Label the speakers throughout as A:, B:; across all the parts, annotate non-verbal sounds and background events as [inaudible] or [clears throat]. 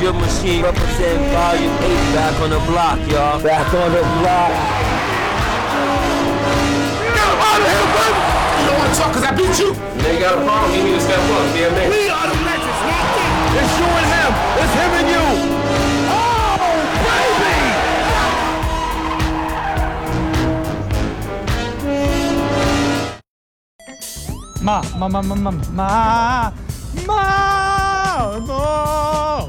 A: your machine representing volume 8 back on the block, y'all. Back on the block.
B: Get up out of here, baby! You don't want to talk because I beat you.
C: They got a problem. You need to step up, DMX.
B: We are the legends, not them.
D: It's you and him. It's him and you.
B: Oh, baby!
E: Ma, ma, ma, ma, ma, ma, ma, no,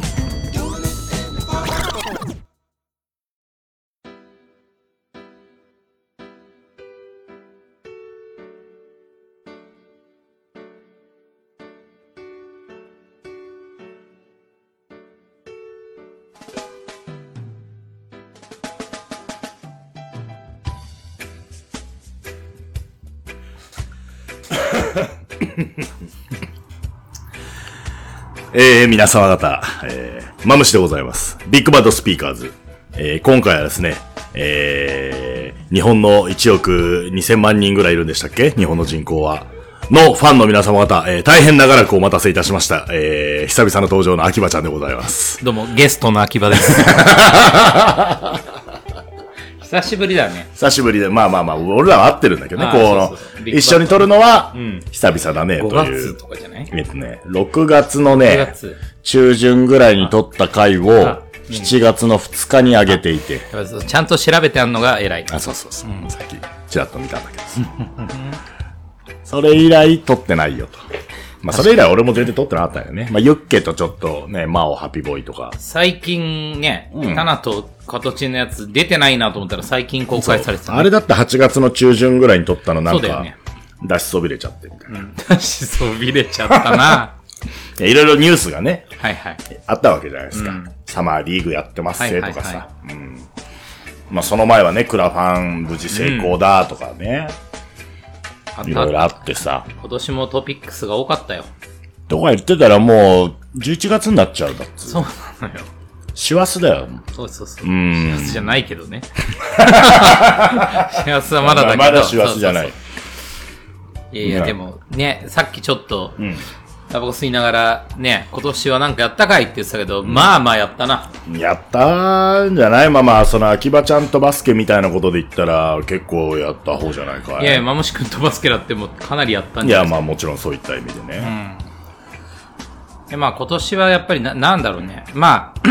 F: えー、皆様方、えー、マムシでございます。ビッグバッドスピーカーズ。えー、今回はですね、えー、日本の1億2000万人ぐらいいるんでしたっけ日本の人口は。のファンの皆様方、えー、大変長らくお待たせいたしました。えー、久々の登場の秋葉ちゃんでございます。
G: どうも、ゲストの秋葉です。 [laughs] 久しぶりだね。
F: 久しぶりで、まあまあまあ、俺らは会ってるんだけどね、
G: あ
F: こ
G: ー
F: の
G: そうそうそうビッグバッド
F: 一緒に撮るのは
G: ん、
F: 久々だね、
G: 5
F: という。
G: 月とかじゃない
F: えっとね、6月のね、
G: ?5 月。
F: 中旬ぐらいに撮った回を、
G: あ
F: 7月の2日に上げていて。
G: やっぱそうちゃんと調べてあんのが偉い。
F: あ、そうそうそう。さっき、ちらっと見たんだけどさ。それ以来撮ってないよと。まあ、それ以来俺も全然撮ってなかったよね。まあ、ユッケとちょっとね、マオハピボーイとか。
G: 最近ね、
F: うん
G: タナとカトチンのやつ出てないなと思ったら最近公開されてた、
F: あれだって8月の中旬ぐらいに撮ったのなん
G: そうだよ
F: か
G: ね、
F: 出しそびれちゃってみたいな。
G: だしそびれちゃった
F: [laughs]
G: な。
F: いやいろいろニュースがね、
G: はいはい。
F: あったわけじゃないですか。
G: うん
F: サマーリーグやってますせとかさ。
G: はいは
F: うんまあ、その前はね、クラファン無事成功だとかね、
G: あ
F: いろいろあ
G: と
F: ってさ。
G: 今年もトピックスが多かったよ。
F: とか言ってたらもう、11月になっちゃうだって。
G: そうなのよ。
F: 師走だよ。
G: そうそうそう。
F: ん
G: 幸せじゃないけ
F: [laughs]
G: どね。幸せはまだだけど。
F: まだ師走じゃない
G: そうそう。そういやいや、
F: ね
G: でもね、さっきちょっと、
F: ん
G: タバコ吸いながら、ね、今年はなんかやったかいって言ってたけど、まあまあやったな。
F: やったーんじゃないまあまあ、その秋葉ちゃんとバスケみたいなことで言ったら、結構やった方じゃないかい。
G: いやいや、マムシ君とバスケだってもうかなりやったん
F: い
G: じゃ
F: や
G: ない
F: まあもちろんそういった意味でね。
G: でまあ今年はやっぱりな、なんだろうね。まあ、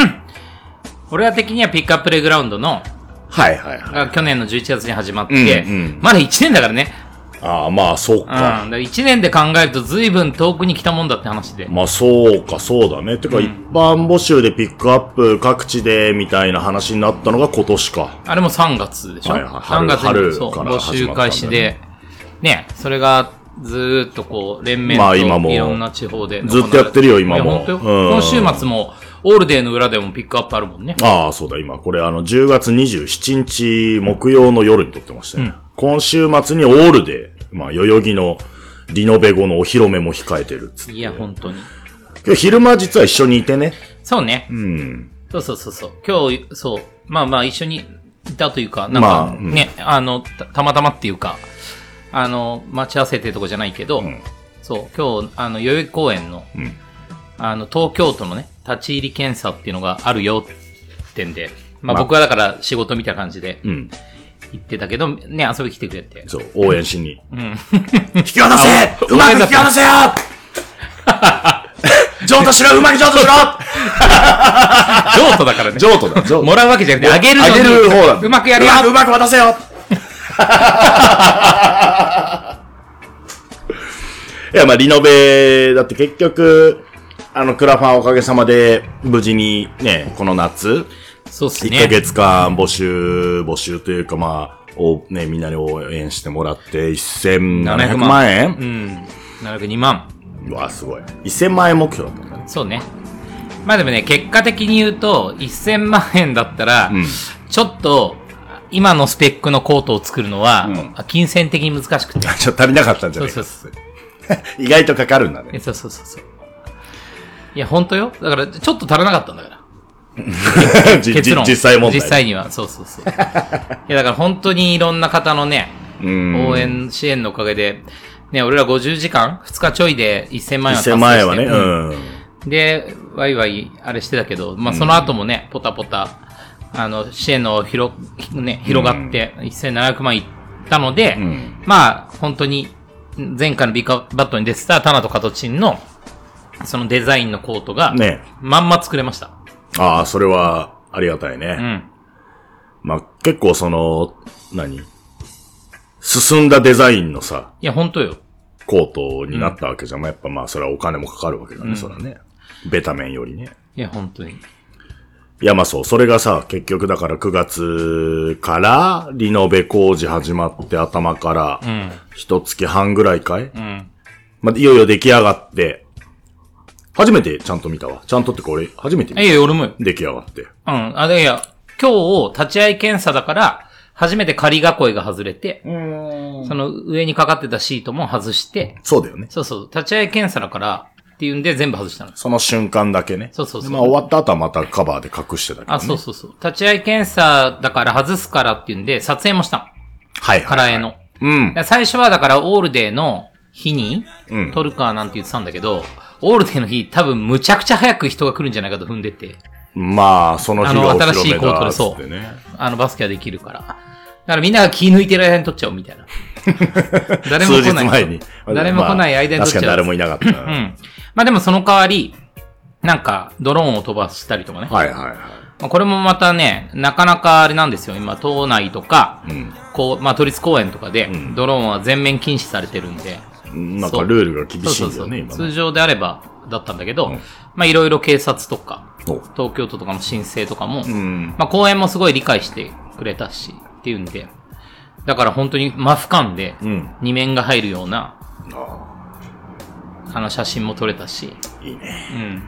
G: [clears throat] 俺ら的にはピックアップレイグラウンドの、
F: はいはいはい。
G: が去年の11月に始まって、
F: うんうん
G: まだ1年だからね。
F: ああ、まあそう
G: うん。だ
F: か。
G: から1年で考えると随分遠くに来たもんだって話で。
F: まあそうか、そうだね。てか、一般募集でピックアップ各地でみたいな話になったのが今年か。
G: あれも3月でしょ、
F: はいはい春
G: ?3 月
F: 春
G: にそう
F: から始ま
G: 募集
F: ったんだよね
G: 開始で、ね、それがずーっとこう、連綿
F: ま
G: と
F: あ今も
G: いろんな地方で。
F: ずっとやってるよ今も
G: いや本当よ
F: うん
G: 今週末も、オールデーの裏でもピックアップあるもんね。
F: ああ、そうだ、今、これあの、10月27日木曜の夜に撮ってましたね。今週末にオールで、まあ、代々木のリノベ後のお披露目も控えてるっつって
G: いや、本当に。
F: 今日昼間実は一緒にいてね。
G: そうね。
F: うん。
G: そうそうそうそう。今日、そう。まあまあ、一緒にいたというか、なん
F: まあ
G: か
F: うん
G: ね、あ、のた、たまたまっていうか、あの、待ち合わせてとこじゃないけど、
F: ん
G: そう、今日、あの、代々木公園の、
F: ん
G: あの、東京都のね、立ち入り検査っていうのがあるよってんで、まあ、
F: まあ
G: 僕はだから仕事みたいな感じで
F: うん。
G: 行ってたけど、ね、遊び来てく
F: [laughs]
G: れて。
F: そう、応援しに。引き渡せうまく引き
G: [laughs]
F: 渡せよ譲渡しろうまく譲渡しろ
G: 譲渡だ [laughs] からね。
F: 譲渡だ、
G: もらうわけじゃなくて、あげるのに
F: あげる方だ。
G: うまくやるよ
F: うまくうまく渡せよ [laughs] いや、まあ、リノベだって結局、あの、クラファンおかげさまで、無事にね、この夏、
G: そうっす
F: 1ヶ
G: ね。
F: 月間募集、募集というかまあ、をね、みんなに応援してもらって、1700万
G: う
F: 円
G: ん。なるべく2万。
F: うわ、すごい。1000万円目標だったんだ
G: [laughs]
F: ね。
G: そうね。まあでもね、結果的に言うと、1000万円だったら、
F: ん
G: ちょっと、今のスペックのコートを作るのは、金銭的に難し
F: [laughs]
G: くて。
F: ちょっと足りなかったんじゃ
G: そ
F: な
G: う
F: い
G: そ
F: か
G: うそう。
F: [laughs] 意外とかかるんだ
G: え
F: ね。
G: そうそうそうそう。いや、本当よ。だから、ちょっと足らなかったんだから。
F: [laughs] じ
G: 結論。
F: じ実際問題。
G: 実際には。そうそう
F: [laughs]
G: そう。いや、だから本当にいろんな方のね、
F: うん
G: 応援、支援のおかげで、ね、俺ら50時間 ?2 日ちょいで1000万円は達成して
F: 1000万円はね、う
G: うん
F: ん。
G: で、ワイワイ、あれしてたけど、まあ、その後もね、ポタポタ、あの、支援の広、ね、広がって、1700万いったので、まあ、本当に、前回のビッグバットに出てた、タナとカトチンの、そのデザインのコートが、
F: ね
G: まんま作れました。
F: ああ、それは、ありがたいね。
G: うん。
F: まあ、結構その、何進んだデザインのさ、
G: いや、本当よ。
F: コートになったわけじゃん。まあやっぱまあ、それはお金もかかるわけだね、それはね。ベタ面よりね。
G: いや、本当に。
F: いや、まあそう。それがさ、結局だから9月から、リノベ工事始まって頭から、一月半ぐらいかい、
G: ん
F: まあ、いよいよ出来上がって、初めてちゃんと見たわ。ちゃんとってこれ、初めて見
G: い
F: た。
G: や、俺もよ。
F: 出来上がって。
G: うん。あ、でいや、今日、立ち会い検査だから、初めて仮囲いが外れて、その上にかかってたシートも外して、
F: そうだよね。
G: そうそう、立ち会い検査だから、っていうんで全部外したの。
F: その瞬間だけね。
G: そうそうそう
F: でまあ終わった後はまたカバーで隠してたけど、ね。
G: あ、そうそうそう。立ち会い検査だから外すからっていうんで、撮影もしたの。
F: はい、
G: カ
F: は
G: ラ
F: い。
G: エの。
F: うん。
G: 最初はだからオールデーの日に
F: うん、
G: 撮るかなんて言ってたんだけど、オールデーの日多分むちゃくちゃ早く人が来るんじゃないかと踏んでて。
F: まあ、その日が
G: あ
F: お
G: の
F: 披
G: 新しい
F: 露目
G: コート
F: だ
G: で
F: っつ
G: そう
F: ってね。 [laughs]
G: あの、バスケはできるから。だからみんなが気抜いてる間に撮っちゃおうみたいな。誰も
F: 数
G: 来
F: 日
G: ない。
F: 前に。
G: 誰も来ない間に
F: まあ
G: 撮
F: 確
G: っち
F: か
G: ゃう。
F: に誰もいなかった
G: う
F: な。
G: ん。まあでもその代わり、なんか、ドローンを飛ばしたりとかね。
F: はいはいはい。
G: まあこれもまたね、なかなかあれなんですよ。今、島内とか、こう、まあ、都立公園とかで、ドローンは全面禁止されてるんで。
F: なんかルールが厳しいんだよね、今
G: 通
F: ね。
G: 常であれば、だったんだけど、まあ、いろいろ警察とか、
F: お
G: 東京都とかの申請とかも、
F: ん
G: まあ、公園もすごい理解してくれたし、っていうんで、だから本当に真俯瞰で、
F: ん
G: 二面が入るような、あの写真も撮れたし、
F: いいね。
G: うん。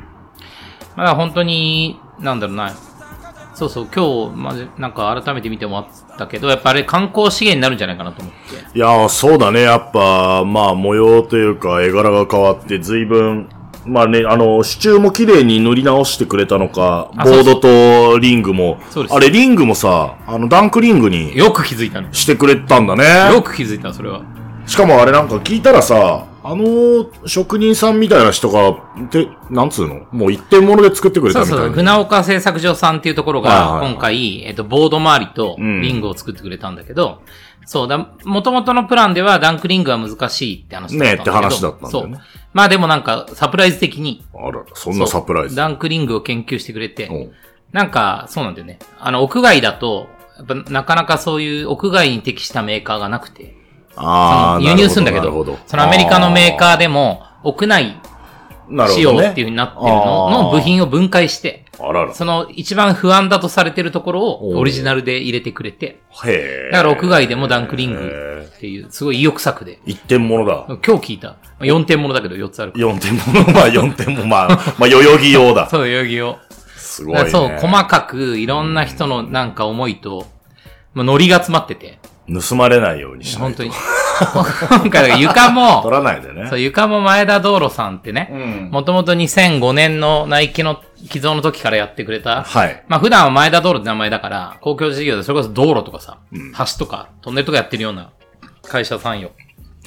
G: まあ本当に、なんだろうな。そうそう、今日、まじ、なんか改めて見てもらったけど、やっぱあれ観光資源になるんじゃないかなと思って。
F: いやー、そうだね。やっぱ、まあ、模様というか、絵柄が変わって、随分、まあね、あの、支柱も綺麗に塗り直してくれたのか、
G: あ
F: ボードとリングも
G: そうで、す
F: あれ、リングもさ、あの、ダンクリングに
G: よく気づいたの。
F: してくれたんだね。
G: よく気づいたの、それは。
F: しかもあれなんか聞いたらさ、あのー職人さんみたいな人が、て、なんつうのもう一点物で作ってくれた
G: そう
F: みたいな。
G: そう、船岡製作所さんっていうところ
F: はいは
G: が、
F: いはい
G: 今回、えっと、ボード周りとリングを作ってくれたんだけど、そうだ、もともとのプランではダンクリングは難しいって話だったんだけど。
F: ねえって話だったんだよね
G: そう。まあでもなんか、サプライズ的に、
F: あら、そんなサプライズ。
G: ダンクリングを研究してくれて、
F: うん
G: なんか、そうなんだよね。あの、屋外だと、やっぱなかなかそういう屋外に適したメーカーがなくて、
F: ああ、
G: 輸入するんだけ
F: な
G: ど、
F: るほど。
G: そのアメリカのメーカーでも、屋内
F: ー
G: 仕様っていう風になってるのの部。品を分解して、
F: あーあらら。
G: その一番不安だとされてるところ
F: お
G: を
F: ー
G: オリジナルで入れてくれて、
F: へえ。
G: だから屋外でもダンクリング
F: へ
G: っていう、すごい意欲作で、
F: 一点物だ。
G: 今日聞いた。4点ものだけど4つあるから。
F: 四点物、 [laughs] まあ四点物、
G: [laughs]
F: まあ、まあ代々木用だ。
G: そう、代々木を。
F: す
G: だ
F: ごいね
G: から。そう、細かくいろんな人のなんか思いと、まあ、ノリが詰まってて。
F: 盗まれないようにしない
G: 本
F: と。
G: 当に。今回、床
F: [laughs] 取
G: も、
F: らないでね
G: そう、。床も前田道路さんってね、もともと2005年のナイキの寄贈の時からやってくれた、
F: はい
G: まあ普段は前田道路って名前だから、公共事業でそれこそ道路とかさ、橋とか、トンネルとかやってるような会社さんよ。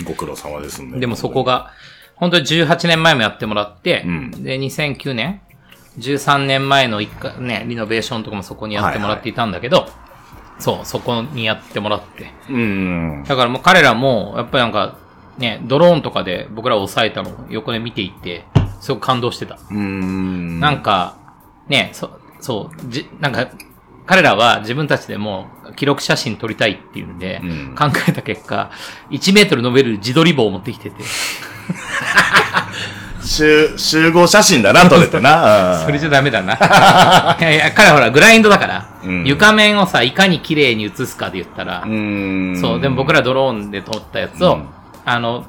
F: ご苦労様ですんで。
G: でもそこが、本当に18年前もやってもらって、
F: ん
G: で、2009年、13年前の一回、ね、リノベーションとかもそこにやってもらっていたんだけど、そう、そこにやってもらって。
F: うん。
G: だからもう彼らも、やっぱりなんか、ね、ドローンとかで僕らを抑えたのを横で見ていて、すごく感動してた。
F: うん。
G: なんか、ね、そ、そう、じ、なんか、彼らは自分たちでも記録写真撮りたいっていうんで、
F: ん
G: 考えた結果、1メートル伸べる自撮り棒を持ってきてて、
F: 集、集合写真だな、撮れて
G: [laughs]
F: な。
G: それじゃダメ
F: [laughs]
G: だな。いやいや、彼はほら、グラインドだから、
F: うん
G: 床面をさ、いかに綺麗に写すかで言ったら、
F: うん。うん
G: そう、でも僕らドローンで撮ったやつを、
F: うん
G: あの、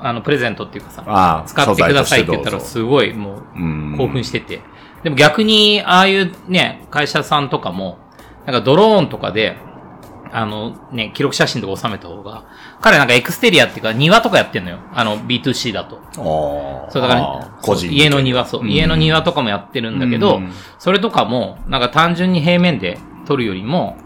G: あの、プレゼントっていうか
F: あ
G: さ、
F: あ
G: 使ってくださいって言った
F: 素材
G: ら、
F: として
G: すごいも
F: うん
G: う、興奮してて。でも逆に、ああいうね、会社さんとかも、なんかドローンとかで、あの、ね、記録写真とか収めた方が、彼なんかエクステリアっていうか庭とかやってんのよ。あの、B2C だと。
F: ああ。
G: そうだから、
F: あー
G: そ
F: 個
G: う
F: 人
G: 家の庭、そう、
F: ん
G: 家の庭とかもやってるんだけど、
F: うん
G: それとかも、なんか単純に平面で撮るよりも、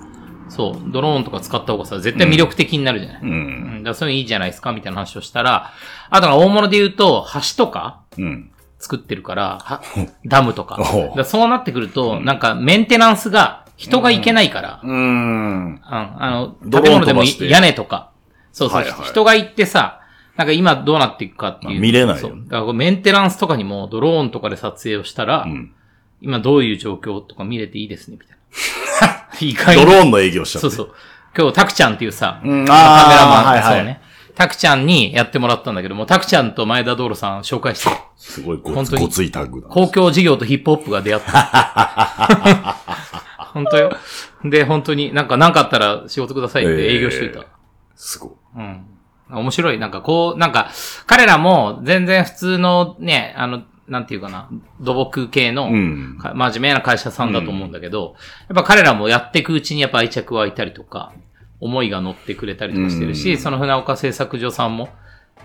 G: そう、ドローンとか使った方がさ、絶対魅力的になるじゃない。
F: う。
G: うんんだからそういうのいいじゃないですか、みたいな話をしたら、あとは大物で言うと、橋とか
F: うん。
G: 作ってるから、
F: [laughs]
G: はダムとか。だ
F: おう
G: からそうなってくると、なんかメンテナンスが人が行けないから、
F: うん。
G: うん、あの、
F: ドローン
G: 建物で
F: 飛
G: も
F: ばして
G: 屋根とか、そうそう、
F: はいはい
G: 人が行ってさ、なんか今どうなっていくかっていう。
F: まあ見れないよね
G: そうだからメンテナンスとかにもドローンとかで撮影をしたら、
F: ん
G: 今どういう状況とか見れていいですね、みたいな。
F: [laughs]
G: 意外
F: ド
G: に。
F: ローンの営業しちゃっ
G: そ
F: て。
G: うそう。今日、タクちゃんっていうさ、
F: ん
G: カメ
F: あ
G: ラマン、
F: ーはいはい
G: そうね。タクちゃんにやってもらったんだけども、タクちゃんと前田道路さん紹介して、
F: すごいご
G: 本当に
F: ごついタッグだ。
G: 公共事業とヒップホップが出会った。
F: [laughs]
G: 本当よ。で、本当になんか何かあったら仕事くださいって営業しといた。
F: えーすごい。
G: うん。面白い。なんかこう、なんか、彼らも全然普通のね、あの、なんていうかな、土木系の、
F: ん
G: か真面目な会社さんだと思うんだけど、やっぱ彼らもやっていくうちにやっぱ愛着湧いたりとか、思いが乗ってくれたりとかしてるし、その船岡製作所さんも、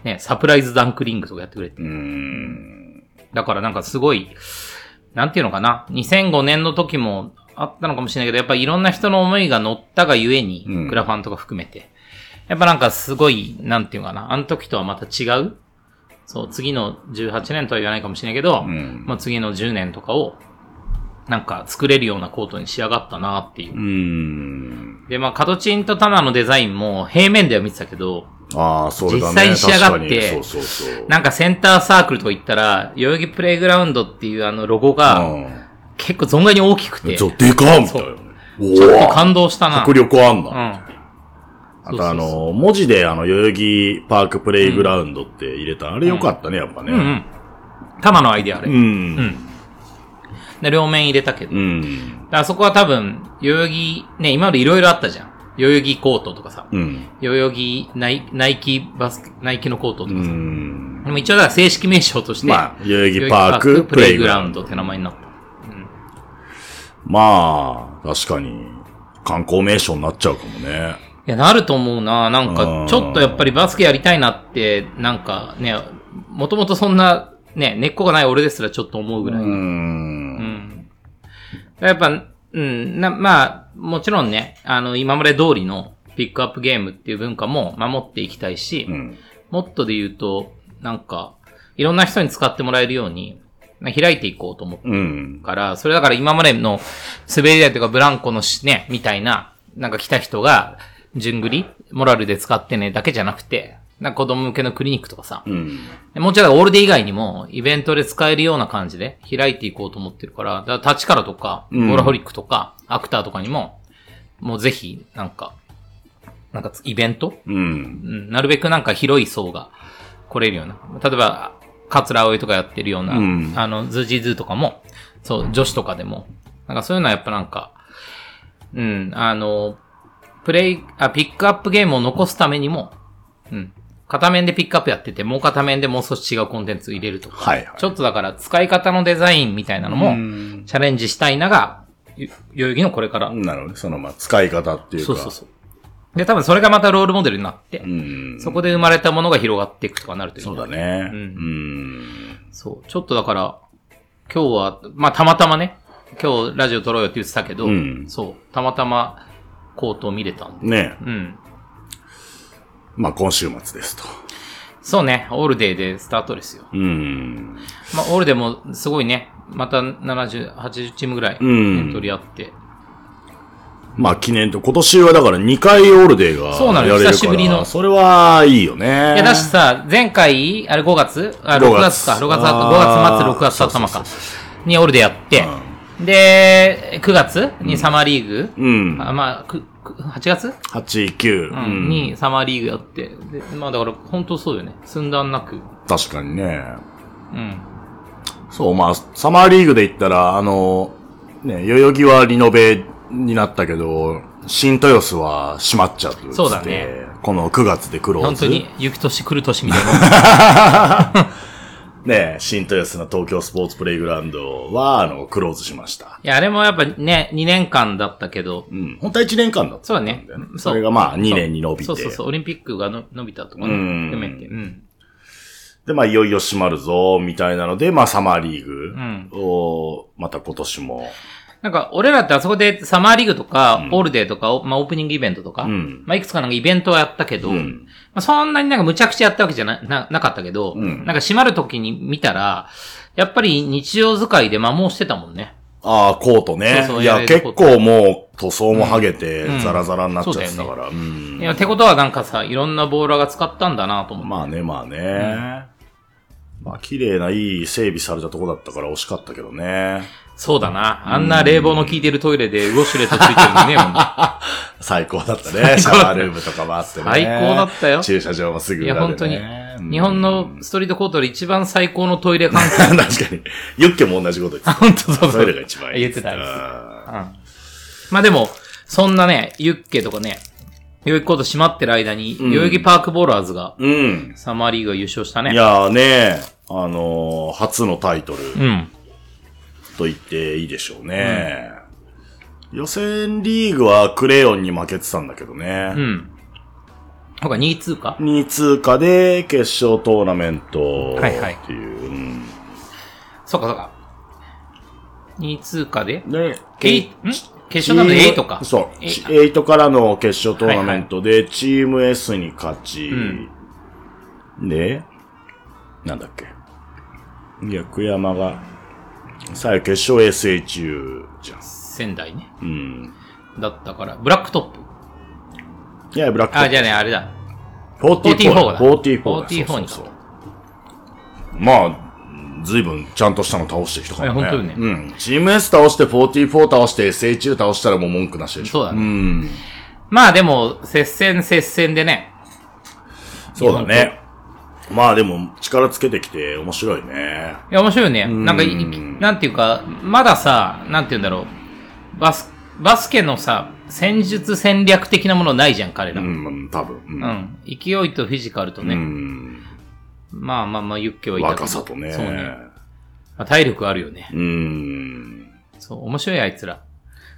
G: ね、サプライズダンクリングとかやってくれて、だからなんかすごい、なんていうのかな、2005年の時もあったのかもしれないけど、やっぱいろんな人の思いが乗ったがゆえに、
F: ん
G: クラファンとか含めて、やっぱなんかすごい、なんていうのかな、あの時とはまた違う、そう、次の18年とは言わないかもしれないけど、
F: ん
G: まあ次の10年とかを、なんか作れるようなコートに仕上がったなっていう
F: う。ん。
G: で、まあ、カトチンとタナのデザインも平面では見てたけど、
F: ああ、それだね。
G: 実際に仕上がって
F: 確かにそうそうそう。
G: なんかセンターサークルとか行ったら、代々木プレイグラウンドっていうあのロゴが、結構存外に大きく
F: うん。
G: て、
F: ち
G: ち
F: ょ、
G: ょっ
F: でかんみたいなね。
G: と
F: おお
G: 感動したな。
F: 迫力あんな。
G: うん。
F: あとあ
G: そうそう
F: の、文字であの、代々木パークプレイグラウンドって入れた。あれよかったね、やっぱね。
G: そう、うんうん。タナのアイデアあ
F: う
G: れ。
F: ん。
G: で、両面入れたけど。
F: う
G: だ
F: ん。
G: からそこは多分、代々木、ね、今までいろいろあったじゃん。代々木コートとかさ。
F: うん。
G: 代々木ナイナイキバスケ、ナイキのコートとかさ。
F: うん。
G: でも一応だから正式名称として、
F: まあ代々木パーク
G: 代々木プレイグラウンドって名前になった。
F: まあ、確かに、観光名所になっちゃうかもね。
G: いや、なると思うな。なん
F: うん
G: か、ちょっとやっぱりバスケやりたいなって、なんかね、もともとそんな、ね、根っこがない俺ですらちょっと思うぐらい。
F: うー。
G: うんん。やっぱ、うん、な、まあ、もちろんね、あの、今まで通りのピックアップゲームっていう文化も守っていきたいし、
F: うん。
G: もっとで言うと、なんか、いろんな人に使ってもらえるように、まあ開いていこうと思って
F: うん。
G: から、それだから今までの滑り台とかブランコのしね、みたいな、なんか来た人が、順繰り、モラルで使ってね、だけじゃなくて、なんか子供向けのクリニックとかさ、
F: うん。
G: もうちょいオールデー以外にも、イベントで使えるような感じで開いていこうと思ってるから、だから立ちからとか、
F: ん
G: ボラホリックとか、アクターとかにも、もうぜひ、なんか、なんかイベント
F: うん。
G: うん、なるべくなんか広い層が来れるような。例えば、桂葵とかやってるような、
F: うん
G: あの、ズージーズーとかも、そう、女子とかでも、なんかそういうのはやっぱなんか、うん、あの、プレイ、あ、ピックアップゲームを残すためにも、うん、片面でピックアップやってて、もう片面でもう少し違うコンテンツ入れるとか、
F: はいはい。
G: ちょっとだから使い方のデザインみたいなのも、チャレンジしたいなが、ゆ代々木のこれから。
F: なるほどね。その、まあ、使い方っていう
G: そ
F: か。
G: うそうそう。で、多分それがまたロールモデルになって、
F: うん。
G: そこで生まれたものが広がっていくとかなるという
F: そうだね。うんん。
G: そう。ちょっとだから、今日は、まあたまたまね、今日ラジオ撮ろうよって言ってたけど、
F: うん
G: そう、たまたまコートを見れたんで。
F: ね
G: うん。
F: まあ、今週末ですと。
G: そうね、オールデーでスタートですよ。
F: うん。
G: まあオールデーもすごいね、また70、80チームぐらい、
F: うん
G: 取り合って。
F: まあ、記念と、今年はだから2回オールデーが
G: そうなの
F: やれるから。
G: 久しぶりの
F: それはいいよね。
G: いや、だしさ、前回、あれ5月あ、
F: 5
G: 6
F: 月
G: 月か、6月
F: あー
G: あ5月末、6月頭か、にオールデーやって、で、9月にサマーリーグ、
F: うん。
G: あまあ、くく8月
F: 8、9。う
G: うん
F: ん。
G: にサマーリーグやって、でまあだから本当そうよね。寸断なく。
F: 確かにね。
G: うん。
F: そう、まあ、サマーリーグで言ったら、あの、ね、代々木はリノベになったけど、新豊洲は閉まっちゃうっつって
G: そうだね。
F: この9月でクローズ。
G: 本当に、雪年来る年みたいな。
F: [laughs] ね、新豊洲の東京スポーツプレイグラウンドは、あの、クローズしました。
G: いや、あれもやっぱね、2年間だったけど、
F: うん。本当は1年間だった
G: そうん
F: だよ
G: ね
F: ね。。
G: そう
F: それがまあ2年に伸びて。
G: そうそうそう、オリンピックがの伸びたとかね
F: うん
G: 含めて。うん。
F: で、まあ、いよいよ閉まるぞ、みたいなので、まあ、サマーリー
G: ん
F: グを、また今年も。
G: なんか、俺らってあそこでサマーリーグとか、オールデーとかを、まあ、オープニングイベントとか、
F: ん
G: まあ、いくつかなんかイベントはやったけど、
F: ん
G: まあ、そんなになんかむちゃくちゃやったわけじゃな、な、なかったけど、
F: ん
G: なんか閉まる時に見たら、やっぱり日常使いで摩耗してたもんね。
F: ああ、コートね。
G: そうそう
F: い
G: や
F: や、
G: れる
F: 結
G: こと
F: 構もう、塗装も剥げて
G: うん、
F: ザラザラになっちゃって
G: そ
F: た
G: うだ
F: から。
G: よ
F: うん
G: いや、ってことはなんかさ、いろんなボーラーが使ったんだなと思って。
F: まあね、まあね。まあ、綺麗ないい整備されたとこだったから惜しかったけどね。
G: そうだな。あんな冷房の効いてるトイレでウォシュレットついてるのね、も
F: [laughs]
G: うね
F: 最高だったね。シャワールームとかもあってね。
G: 最高だったよ
F: 駐車場もすぐ
G: い
F: 裏で、
G: や、
F: ね。
G: 本当に。日本のストリートコートで一番最高のトイレ環境。
F: 確かに。ユッケも同じこと言ってた。
G: 本当 [laughs] そうそう。
F: [laughs] トイレが一番いい。
G: 言ってた
F: うん
G: まあでも、そんなね、ユッケとかね、代々木コート閉まってる間に、代々木パークボーラーズが、
F: うん。
G: サマーリーグが優勝したね。
F: いやーね、あのー初のタイトル
G: うん。
F: と言っていいでしょうね。予選リーグはクレヨンに負けてたんだけど
G: う
F: ね。
G: ん。ほか2位通過
F: 2位通過で決勝トーナメント
G: はいはい
F: っていう。うん
G: そうかそうか。2位通過で、
F: で、
G: えいん決勝なので8か。
F: そう。
G: えいか
F: 8からの決勝トーナメントで、チーム S に勝ち、で、なんだっけ。いや、久山が、さあ、決勝 SHU じゃん。
G: 仙台ね。
F: うん。
G: だったから、ブラックトップ。
F: いや、ブラック
G: あ、じゃあね、あれだ。
F: 44だ。
G: 44
F: 44だ。
G: 44に
F: そうそうそうまあ、ずいぶんちゃんとしたの倒してきたからね。
G: いや本当にね
F: うん。チーム S 倒して、44倒して、SHU 倒したらもう文句なしでしょ。
G: そうだね
F: ん。
G: まあでも、接戦接戦でね、
F: そうだね。まあでも、力つけてきて面白いね。
G: いや、面白いよね。なんかい、なんていうか、まださ、なんて言うんだろう。バス、バスケのさ、戦術戦略的なものないじゃん、彼ら。
F: う
G: うん。
F: ん、多分。
G: 勢いとフィジカルと
F: う
G: ね。
F: ん。
G: まあまあまあ、ユッケはいたけど
F: 若さとね。
G: そうね。まあ、体力あるよね。
F: うん。
G: そう、面白い、あいつら。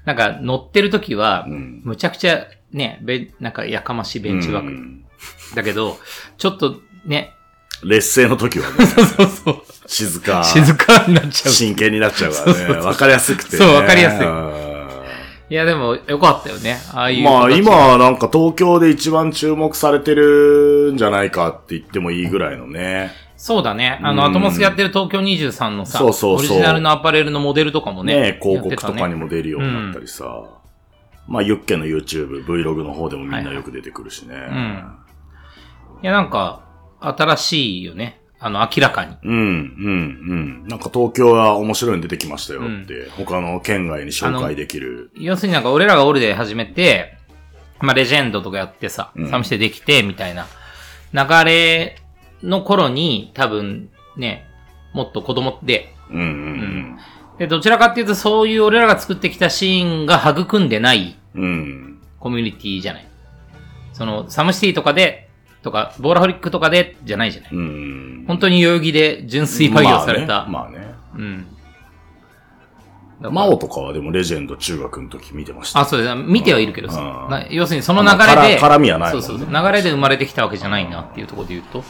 G: なんか、乗ってる時は、
F: ん
G: むちゃくちゃ、ね、べ、なんか、やかましいベンチワーク。
F: うん
G: だけど、ちょっと、
F: [laughs]
G: ね、
F: 劣勢の時はね、
G: そうそうそう、
F: 静か。
G: [laughs] 静かになっちゃう。
F: 真剣になっちゃう
G: [laughs]
F: からね。わかりやすくてね。
G: そうわかりやすい
F: うん
G: いや、でも、よかったよね。ああいう。
F: まあ、今、なんか東京で一番注目されてるんじゃないかって言ってもいいぐらいのね。
G: そうだね。あの、
F: うん
G: アトモスやってる東京23のさ、
F: そうそうそう
G: オリジナルのアパレルのモデルとかもね、
F: ね広告とかに
G: も。
F: も出るようになったりさ。まあ、ユッケの YouTube、Vlog の方でもみんなよく出てくるしね。
G: んいや、なんか、新しいよね。あの、明らかに。
F: うん、うん、うん。なんか東京は面白いの出てきましたよって、他の県外に紹介できる。
G: 要するになんか、俺らがオールで始めて、まあ、レジェンドとかやってさ、サムシテできて、みたいな流れの頃に、多分、ね、もっと子供で、
F: うん、うん、
G: で、どちらかっていうと、そういう俺らが作ってきたシーンが育んでない
F: うん。うん。
G: コミュニティじゃない。その、サムシティとかで、とか、ボーラホリックとかで、じゃないじゃない。
F: うん。
G: 本当に代々木で純粋培養された。
F: まあね。まあね
G: うん。だから
F: 真央とかはでもレジェンド中学の時見てました
G: あ、
F: よ。
G: そうです。見てはいるけどさ
F: うん
G: な要するにその流
F: まあ
G: れで、
F: から絡みはないもんね
G: そうそうそう。流れで生まれてきたわけじゃないなっていうところで言うと。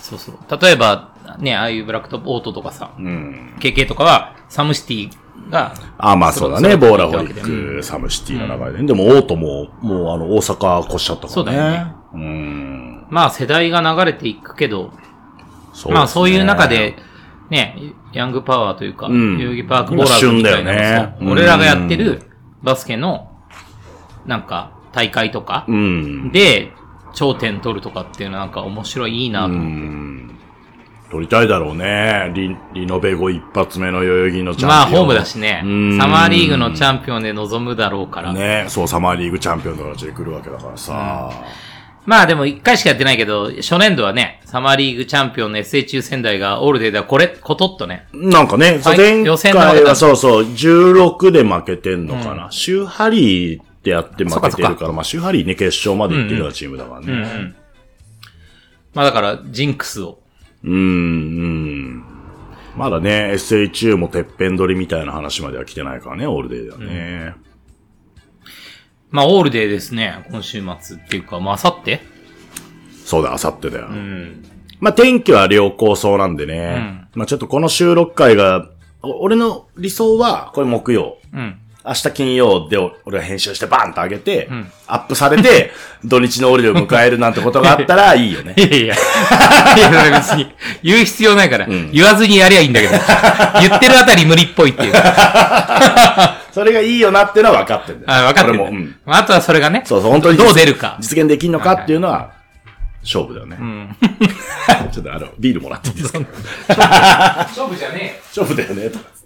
G: そうそう。例えば、ね、ああいうブラックトップオートとかさ、
F: うん。
G: KK とかは、サムシティが、
F: あ、まあそうだね。
G: そう
F: ボーラホリ
G: そういうわ
F: ック、サムシティの流れで。でも、オートも、もうあの、大阪越しちゃったからね。
G: そうだよね。
F: うん。
G: まあ世代が流れていくけど、
F: そ
G: まあそういう中
F: です
G: で、ね、ヤングパワーというか、代
F: ん
G: 々木パークボーラーズみたいなの
F: 今
G: もさ
F: 旬だよねうん
G: 俺らがやってるバスケの、なんか、大会とか
F: ね。う、ん。
G: で、頂点取るとかっていうのはなんか面白い、いいなと。
F: 取りたいだろうね。リリノベ後一発目の代々木のチャンピオン。
G: まあ、ホームだしね
F: うん。
G: サマーリーグのチャンピオンで臨むだろうから。
F: ね。そう、サマーリーグチャンピオンとかで来るわけだからさ。
G: まあでも一回しかやってないけど、初年度はね、サマーリーグチャンピオンの SA 中仙台がオールデーではこれ、ことっとね。
F: なんかね、そう前
G: 予選
F: 回
G: の方
F: は
G: だ
F: そうそう、16で負けてんのかな。シューハリーってやって負けて
G: そっかそ
F: る
G: っ
F: から、まあシューハリーね、決勝まで行ってるようなチームだからね。
G: まあだから、ジンクスを
F: うん、うん。まだね、SHU もてっぺん取りみたいな話までは来てないからね、オールデイだね。
G: まあ、オールデーですね、今週末っていうか、まあ、明後日
F: そうだ、あさってだよ。まあ、天気は良好そうなんでね。まあ、ちょっとこの収録会が、お俺の理想は、これ木曜。
G: うん。
F: 明日金曜でお俺が編集してバンと上げて、アップされて、土日のオールデイを迎えるなんてことがあったらいいよね [laughs]
G: い。やいやいや。 [laughs] いや、だから別に、言う必要ないから、言わずにやりゃいいんだけど、言ってるあたり無理っぽいっていう。
F: それがいいよなっていうのは分かってるんだよ。
G: あ、分かってる。
F: 俺も、うん。
G: まああとはそれがね、
F: そうそう、本当に
G: どう出るか。
F: 実現できんのかっていうのは、勝負だよね。 [laughs] ちょっとあの、ビールもらっていいですか
G: [laughs] 勝負じゃね
F: 勝負だよね、とかつっ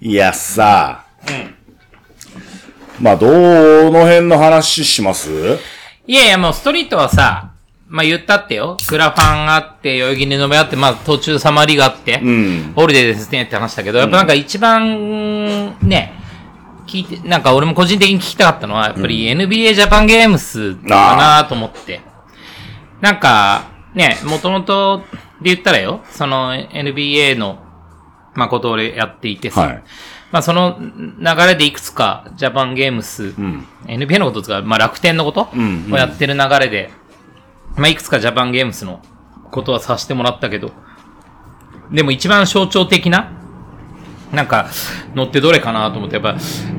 F: て。いやさ、まあ、どの辺の話します
G: え。いやいや、もうストリートはさ、まあ言ったってよ。クラファンがあって、代々木で飲めあって、まあ途中サマリがあって、
F: うん。
G: オールデーですねって話だけど、やっぱなんか一番、ね、聞いて、なんか俺も個人的に聞きたかったのは、やっぱり NBA ジャパンゲームスかなと思って。なんか、ね、もともとで言ったらよ、その NBA の、まあ、ことを俺やっていてさ、
F: はい
G: まあ、その流れでいくつかジャパンゲームス、NBA のことですか、まあ、楽天のこと
F: んうん
G: をやってる流れで、まあ、いくつかジャパンゲームスのことはさせてもらったけど、でも一番象徴的な、なんか、乗ってどれかなと思って、やっぱ、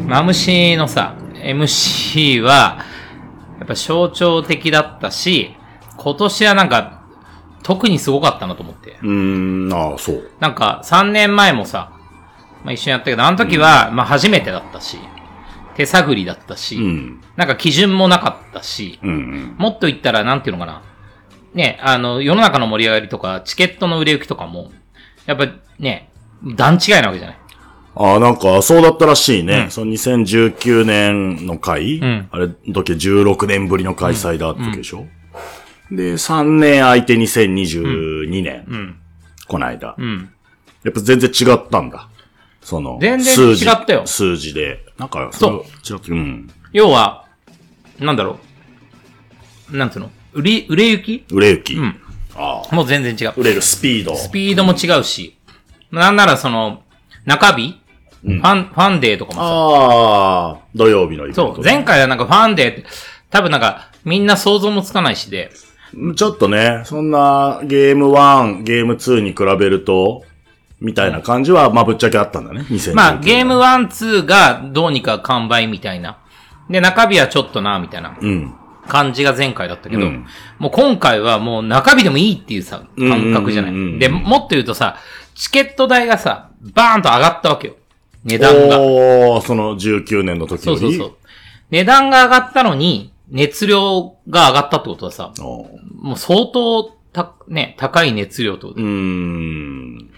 G: マムシのさ、MC は、やっぱ象徴的だったし、今年はなんか、特にすごかったなと思って。
F: うーん、ああ、そう。
G: なんか、3年前もさ、まあ、一緒にやったけど、あの時は、まあ、初めてだったし、手探りだったし、
F: うん。
G: なんか基準もなかったし、
F: うんうん。
G: もっと言ったら、なんていうのかな。ね、あの、世の中の盛り上がりとか、チケットの売れ行きとかも、やっぱね、段違いなわけじゃない。
F: ああ、なんか、そうだったらしいね。その2019年の回、
G: ん
F: あれ、時計16年ぶりの開催だったわけでしょ、で、3年空いて2022年。
G: ん
F: こないだ。
G: うん。
F: やっぱ全然違ったんだ。その、
G: 全然
F: 数字
G: 違ったよ
F: 数字で。なんか、。
G: そう
F: 違って、うん。
G: 要は、なんだろう。なんつうの売れ、売れ行き
F: 売れ行き。
G: ん
F: ああ。
G: もう全然違う。
F: 売れるスピード。
G: スピードも違うし、なんならその、中日、ファン、ファンデーとかもさ、
F: ああ、土曜日のイベント
G: そう、前回はなんかファンデーって、多分なんか、みんな想像もつかないしで、
F: ちょっとね、そんなゲーム1、ゲーム2に比べると、みたいな感じは、まあぶっちゃけあったんだね、2019
G: まあ、ゲーム1、2がどうにか完売みたいな。で、中日はちょっとな、みたいな
F: うん。
G: 感じが前回だったけど、
F: うん
G: もう今回はもう中日でもいいっていうさ、感覚じゃな
F: うんうんうんうん
G: い。で、もっと言うとさ、チケット代がさ、バーンと上がったわけよ。値段が。
F: おー、その19年の時
G: そ
F: よ
G: う
F: り。
G: そうそう。値段が上がったのに、熱量が上がったってことはさ、
F: おー
G: もう相当た、ね、高い熱量ってこと
F: うーん。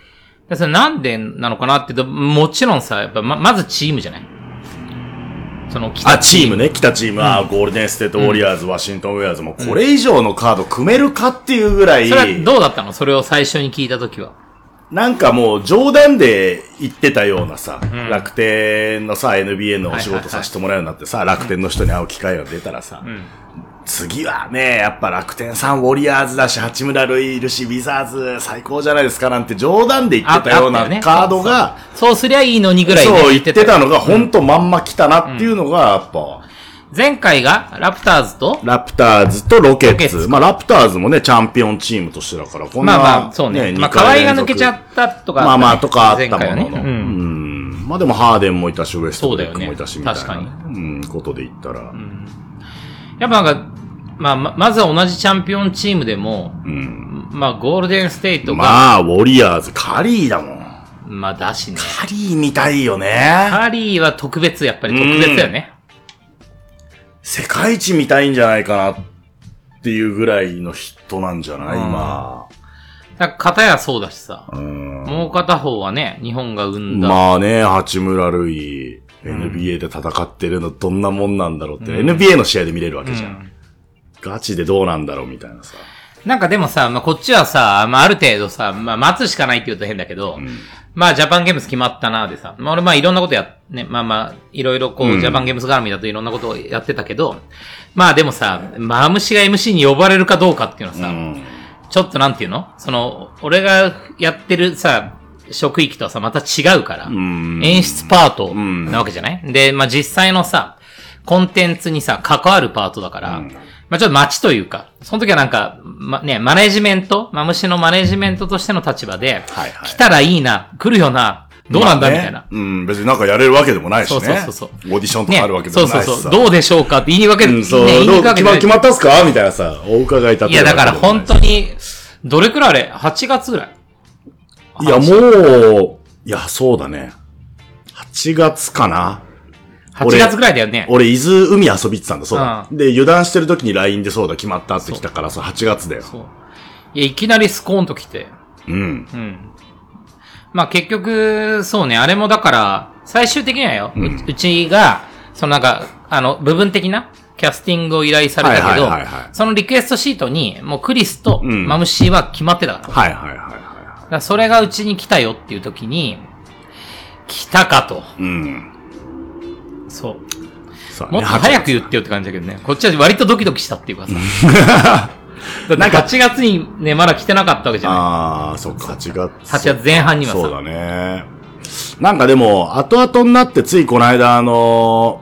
G: でそれなんでなのかなって言うと、もちろんさ、やっぱま、まずチームじゃないその、
F: あ、チーム。ね、北チーム、あーゴールデンステートウォリアーズ、ワシントンウェアーズも、これ以上のカード組めるかっていうぐらい、
G: それはどうだったのそれを最初に聞いたときは。
F: なんかもう冗談で言ってたようなさ、楽天のさ、NBA のお仕
G: はいはいは
F: 事
G: い
F: させてもらうようになってさ、楽天の人に会う機会が出たらさ、次はね、やっぱ楽天さんウォリアーズだし、八村塁いるし、ウィザーズ最高じゃないですかなんて冗談で言ってたよう
G: ああったよね
F: なカードが、
G: そうすりゃいいのにぐらいね
F: そう言ってたのが、ほんとまんま来たなっていうのが、やっぱ、
G: 前回が、ラプターズと、
F: ラプターズとロケ
G: ロケ
F: ッ
G: ッツ
F: ツ。まあ、ラプターズもね、チャンピオンチームとしてだから、こんな、
G: まあまあ、そうね。ま
F: 二回
G: あ、河合が
F: 連
G: 抜
F: 続
G: けちゃったとか、
F: まあまあとかあっ
G: 前
F: た
G: 回は
F: も
G: ね
F: のの。
G: う
F: うんん。まあでもハーデンもいたし、ウエストブルックもいたし、
G: そう
F: み
G: だ
F: た
G: よ
F: い
G: ね
F: な。うん、ことで言ったら。うん。
G: やっぱなんか、まあ、ままずは同じチャンピオンチームでも、まあ、ゴールデンステイトが、まあ、
F: まあ、ウォリアーズ、カリーだもん。
G: だしね。
F: カリーみたいよね。
G: カリーは特別、やっぱり特別だよね。
F: 世界一みたいんじゃないかなっていうぐらいのヒットなんじゃない今。
G: だから片やそうだしさ、
F: うん。
G: もう片方はね、日本が生んだ。
F: まあね、八村塁、NBA で戦ってるのどんなもんなんだろうって、NBA の試合で見れるわけじゃん。ガチでどうなんだろうみたいなさ。
G: なんかでもさ、まあ、こっちはさ、まあ、ある程度さ、まあ、待つしかないって言うと変だけど、まあ、ジャパンゲームズ決まったな、でさ。まあ、俺、まあ、いろんなことや、ね、まあまあ、いろいろこう、ジャパンゲームズ絡みだといろんなことをやってたけど、まあ、でもさ、マムシが MC に呼ばれるかどうかっていうのはさ、ちょっとなんていうのその、俺がやってるさ、職域とはさ、また違うから、演出パートなわけじゃない、で、まあ、実際のさ、コンテンツにさ、関わるパートだから、まあ、ちょっと待ちというか、その時はなんか、ま、ね、マネジメント、マムシのマネジメントとしての立場で、
F: はいはい
G: 来たらいいな、来るよな、どうなんだ、みたいな
F: まあね。うん、別になんかやれるわけでもないしね。
G: そうそうそうそう
F: オーディションと
G: ね
F: かあるわけで
G: そ
F: も
G: う
F: な
G: そ
F: いうしさ。
G: そう。どうでしょうかって言いに分ける、
F: うん、そう、
G: ね、言い
F: どう
G: に分け
F: 決ま
G: て
F: 決まったっすかみたいなさ、お伺い立てる
G: いや、だから本当
F: に。
G: に、どれくらいあれ ?8 月ぐらい
F: いや、もう、いや、そうだね。8月かな
G: ?8 月ぐらいだよね。
F: 俺、伊豆海遊びってたんだ、そうだ。で、油断してる時に LINE でそうだ、決まったって来たからさ、8月だよ。
G: そう。いや、いきなりスコーンと来て。
F: うん。
G: うん。まあ結局、そうね、あれもだから、最終的にはよ、ううちが、そのなんか、あの、部分的なキャスティングを依頼されたけど
F: はいはいはいはい、
G: そのリクエストシートに、もうクリスと
F: ん
G: マムシーは決まってたから。
F: はいはいはいは
G: だからそれがうちに来たよっていう時に、来たかと。
F: い。うん。
G: そう。
F: そう
G: もっと早く言ってよって感じだけどね。こっちは割とドキドキしたっていうかさ。だって8月にね、まだ来てなかったわけじゃない。
F: ああ、そっか、8月。
G: 8月前半にはさ。
F: そうだね。なんかでも、後々になってついこの間、あの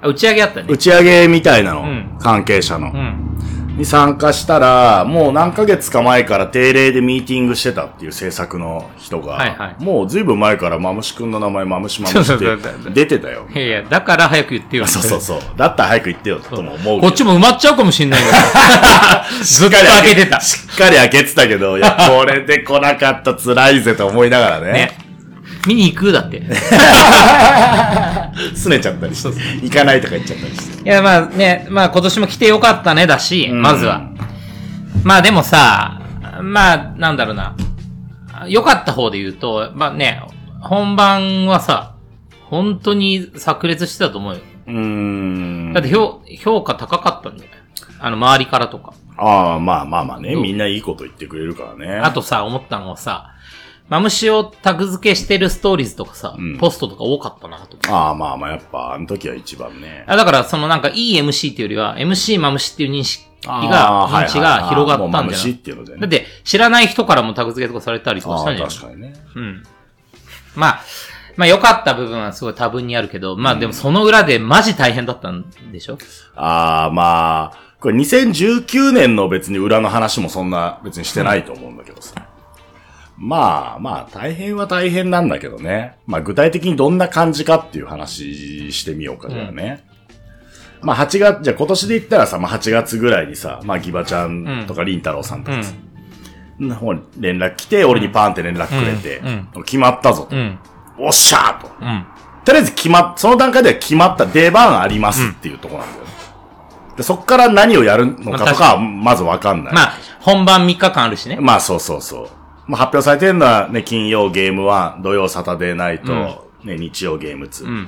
G: あ打ち上げあった
F: ー打
G: ね。
F: ち上げみたいなの、
G: ん
F: 関係者の、
G: うん。
F: に参加したら、もう何ヶ月か前から定例でミーティングしてたっていう制作の人が、
G: はいはい
F: もうずいぶん前からマムシ君の名前マムシマムシっ
G: そうそうそうそ
F: て
G: う
F: 出てたよ。
G: いやいや、だから早く言ってよ。
F: そうそうそう。だったら早く行ってよとも思うけど。
G: [laughs] こっちも埋まっちゃうかもしんないよ。
F: [laughs]
G: [laughs] ずっと開けてた。
F: しっかり開けてたけど、いや、これで来なかったら辛いぜと思いながら
G: ね。見に行くだって。い
F: 拗ねちゃったりして、行かないとか言っちゃったりして。
G: や、まあね、まあ今年も来てよかったねだし、まずは。まあでもさ、まあ、なんだろうな。良かった方で言うと、まあね、本番はさ、本当に炸裂してたと思うよ。
F: うーん。
G: だって評評価高かったんじゃないあの、周りからとか。
F: ああ、まあまあまあね。
G: うん
F: みんないいこと言ってくれるからね。
G: あとさ、思ったのはさ、マムシをタグ付けしてるストーリーズとかさ、
F: ん
G: ポストとか多かったなと思う。
F: ああ、まあまあ、やっぱ、あの時は一番ね。
G: あだから、そのなんか、いい MC っていうよりは、MC マムシっていう認識
F: あーはい
G: が、
F: はい
G: 認知が広が
F: もう
G: った
F: マ
G: ん
F: ム
G: じゃ
F: シ
G: な
F: っ
G: い
F: ていうので
G: だっ
F: ね。
G: て、知らない人からもタグ付けとかされたりとか
F: あ
G: したん
F: あ、
G: じゃない
F: 確かにね。
G: うん。まあ、まあ良かった部分はすごい多分にあるけど、まあでもその裏でマジ大変だったんでしょ
F: ああ、まあ、これ2019年の別に裏の話もそんな別にしてないと思うんだけどさ。まあまあ、大変は大変なんだけどね。まあ具体的にどんな感じかっていう話してみようか、じゃあね。まあ8月、じゃあ今年で言ったらさ、まあ8月ぐらいにさ、まあギバちゃんとかりんたろーさんとかさ、の方に連絡来て、俺にパーンって連絡くれて、決まったぞと。
G: ん。
F: おっしゃーと。
G: うん。
F: とりあえず決まっ、その段階では決まった出番ありますっていうところなんだよね。でそこから何をやるのかとかは、まずわかんない。
G: まあ、本番3日間あるしね。
F: まあそうそうそう。まあ、発表されてるのはね、金曜ゲーム1、土曜サタデーナイト、ね、日曜ゲーム2。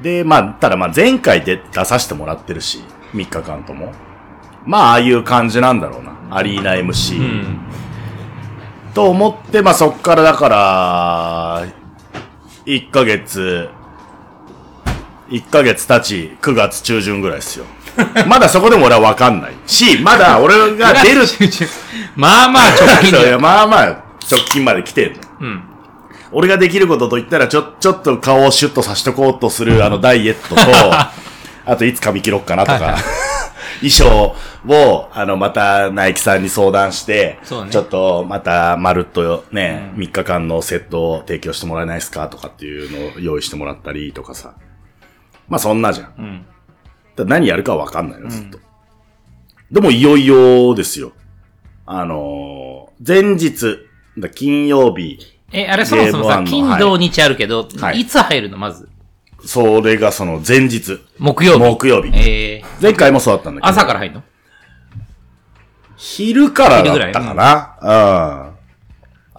F: で、まあ、ただまあ前回で出させてもらってるし、3日間とも。まあ、ああいう感じなんだろうな。アリーナ MC。と思って、まあそっからだから、1ヶ月、1ヶ月経ち、9月中旬ぐらいですよ。まだそこでも俺はわかんない。し、まだ俺が出るっ
G: [laughs] まあまあ直
F: [laughs]
G: 近
F: そうい
G: で。
F: やまあまあ、直近まで来てんの。
G: ん
F: 俺ができることと言ったら、ちょ、ちょっと顔をシュッとさしとこうとする、あの、ダイエットと、あと、いつ髪切ろっかなとか、 [laughs] 衣装を、あの、また、ナイキさんに相談して、
G: そうね
F: ちょっと、また、まるっとね、3日間のセットを提供してもらえないですかとかっていうのを用意してもらったりとかさ。まあ、そんなじゃん。だから何やるかわかんないよ、ずっと。でも、いよいよですよ。あのー前日、だ金曜日、
G: え、あれそもそも
F: ゲームワン
G: さ、
F: の
G: 金土日あるけど、
F: はい
G: い、つ入るのまず。
F: それがその前日、
G: 木曜日。
F: 木曜日。
G: えー、
F: 前回もそうだったんだけど。
G: 朝から入るの
F: 昼からだったかな。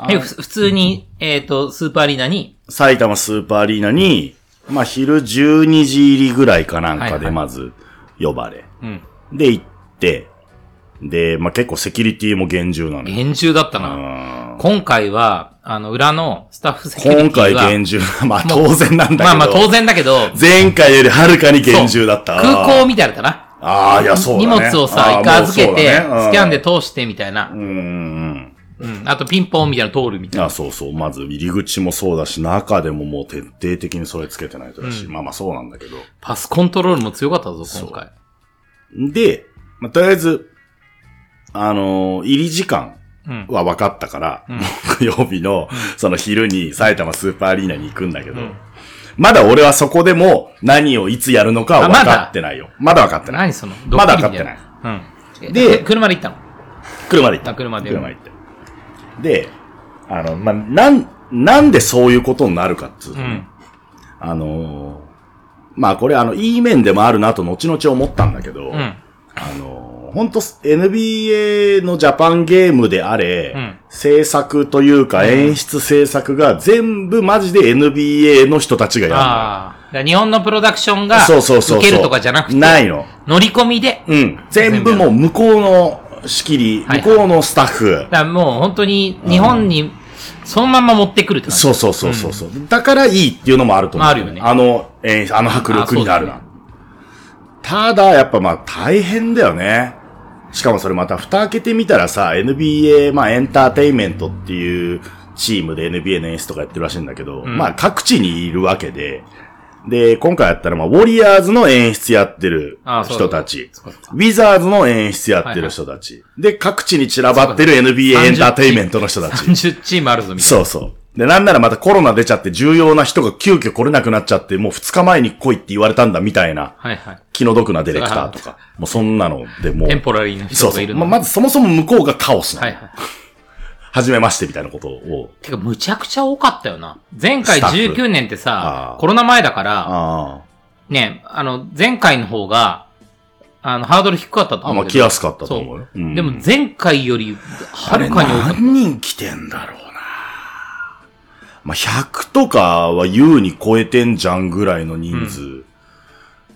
F: うん。
G: え、ふ普通に、えっ、と、スーパーアリーナに、
F: 埼玉スーパーアリーナに、まあ昼12時入りぐらいかなんか
G: はいは
F: で
G: い
F: まず呼ばれ。
G: ん
F: で、行って、で、まあ結構セキュリティも厳重なのよ。
G: 厳重だったな。
F: うん
G: 今回は、あの、裏のスタッフセキュリ
F: 今
G: ティ
F: 回
G: が
F: 厳重。 [laughs] まあ当然なんだけど。
G: まあまあ当然だけど、
F: 前回よりはるかに厳重だった。
G: 空港みたいだったな。
F: ああ、いや、そうだね。
G: 荷物をさ、
F: あー
G: 一回預け
F: もうそう
G: て、
F: だね
G: スキャンで。通してみたいな
F: う。んうんうん
G: うん。あとピンポンみたいなの通るみたい
F: うん。あそうそう。まず入り口もそうだし、中でももう徹底的にそれつけてないとだし、まあまあそうなんだけど。
G: な。パスコントロールも強かったぞ、今回。
F: で、まあ、とりあえず、あのー入り時間
G: うん。
F: は分かったから、木曜日の、その昼に埼玉スーパーアリーナに行くんだけど、
G: ん
F: まだ俺はそこでも何をいつやるのかは分かってないよ。まだ分かってない。
G: 何その、
F: まだ
G: ドッキリみ
F: 分か
G: たいな。うん。
F: で
G: で、車で行ったの。
F: 車で行った。
G: あ車で
F: 車行って。で、あの、まあ、なん、なんでそういうことになるかっつうと
G: う
F: ね、
G: ん。
F: あのーまあ、これあの、いい面でもあるなと後々思ったんだけど、
G: うん。
F: あの、本当 NBA のジャパンゲームであれ、
G: うん
F: 制作というか演出制作が全部マジで NBA の人たちがや
G: ああ。だから日本のプロダクション
F: る
G: が、
F: の。そうそうそうそう。
G: 受けるとかじゃなくて、
F: ないの。
G: 乗り込みで、
F: うん。全部もう向こうの仕切り、
G: はい
F: 向こうのスタッフ。
G: だからもう本当に日本にそのまま持ってくるって感じ。
F: そうそうそうそうそう、だからいいっていうのもあると思う。
G: まああるよね
F: あの、えーあの迫力になるな。
G: あそ
F: ただ、やっぱまあ大変だよね。しかもそれまた蓋開けてみたらさ、NBA、まあエンターテインメントっていうチームで NBA の演出とかやってるらしいんだけど、まあ各地にいるわけで、で、今回やったらまあウォリアーズの演出やってる
G: あそうだ
F: 人たち
G: そうだ、
F: ウィザーズの演出やってる人たち、で、各地に散らばってる NBA エンターテインメントの人たち。
G: 30チームあるぞ、みたい
F: そうそう。で、なんならまたコロナ出ちゃって重要な人が急遽来れなくなっちゃって、もう2日前に来いって言われたんだみたいな、
G: な。はいはい。
F: 気の毒なディレクタ
G: [laughs]
F: ーとか、もうそんなのでもう。
G: テンポラリーな
F: そ
G: 人
F: う
G: が
F: そ。
G: いうる
F: ま
G: の。
F: まずそもそも向こうがカオスなの。
G: は
F: はいい、
G: はい。
F: 初めましてみたいなことを。
G: てか、むちゃくちゃ多かったよな。前回
F: スタッフ
G: 19年って
F: あ
G: さ
F: ー、
G: コロナ前だから、
F: あ
G: ね、あの、前回の方が、あの、ハードル低かったと
F: あ。あ、ま
G: 思う
F: あ
G: けど。
F: 来やすかったと思うよ。
G: そう
F: うん
G: でも、前回より、はるかに多かっ
F: 何人来てんだろうな。まあ、100とかは優に超えてんじゃんぐらいの人数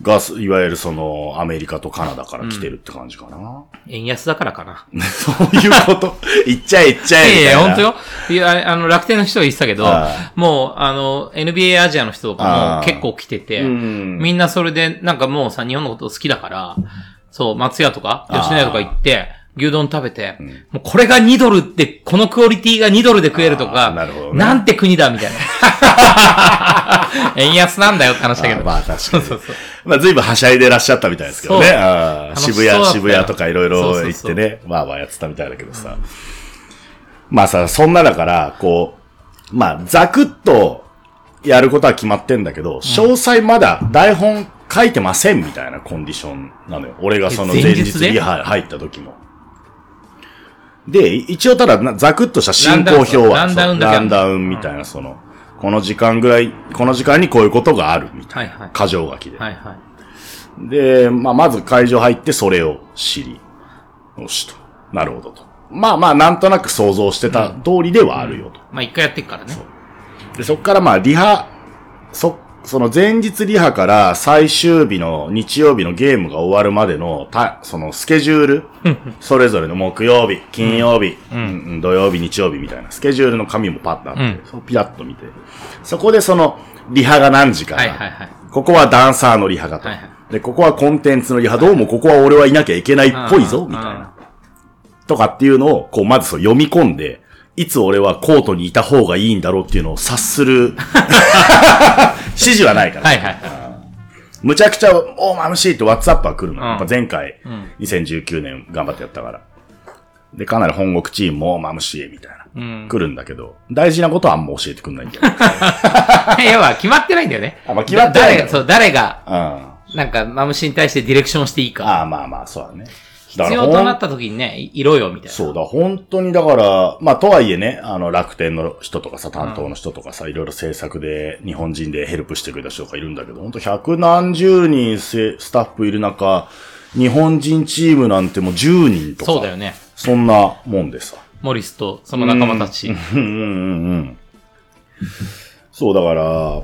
F: が、いわゆるその、アメリカとカナダから来てるって感じかな。
G: た。円安だからかな。
F: [laughs] そういうこと。 [laughs] 言っちゃえ言っちゃえ。
G: いやいや、本当
F: よ。
G: よ。いや、あの、楽天の人が言ってたけど
F: あ、
G: もう、あの、NBA アジアの人とか
F: あ
G: も
F: ー
G: 結構来てて、
F: ん
G: みんなそれで、なんかもうさ、日本のこと好きだから、そう、松屋とか、吉野家とか行って、牛丼食べて、もうこれが2ドルって、このクオリティが2ドルで食えると
F: あ
G: か、
F: ーなるほどね
G: んて国だみたい
F: [laughs]
G: な。円安なんだよって話だけど。
F: まあ確かに。
G: [laughs] そうそう
F: まあ随分はしゃいでらっしゃったみたいですけどね。
G: そう
F: あー
G: 楽しそう
F: 渋
G: だっ
F: 谷、
G: たよ
F: 渋谷とかいろいろ行っ
G: そ
F: て
G: うそう
F: ね、まあまあやってたみたいだけどさ。まあさ、そんなだから、こう、まあザクッとやることは決まってんだけど、詳細まだ台本書いてませんみたいなコンディションなのよ。俺がその
G: え
F: 前
G: 前
F: 日
G: 日で
F: リハ入った時も。で、一応ただな、ザクッとした進行
G: ランダウン
F: 表は、
G: ランダウンだけ
F: ランダウンみたいな、その、この時間ぐらい、この時間にこういうことがあるみたいな。
G: はいはい。
F: 過剰書きで。
G: はいはい。
F: で、まあ、まず会場入ってそれを知り。よしと。なるほどと。まあまあ、なんとなく想像してた通りではあるよと。
G: まあ一回やってっからね。
F: で、そっからまあ、リハ、そ、その前日リハから最終日の日曜日のゲームが終わるまでの、た、そのスケジュール、それぞれの木曜日、金曜日、うん土曜日、日曜日みたいなスケジュールの紙もパッとあって、
G: うん
F: そうピラッと見て、そこでその、リハが何時から、
G: はいはいはい。
F: ここはダンサーのリハだと。
G: はいは
F: で、ここはコンテンツのリハ、どうもここは俺はいなきゃいけないっぽいぞ、みたいな。とかっていうのを、こう、まずそう読み込んで、いつ俺はコートにいた方がいいんだろうっていうのを察す
G: [laughs]
F: る。指示はないから。
G: はいはいはい。
F: むちゃくちゃ、おー、マムシーってワッツアップは来るの。
G: うん
F: やっぱ前回、2019年頑張ってやったから。で、かなり本国チームもマムシーみたいな。
G: うん。
F: 来るんだけど、大事なことはあんま教えてくんないんだよ。
G: 要は決まってないんだよね。
F: あまあ決まってないんだ
G: だ [laughs] 誰が、そう、誰が、
F: うん。あ
G: なんか、マムシに対してディレクションしていいか。
F: あ、まあまあ、そうだね。だ
G: 必
F: から
G: 要
F: ほん
G: となった時にね、いいろよ、みたいな。
F: そうだ、本当にだから、まあとはいえね、あの楽天の人とかさ、担当の人とかさ、いろいろ制作で日本人でヘルプしてくれた人とかいるんだけど、本当百何十人せスタッフいる中、日本人チームなんてもう10人とか、
G: そうだよね。
F: そんなもんでさ。
G: モリスとその仲間たち。
F: うんうんうん。そうだから、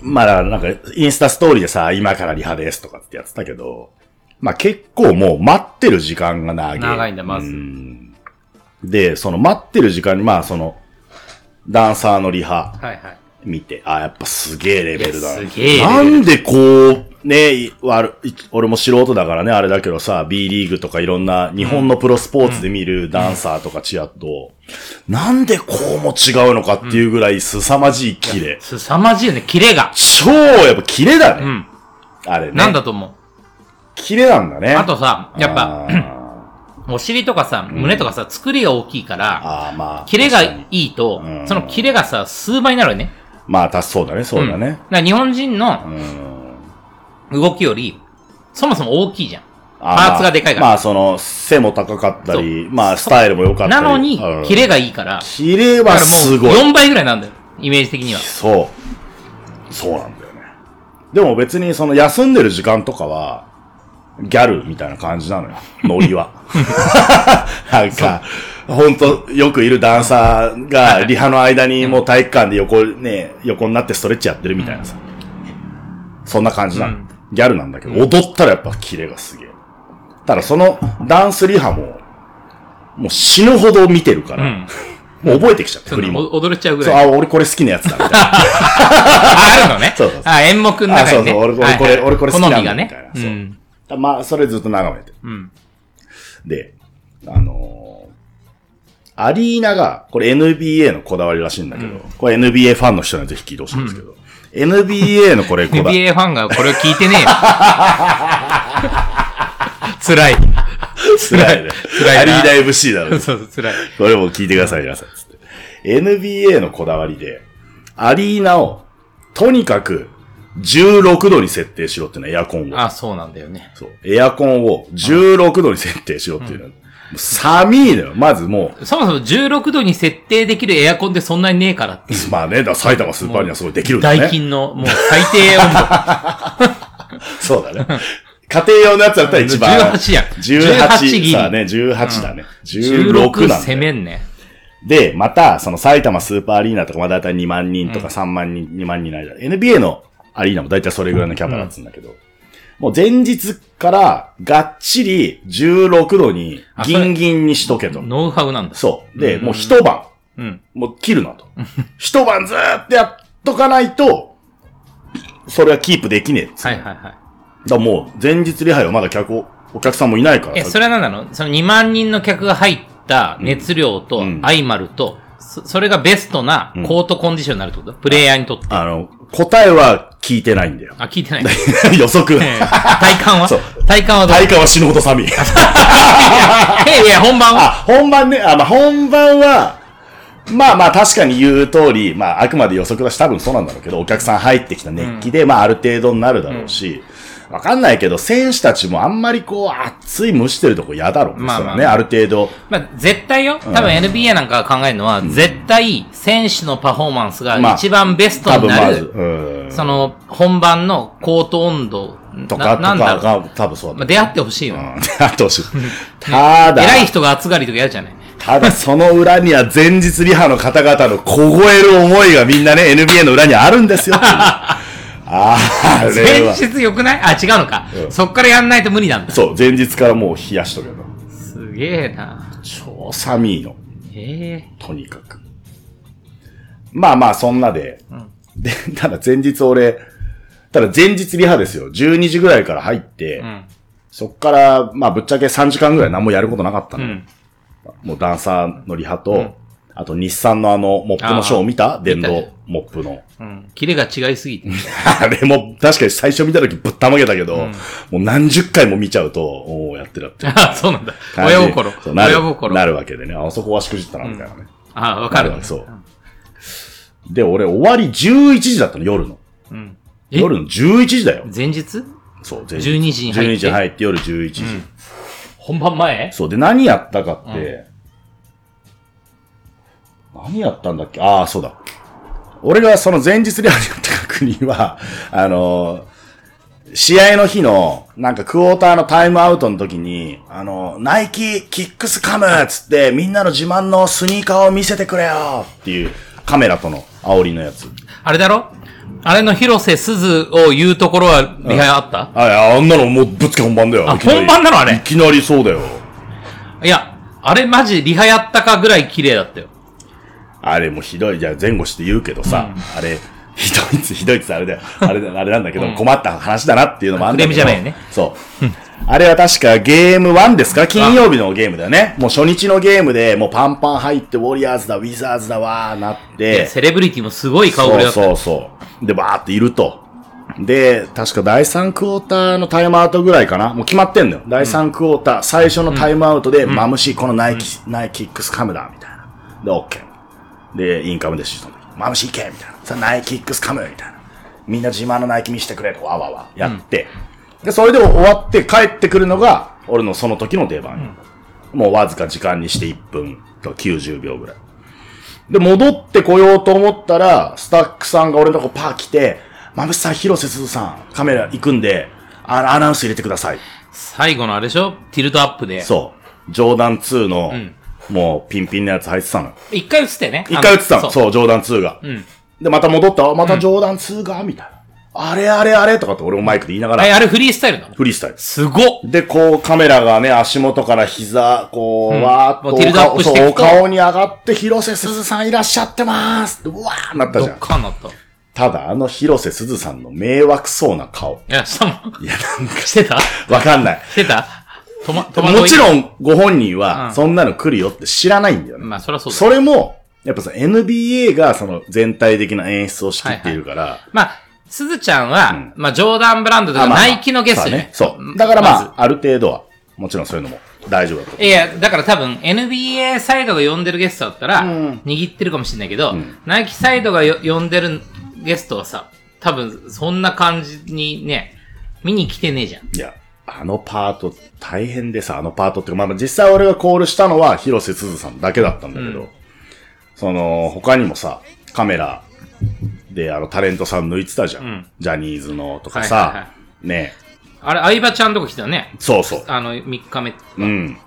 F: まあなんかインスタストーリーでさ、今からリハですとかってやってたけど、まあ結構もう待ってる時間が長い。
G: 長いんだまず
F: うんで、その待ってる時間に、まあその、ダンサーのリハ
G: はいはい。
F: 見て、あ、やっぱすげえレベルだ
G: い
F: な。
G: やすげえレベル
F: なんでこう、ね、いわるい俺も素人だからね、あれだけどさ、B リーグとかいろんな日本のプロスポーツで見るダンサーとかチアと、なんでこうも違うのかっていうぐらい凄まじいキレ。
G: すさまじいよね、キレが。
F: 超やっぱキレだね。
G: うん。
F: あれね。
G: なんだと思う。
F: キレなんだね。
G: あとさ、やっぱ、
F: ぱ。
G: お尻とかさ、胸とかさ、作りが大きいから、
F: あーまあ。
G: [clears throat] キレが
F: 確か
G: い
F: に
G: いと
F: う、ん
G: そのキレがさ、数倍になるよね。
F: まあ、たそうだね、そうだ
G: ん
F: ね
G: だ。から日本人
F: う
G: の
F: ん。
G: 動きより、そもそも大きいじゃん。
F: あ
G: パーツがでかいから
F: まあ、その、背も高かったり、
G: そう
F: まあ、スタイルも良かった
G: な
F: り。
G: のに、キ
F: レ。
G: レがいいから、
F: キレは
G: だからも
F: す
G: う
F: ごい。
G: 4倍ぐらいなんだよ。イメージ的には。
F: そう。そうなんだよね。でも別に、その、休んでる時間とかは、ギャルみたいな感じなのよ。ノリ
G: [laughs]
F: は。なんか、ほんと、よくいるダンサー
G: [laughs]
F: が、リハの間にもう体育館で横、ね、横になってストレッチやってるみたいなさ。そんな感じなの。ギャルなんだけど、踊ったらやっぱキレがすげえ。ただそのダンスリハも、もう死ぬほど見てるから、
G: うん
F: もう覚えてきちゃって、
G: そ
F: 振り
G: の
F: も。
G: お踊れちゃうぐ
F: そう、
G: らい。
F: あ、俺これ好きなやつだ、みたいな。
G: あ、あるのね。
F: [laughs] そうそうそう
G: あ、演目の
F: あ、
G: 中
F: そう
G: にね。
F: そう、俺
G: は
F: 俺
G: い
F: これ、俺これ好きなんだ、み
G: 好み
F: た
G: が
F: いな
G: ね。。
F: そう
G: うん。
F: だまあ、それずっと眺めて。
G: うん。
F: で、あのーアリーナが、これ NBA のこだわりらしいんだけど、これ NBA ファンの人にはぜひ聞いてほしいんですけど、NBA のこれこだ [laughs]
G: NBA ファンがこれを聞いてねえよ。辛い。
F: 辛
G: [laughs]
F: いね。
G: 辛
F: ア
G: い
F: リ
G: な
F: ーナ MC だろ、ね。
G: そうそう、辛い。
F: これも聞いてください、皆さん。つって。NBA のこだわりで、アリーナを、とにかく、16度に設定しろっていうの、エアコンを。
G: あ、そうなんだよね。
F: そう。エアコンを16度に設定しろっていうの。もう寒いのよ。まずも
G: そもそも16度に設定できるエアコンってそんなにねえからっていう
F: う、まあね、だから埼玉スーパーにはすごいできるんだね。
G: 大金の、もう最低温度。
F: [laughs] そうだね。家庭用のやつだったら一番。
G: 18やん18
F: 18
G: ギリ
F: さあね、18だね。16
G: 16
F: なんだ
G: 攻
F: よ
G: めんね。
F: で、また、その埼玉スーパーアリーナとか、まあ大体2万人とか3万人、2万人の間。NBA のアリーナも大体それぐらいのキャパだっつうんだけど、もう前日からがっちり16度に
G: あそ
F: ギ
G: れ
F: ンギンにしとけと。
G: ノウハウなんだ。
F: そう。で、もう一晩、
G: うん。
F: もう切るなと。 [laughs] 一晩ずーっとやっとかないと、それはキープできねえっつう
G: はいはいはい。
F: だからもう前日礼拝はまだ客を、お客さんもいないから。
G: え、それは何なのその2万人の客が入った熱量と
F: うん
G: 相まると、そそれがベストなコートコンディションになるってことプレイヤーにとって。
F: あの、答えは聞いてないんだよ。
G: あ、聞い
F: [laughs]
G: てない。
F: 予測。 [laughs]
G: えー体感は
F: そう
G: 体感はどう
F: 体感は死ぬほど寒い。
G: いやいや、本番は。
F: あ、本番ね、あ、まあ、本番は、まあまあ確かに言う通り、まああくまで予測だし多分そうなんだろうけど、お客さん入ってきた熱気で、まあある程度になるだろうし、わかんないけど、選手たちもあんまりこう熱い蒸してるとこ嫌だろうね。
G: まあまあ
F: それはね、ある程度。
G: まあ、絶対よ。多分 NBA なんかが考えるのは、絶対選手のパフォーマンス
F: まあ
G: が一番ベスト
F: 多分
G: にな
F: まず、
G: る、
F: うん。
G: その、本番のコート温度
F: とか、
G: な
F: とか
G: なんだろう。
F: が多分そう
G: ま
F: だ、
G: あ、出会ってほしいよ。
F: うん。 [laughs] あとしい。ただ、
G: 偉い人が暑がりとかやるじゃない。
F: ただその裏には前日リハの方々の凍える思いがみんなね、NBA の裏にあるんですよ
G: [laughs]
F: っていう。ああれ
G: 前
F: は。
G: 日良くないあ、違うのか。
F: うん
G: そっからやんないと無理なんだ。
F: そう、前日からもう冷やしとけば。
G: すげえな。
F: 超寒いの、
G: ええ
F: とにかく。まあまあ、そんなで。で、 [laughs] ただ前日俺、ただ前日リハですよ。12時ぐらいから入って、
G: ん
F: そっから、まあぶっちゃけ3時間ぐらい何もやることなかったの。
G: うん
F: もうダンサーのリハと、あと日産のあの、モップのショーを見た電動モップの。 [laughs]
G: うん。キレが違いすぎて。
F: あれも確かに最初見た時ぶったまげたけど、もう何十回も見ちゃうと、おおやってるやってる。
G: あ、そうなんだ。
F: 感じ
G: 親心
F: そ。うなる
G: 親心。
F: なるわけでね。あ、そこはしくじったな、みたいなね。
G: あ、わかるわ。
F: そう。で、俺、終わり11時だったの、夜の。
G: え
F: 夜の11時だよ。
G: 前日
F: そう、
G: 12時に入って
F: 12時入って、夜11時。
G: 本番前
F: そう、で、何やったかって、何やったんだっけああ、そうだ。俺がその前日で始まった確認は、 [laughs] あのー試合の日の、なんかクォーターのタイムアウトの時に、あのーナイキキックスカムっつって、みんなの自慢のスニーカーを見せてくれよっていうカメラとの煽りのやつ。
G: あれだろあれの広瀬すずを言うところはリハあった、
F: あ、いや、あんなのもうぶっつけ本番だよ。
G: あ
F: いきなり
G: 本番なのあれ
F: いきなりそうだよ。
G: いや、あれマジリハやったかぐらい綺麗だったよ。
F: あれもひどい。じゃあ前後して言うけどさ、あれ、ひどいっつ、ひどいっつあれだよ。あれだ、
G: [laughs]
F: あれなんだけど、困った話だなっていうのもあるんだけど。
G: クレームじゃないよね。
F: そう。あれは確かゲーム1ですか金曜日のゲームだよね。もう初日のゲームで、もうパンパン入って、ウォリアーズだ、ウィザーズだわーなって。
G: セレブリティもすごい顔ぶれだったよ。
F: そうそうそう。で、バーっていると。で、確か第3クォーターのタイムアウトぐらいかなもう決まってんのよ。第3クォーター、最初のタイムアウトで、マムシ、このナイキ、ナイキックスカムだ、みたいな。で、オッケー。で、インカムでシュートの時。マムシ行けみたいな。さあ、ナイキックスカムみたいな。みんな自慢のナイキ見してくれと、わわわ。やって。で、それで終わって帰ってくるのが、俺のその時の出番よ、もうわずか時間にして1分と90秒ぐらい。で、戻ってこようと思ったら、スタックさんが俺のとこパー来て、まぶしさん、広瀬すずさん、カメラ行くんで、あの、アナウンス入れてください。
G: 最後のあれでしょティルトアップで。
F: そう。ジョーダン2の、もう、ピンピンのやつ入ってたの。
G: 一回映ってたよね。
F: 一回映ってた
G: あ
F: の。
G: の
F: そう、ジョーダン2が。で、また戻った。あまたジョーダン2がみたいな。あれあれあれとかって俺もマイクで言いなが
G: え、
F: ら、
G: あれフリースタイルなの
F: フリースタイル。
G: すごっ
F: で、こう、カメラがね、足元から膝、こう、わー
G: もうティル
F: っ
G: ドアッ
F: とお顔、
G: プして
F: そ、
G: いうく
F: お
G: と
F: 顔に上がって、広瀬すずさんいらっしゃってますってうわーなった
G: ど
F: じゃん
G: っ。かんなった。い
F: ただ、あの広瀬すずさんの迷惑そうな顔。
G: や、したもん。、
F: いや、なんか
G: してた
F: わかんない。
G: してたとま、とま
F: もち
G: ん。
F: ろん、ご本人
G: う
F: は、
G: ん
F: そんなの来るよって知らないんだよね。
G: まあ、そりゃそうだ。
F: それも、やっぱさ、NBA がその全体的な演出を仕切っているから、
G: まあ、すずちゃんは、まあ、ジョーダンブランドと
F: あ
G: か
F: まあまあ
G: ナイキのゲストね。
F: そう。だからまあ、
G: ず
F: ある程度は、もちろんそういうのも大丈夫だと思う。
G: いや、だから多分 NBA サイドが呼んでるゲストだったら、握ってるかもしれないけど、ナイキサイドがよ呼んでるゲストはさ、多分そんな感じにね、見に来てねえじゃん。
F: いや、あのパート大変でさ、あのパートっていうか、まあ実際俺がコールしたのは広瀬すずさんだけだったんだけど、その、他にもさ、カメラであのタレントさん抜いてたじゃん。ジャニーズのとかさ、
G: はいはいは
F: ね
G: あれ、相葉ちゃんとこ来てたね。
F: そうそう。
G: あの、3日目。
F: うん。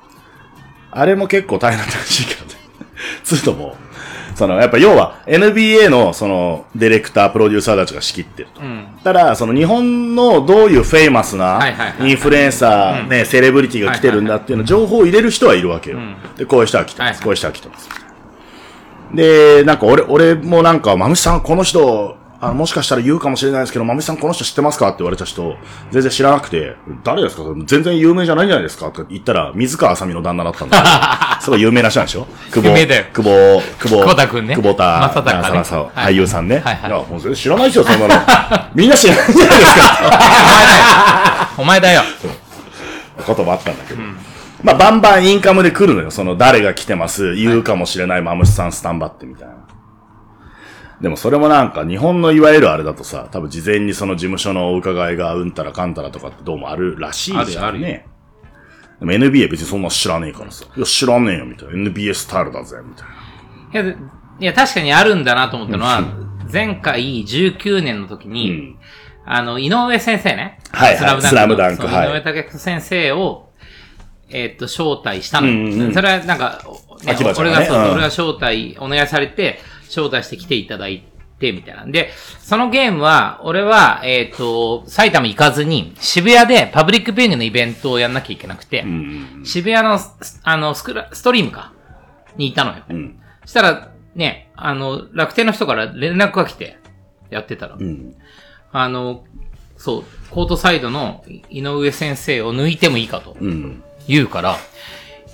F: あれも結構大変だったらしいけどね。 [laughs] つうとも、その、やっぱ要は NBA のその、ディレクター、プロデューサーたちが仕切ってると。
G: うん。
F: ただ、その日本のどういうフェイマスな
G: はいはいはい
F: インフルエンサー、ね、セレブリティが来てるんだっていうの、情報を入れる人はいるわけよ。で、こういう人は来てま
G: はい
F: す、こういう人は来てます。で、なんか俺、俺もなんか、まむしさんこの人、あの、もしかしたら言うかもしれないですけど、まむしさんこの人知ってますかって言われた人、全然知らなくて、誰ですか全然有名じゃないじゃないですかって言ったら、水川あさみの旦那だったん
G: [laughs]
F: だけどすごい有名な人なんでしょ久保
G: 有名だよ、
F: 久保、久保、
G: 久保田君ね
F: 久保田、
G: 正隆ね
F: 長澤
G: はい
F: 俳優さんね。
G: はいはい
F: いや、もう全然知らないですよ、そんな
G: [laughs]
F: の。みんな知らないじゃないですか。
G: お前だよ。
F: こともあったんだけど。まあ、バンバンインカムで来るのよ。その、誰が来てます、言うかもしれない、マムシさんスタンバってみたいな。でもそれもなんか、日本のいわゆるあれだとさ、多分事前にその事務所のお伺いがうんたらかんたらとかってどうもあるらしいじゃ
G: あるあ
F: ん
G: る
F: ね。でも NBA 別にそんな知らねえからさ。いや、知らねえよ、みたいな。NBA スタイルだぜ、みたいな。
G: いや、でいや確かにあるんだなと思ったのは、前回19年の時に、
F: うん
G: あの、井上先生ね。
F: はいはい
G: スラムダン
F: スラムダン
G: ク
F: ク
G: の。そ
F: は
G: の
F: い
G: 井上武彦先生を、えーっと、招待したの。それはなんか、ね
F: 秋葉ちゃん
G: 俺
F: がね
G: がそう、
F: うん
G: 俺が招待、お願いされて、招待して来ていただいて、みたいな。で、そのゲームは、俺は、えーっと、埼玉行かずに、渋谷でパブリックビューイングのイベントをやんなきゃいけなくて、渋谷のス、あの、スクラ、ストリームか、にいたのよ。
F: うん。
G: したら、ね、あの、楽天の人から連絡が来て、やってたら、
F: うん。
G: あの、そう、コートサイドの井上先生を抜いてもいいかと
F: うん。
G: 言うから、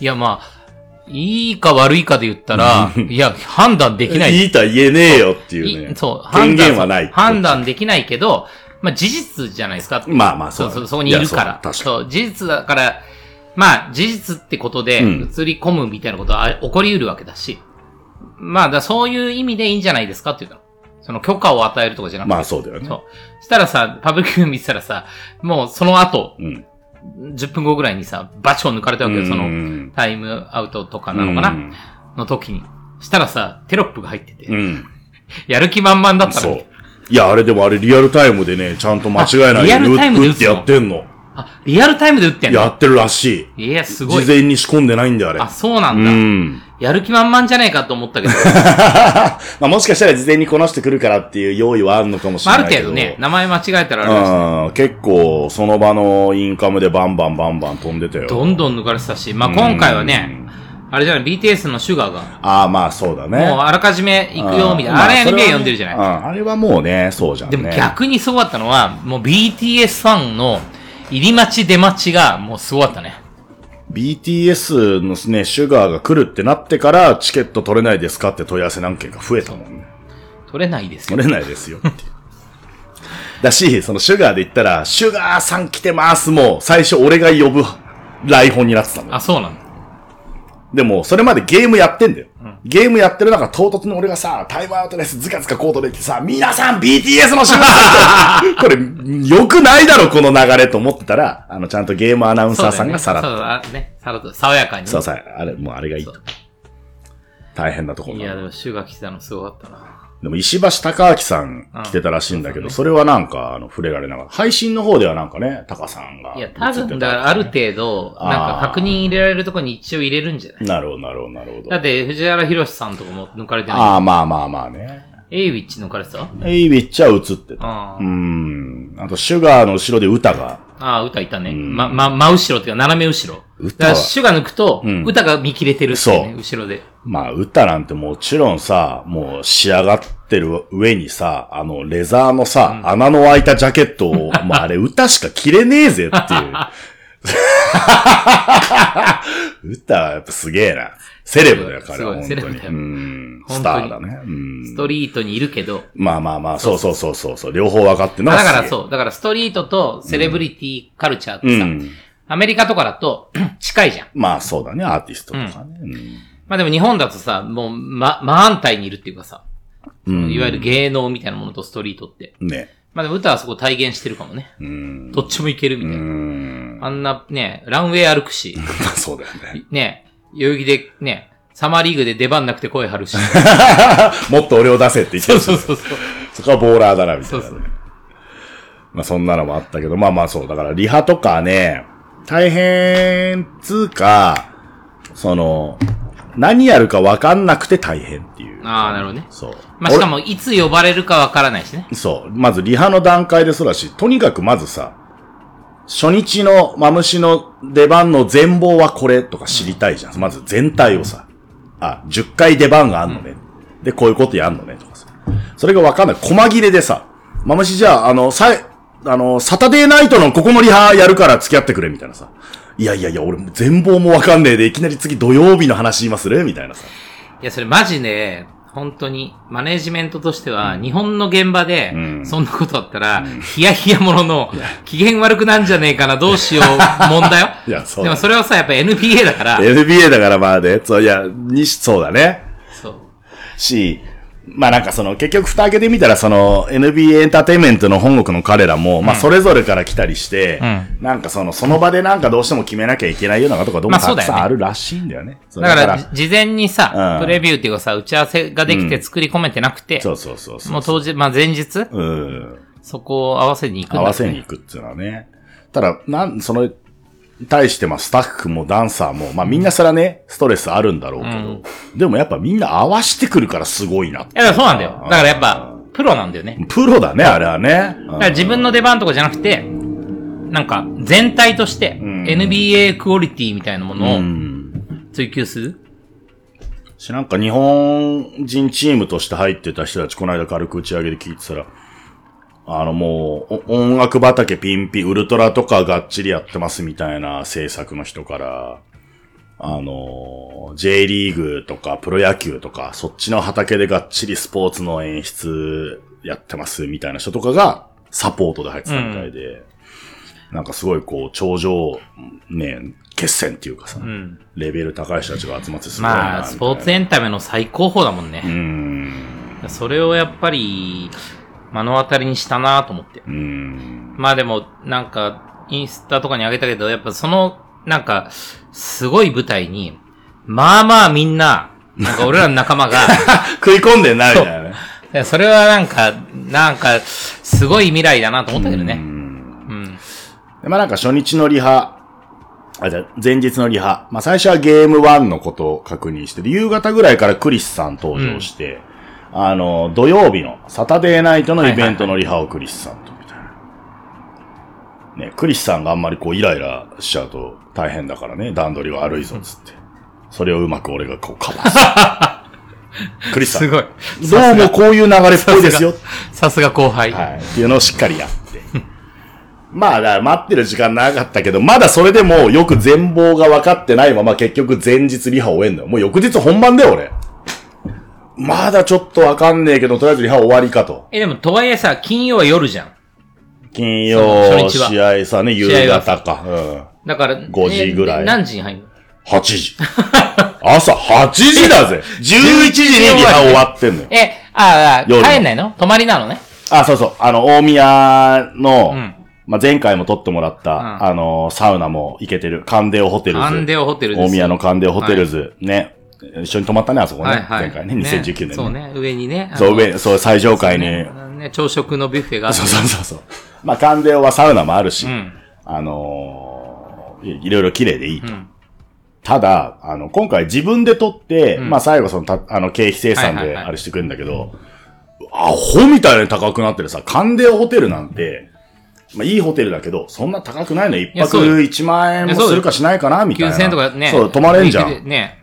G: いや、まあ、いいか悪いかで言ったら、いや、判断できない。
F: いいとは言えねえよってい
G: いう
F: ね。
G: そう、
F: 権限はない。
G: 判断できないけど、まあ事実じゃないですか。
F: まあまあ
G: そ
F: そうう
G: そう、そこにいるから
F: い。やそう確か
G: そう、事実だから、まあ事実ってことで
F: うん
G: 映り込むみたいなことはあ起こり得るわけだし、まあだからそういう意味でいいんじゃないですかっていうの。その許可を与えるとかじゃなくて。
F: まあそうだよね。
G: そう。したらさ、パブリックビュー見てたらさ、もうその後、
F: うん。
G: 10分後ぐらいにさ、バチを抜かれたわけよ、その、タイムアウトとかなのか
F: う
G: なんの時に。したらさ、テロップが入って
F: う
G: て、
F: ん。
G: やる気満々だった
F: そ
G: の
F: う。 [laughs] いや、あれでもあれリアルタイムでね、ちゃんと間違えない
G: あリアルタイムで
F: 打
G: 打
F: っ
G: つ
F: て
G: の
F: やってんの。
G: あ、リアルタイムで打ってんの
F: やってるらし
G: いや、す
F: い。
G: ごい
F: 事。前に仕込んでないんだよ、あれ。
G: あ、そうなん
F: う
G: だ。 [laughs]
F: ん。
G: やる気満々じゃねえかと思ったけど、
F: まあもしかしたら事前にこの人来るからっていう用意はあるのかもし
G: まあ、
F: れ
G: ある
F: ないけ
G: 程
F: ど。
G: 度ね、名前間違えたらあれだし
F: うん。結構、その場のインカムでバンバンバンバン飛んでたよ。
G: どんどん抜かれてたし、まあ今回はね、あれじゃない、BTS のシュガーが、
F: ああ、まあそうだね。
G: もうあらかじめ行くよ、みたいな。あれアニメ読んでるじゃない。
F: い。あれはもうね、そうじゃんね。
G: でも逆にすごかったのは、もう BTS ファンの入り待ち出待ちがもうすごかったね。
F: BTS のね、シュガーが来るってなってから、チケット取れないですかって問い合わせ何件か増えたもんね。
G: 取れないですよ
F: 取。れないですよっていう。だし、そのシュガーで言ったら、シュガーさん来てますもう、最初俺が呼ぶ来本になってたもん
G: あ、。そうなんだ。
F: でも、それまでゲームやってんだよ。ゲームやってる中、唐突に俺がさ、タイムアウトです、ズカズカコートで行ってさ、皆さん BTS のシュガ
G: [laughs]
F: ーこれ、良くないだろ、この流れと思ってたら、あの、ちゃんとゲームアナウンサーさんがさらっ
G: そう
F: と。
G: だよね。そうだねさらっと、爽やかに。
F: そうさ、あれ、もうあれがいい
G: そう。
F: 大変なところ
G: い
F: な
G: や、
F: の
G: でもシュガー来てたのすごかったな。
F: でも石橋貴明さん来てたらしいんだけど、それはなんか、あの、触れられなかった。配信の方ではなんかね、貴さんが。
G: いや、多分、だからある程度、
F: あー
G: なんか確認入れられるとこに一応入れるんじゃない
F: なるほど、なるほど、なるほ
G: だっ
F: ど。
G: て、藤原博さんとかも抜かれてない。
F: ああ、まあまあまあね。
G: エイウィッチ抜かれてた
F: エイビッチは映ってた。
G: あ
F: うーん。あと、シュガーの後ろで歌が。
G: あー、歌いたね。ま、ま、真後ろっていうか、斜め後ろ。
F: 歌
G: だ
F: は
G: から、シュガー抜くと
F: ん、
G: 歌が見切れてるっていうね、
F: そう
G: 後ろで。
F: まあ、歌なんてもちろんさ、もう仕上がってる上にさ、あの、レザーのさ、穴の開いたジャケット
G: [laughs]
F: を、まあ、あれ歌しか着れねえぜって [laughs] いう。歌はやっぱすげえな。セレブだよ、
G: すごい
F: 彼は。本
G: すごい
F: 当
G: セレブ
F: に。
G: だよ
F: うん。
G: 本当に
F: スターだね。うん
G: ス。トリートにいるけど、
F: まあまあまあ、そうそうそうそうそう。両方分かってんの
G: だ
F: が
G: か
F: す
G: ら
F: げえ。
G: そう、だからストリートとセレブリティカルチャーって
F: う
G: さ、
F: ん。
G: アメリカとかだと [clears throat] 近いじゃん。
F: まあそうだね、アーティストとかね。
G: まあでも日本だとさ、もう、ま、真反対にいるっていうかさ、
F: うん。うん
G: いわゆる芸能みたいなものとストリートって。
F: ね。
G: まあでも歌はそこ体現してるかもね。
F: うん。
G: どっちもいけるみたいうな。
F: ん。 [laughs]
G: あんなね、ランウェイ歩くし、
F: そうだよね。 [laughs]
G: ね、代々木でね、サマーリーグで出番なくて声張るし。
F: もっと俺を出せって言って
G: そう
F: る
G: そうそうそう。
F: そこはボーラーだな、みたいな、ね。
G: そうそう
F: まあそんなのもあったけど、まあまあそう。だからリハとかね、大変、つうか、その、何やるか分かんなくて大変っていう。
G: ああ、なるほどね。
F: そう。
G: まあしかも、いつ呼ばれるかわからないしね。
F: 俺そう。まずリハの段階でそうだし、とにかくまずさ、初日のマムシの出番の全貌はこれとか知りたいじゃん。まず全体をさ、あ、10回出番があんのね。で、こういうことやんのね、とかさ。それがわかんない。細切れでさ、マムシじゃあ、あの、さい、あの、サタデーナイトのここのリハやるから付き合ってくれ、みたいなさ。いやいやいや、俺も全貌もわかんねえで、いきなり次土曜日の話今するみたいなさ。
G: いや、それマジで、本当に、マネジメントとしては、日本の現場で、そんなことあったら、ヒヤヒヤものの、機嫌悪くなんじゃねえかな、どうしよう、もんだよ。
F: [laughs] いやそう
G: でもそれはさ、やっぱ NBA だから、
F: NBA だからまあね、そういや、にし、そうだね。
G: そう。
F: し、まあなんかその結局蓋開けてみたらその NBA エンターテインメントの本国の彼らも、まあそれぞれから来たりして、なんかそのその場でなんかどうしても決めなきゃいけないようなことがどう
G: ま
F: も
G: あそ
F: たく
G: うだよね
F: さんあるらしいんだよね。それ
G: だから、じ事前にさ、
F: うん
G: プレビューっていうかさ、打ち合わせができて作り込めてなくて、
F: そうそうそうそう。
G: もう当時、まあ前日、
F: うん。
G: そこを合わせに行くんだ
F: 合わせに行くっていうのはね。ただ、なん、その、対して、まあ、スタッフもダンサーも、まあ、みんなそらね、ストレスあるんだろうけど、でもやっぱみんな合わしてくるからすごいなって。
G: いや、だからそうなんだよ。だからやっぱ、プロなんだよね。
F: プロだね、あれはね。うん
G: だから自分の出番とかじゃなくて、なんか全体として、NBA クオリティみたいなものを追求する。
F: し、なんか日本人チームとして入ってた人たち、この間軽く打ち上げで聞いてたら、あのもう、お音楽畑ピンピン、ウルトラとかがっちりやってますみたいな制作の人から、あの、J リーグとかプロ野球とか、そっちの畑でがっちりスポーツの演出やってますみたいな人とかが、サポートで入ってたみたいで、なんかすごいこう、頂上、ね、決戦っていうかさ、レベル高い人たちが集まってすごいなみたいな。
G: まあ、スポーツエンタメの最高峰だもんね。それをやっぱり、目の当たりにしたなと思って。
F: うん。
G: まあでも、なんか、インスタとかにあげたけど、やっぱその、なんか、すごい舞台に、まあまあみんな、なんか俺らの仲間が、
F: [laughs] 食い込んでんな、みたいなね。
G: いやそれはなんか、なんか、すごい未来だなと思ったけどね。うん。
F: でまあなんか初日のリハ、あ、じゃあ前日のリハ。まあ最初はゲーム1のことを確認して、で夕方ぐらいからクリスさん登場して、あの、土曜日のサタデーナイトのイベントのリハをクリスさんと、みたいな。ね、クリスさんがあんまりこうイライラしちゃうと大変だからね、段取りは悪いぞ、つって。それをうまく俺がこうカバーす [laughs] る。クリスさん。
G: すごい。
F: どうもこういう流れっぽいですよ。
G: さすが後輩。
F: はい。っていうのをしっかりやって。 [laughs] まあ、だから待ってる時間なかったけど、まだそれでもよく全貌が分かってないまま結局前日リハ終えんのよ。もう翌日本番だよ、俺。まだちょっとわかんねえけど、とりあえずリハ終わりかと。
G: え、でも、とはいえさ、金曜は夜じゃん。
F: 金
G: そう
F: 曜、
G: 初日は
F: 試合さね、夕
G: 試合は
F: 方か。うん。
G: だから、
F: 5時ぐらい
G: え何時に入るの
F: 8時。 [laughs] 朝8時だ [laughs] ぜ !11 時にリハ終わってんのよ。
G: え、ああ、
F: 夜の
G: 帰んないの泊まりなのね。
F: あ、そうそう。あの、大宮の、
G: うん
F: まあ、前回も撮ってもらった、
G: ん
F: あの、サウナも行けてる、カンデオホテルズ。
G: カンデオホテルズ
F: 大宮のカンデオホテルズ。ね。一緒に泊まったね、あそこね。
G: はいはい。
F: 前回ね、2019年ね
G: そう。ね、上にね。
F: そう、
G: あ
F: 上、
G: の
F: そう、最上階に、
G: ね、朝食のビュッフェがあって
F: そうそうそうそう。まあ、カンデオはサウナもあるし、
G: ん
F: あのーいいろいろ綺麗でいいと。ただ、あの、今回自分で撮って、まあ、最後その、たあの、経費生産
G: はいはい
F: で
G: はい
F: あれしてくるんだけど、アホみたいに高くなってるさ、カンデオホテルなんて、まあ、いいホテルだけど、そんな高くないの一
G: や
F: 泊
G: そうよ
F: 1万円もするかしないかなみたいな。
G: 9000とかね。
F: そう、泊まれんじゃん。
G: ね。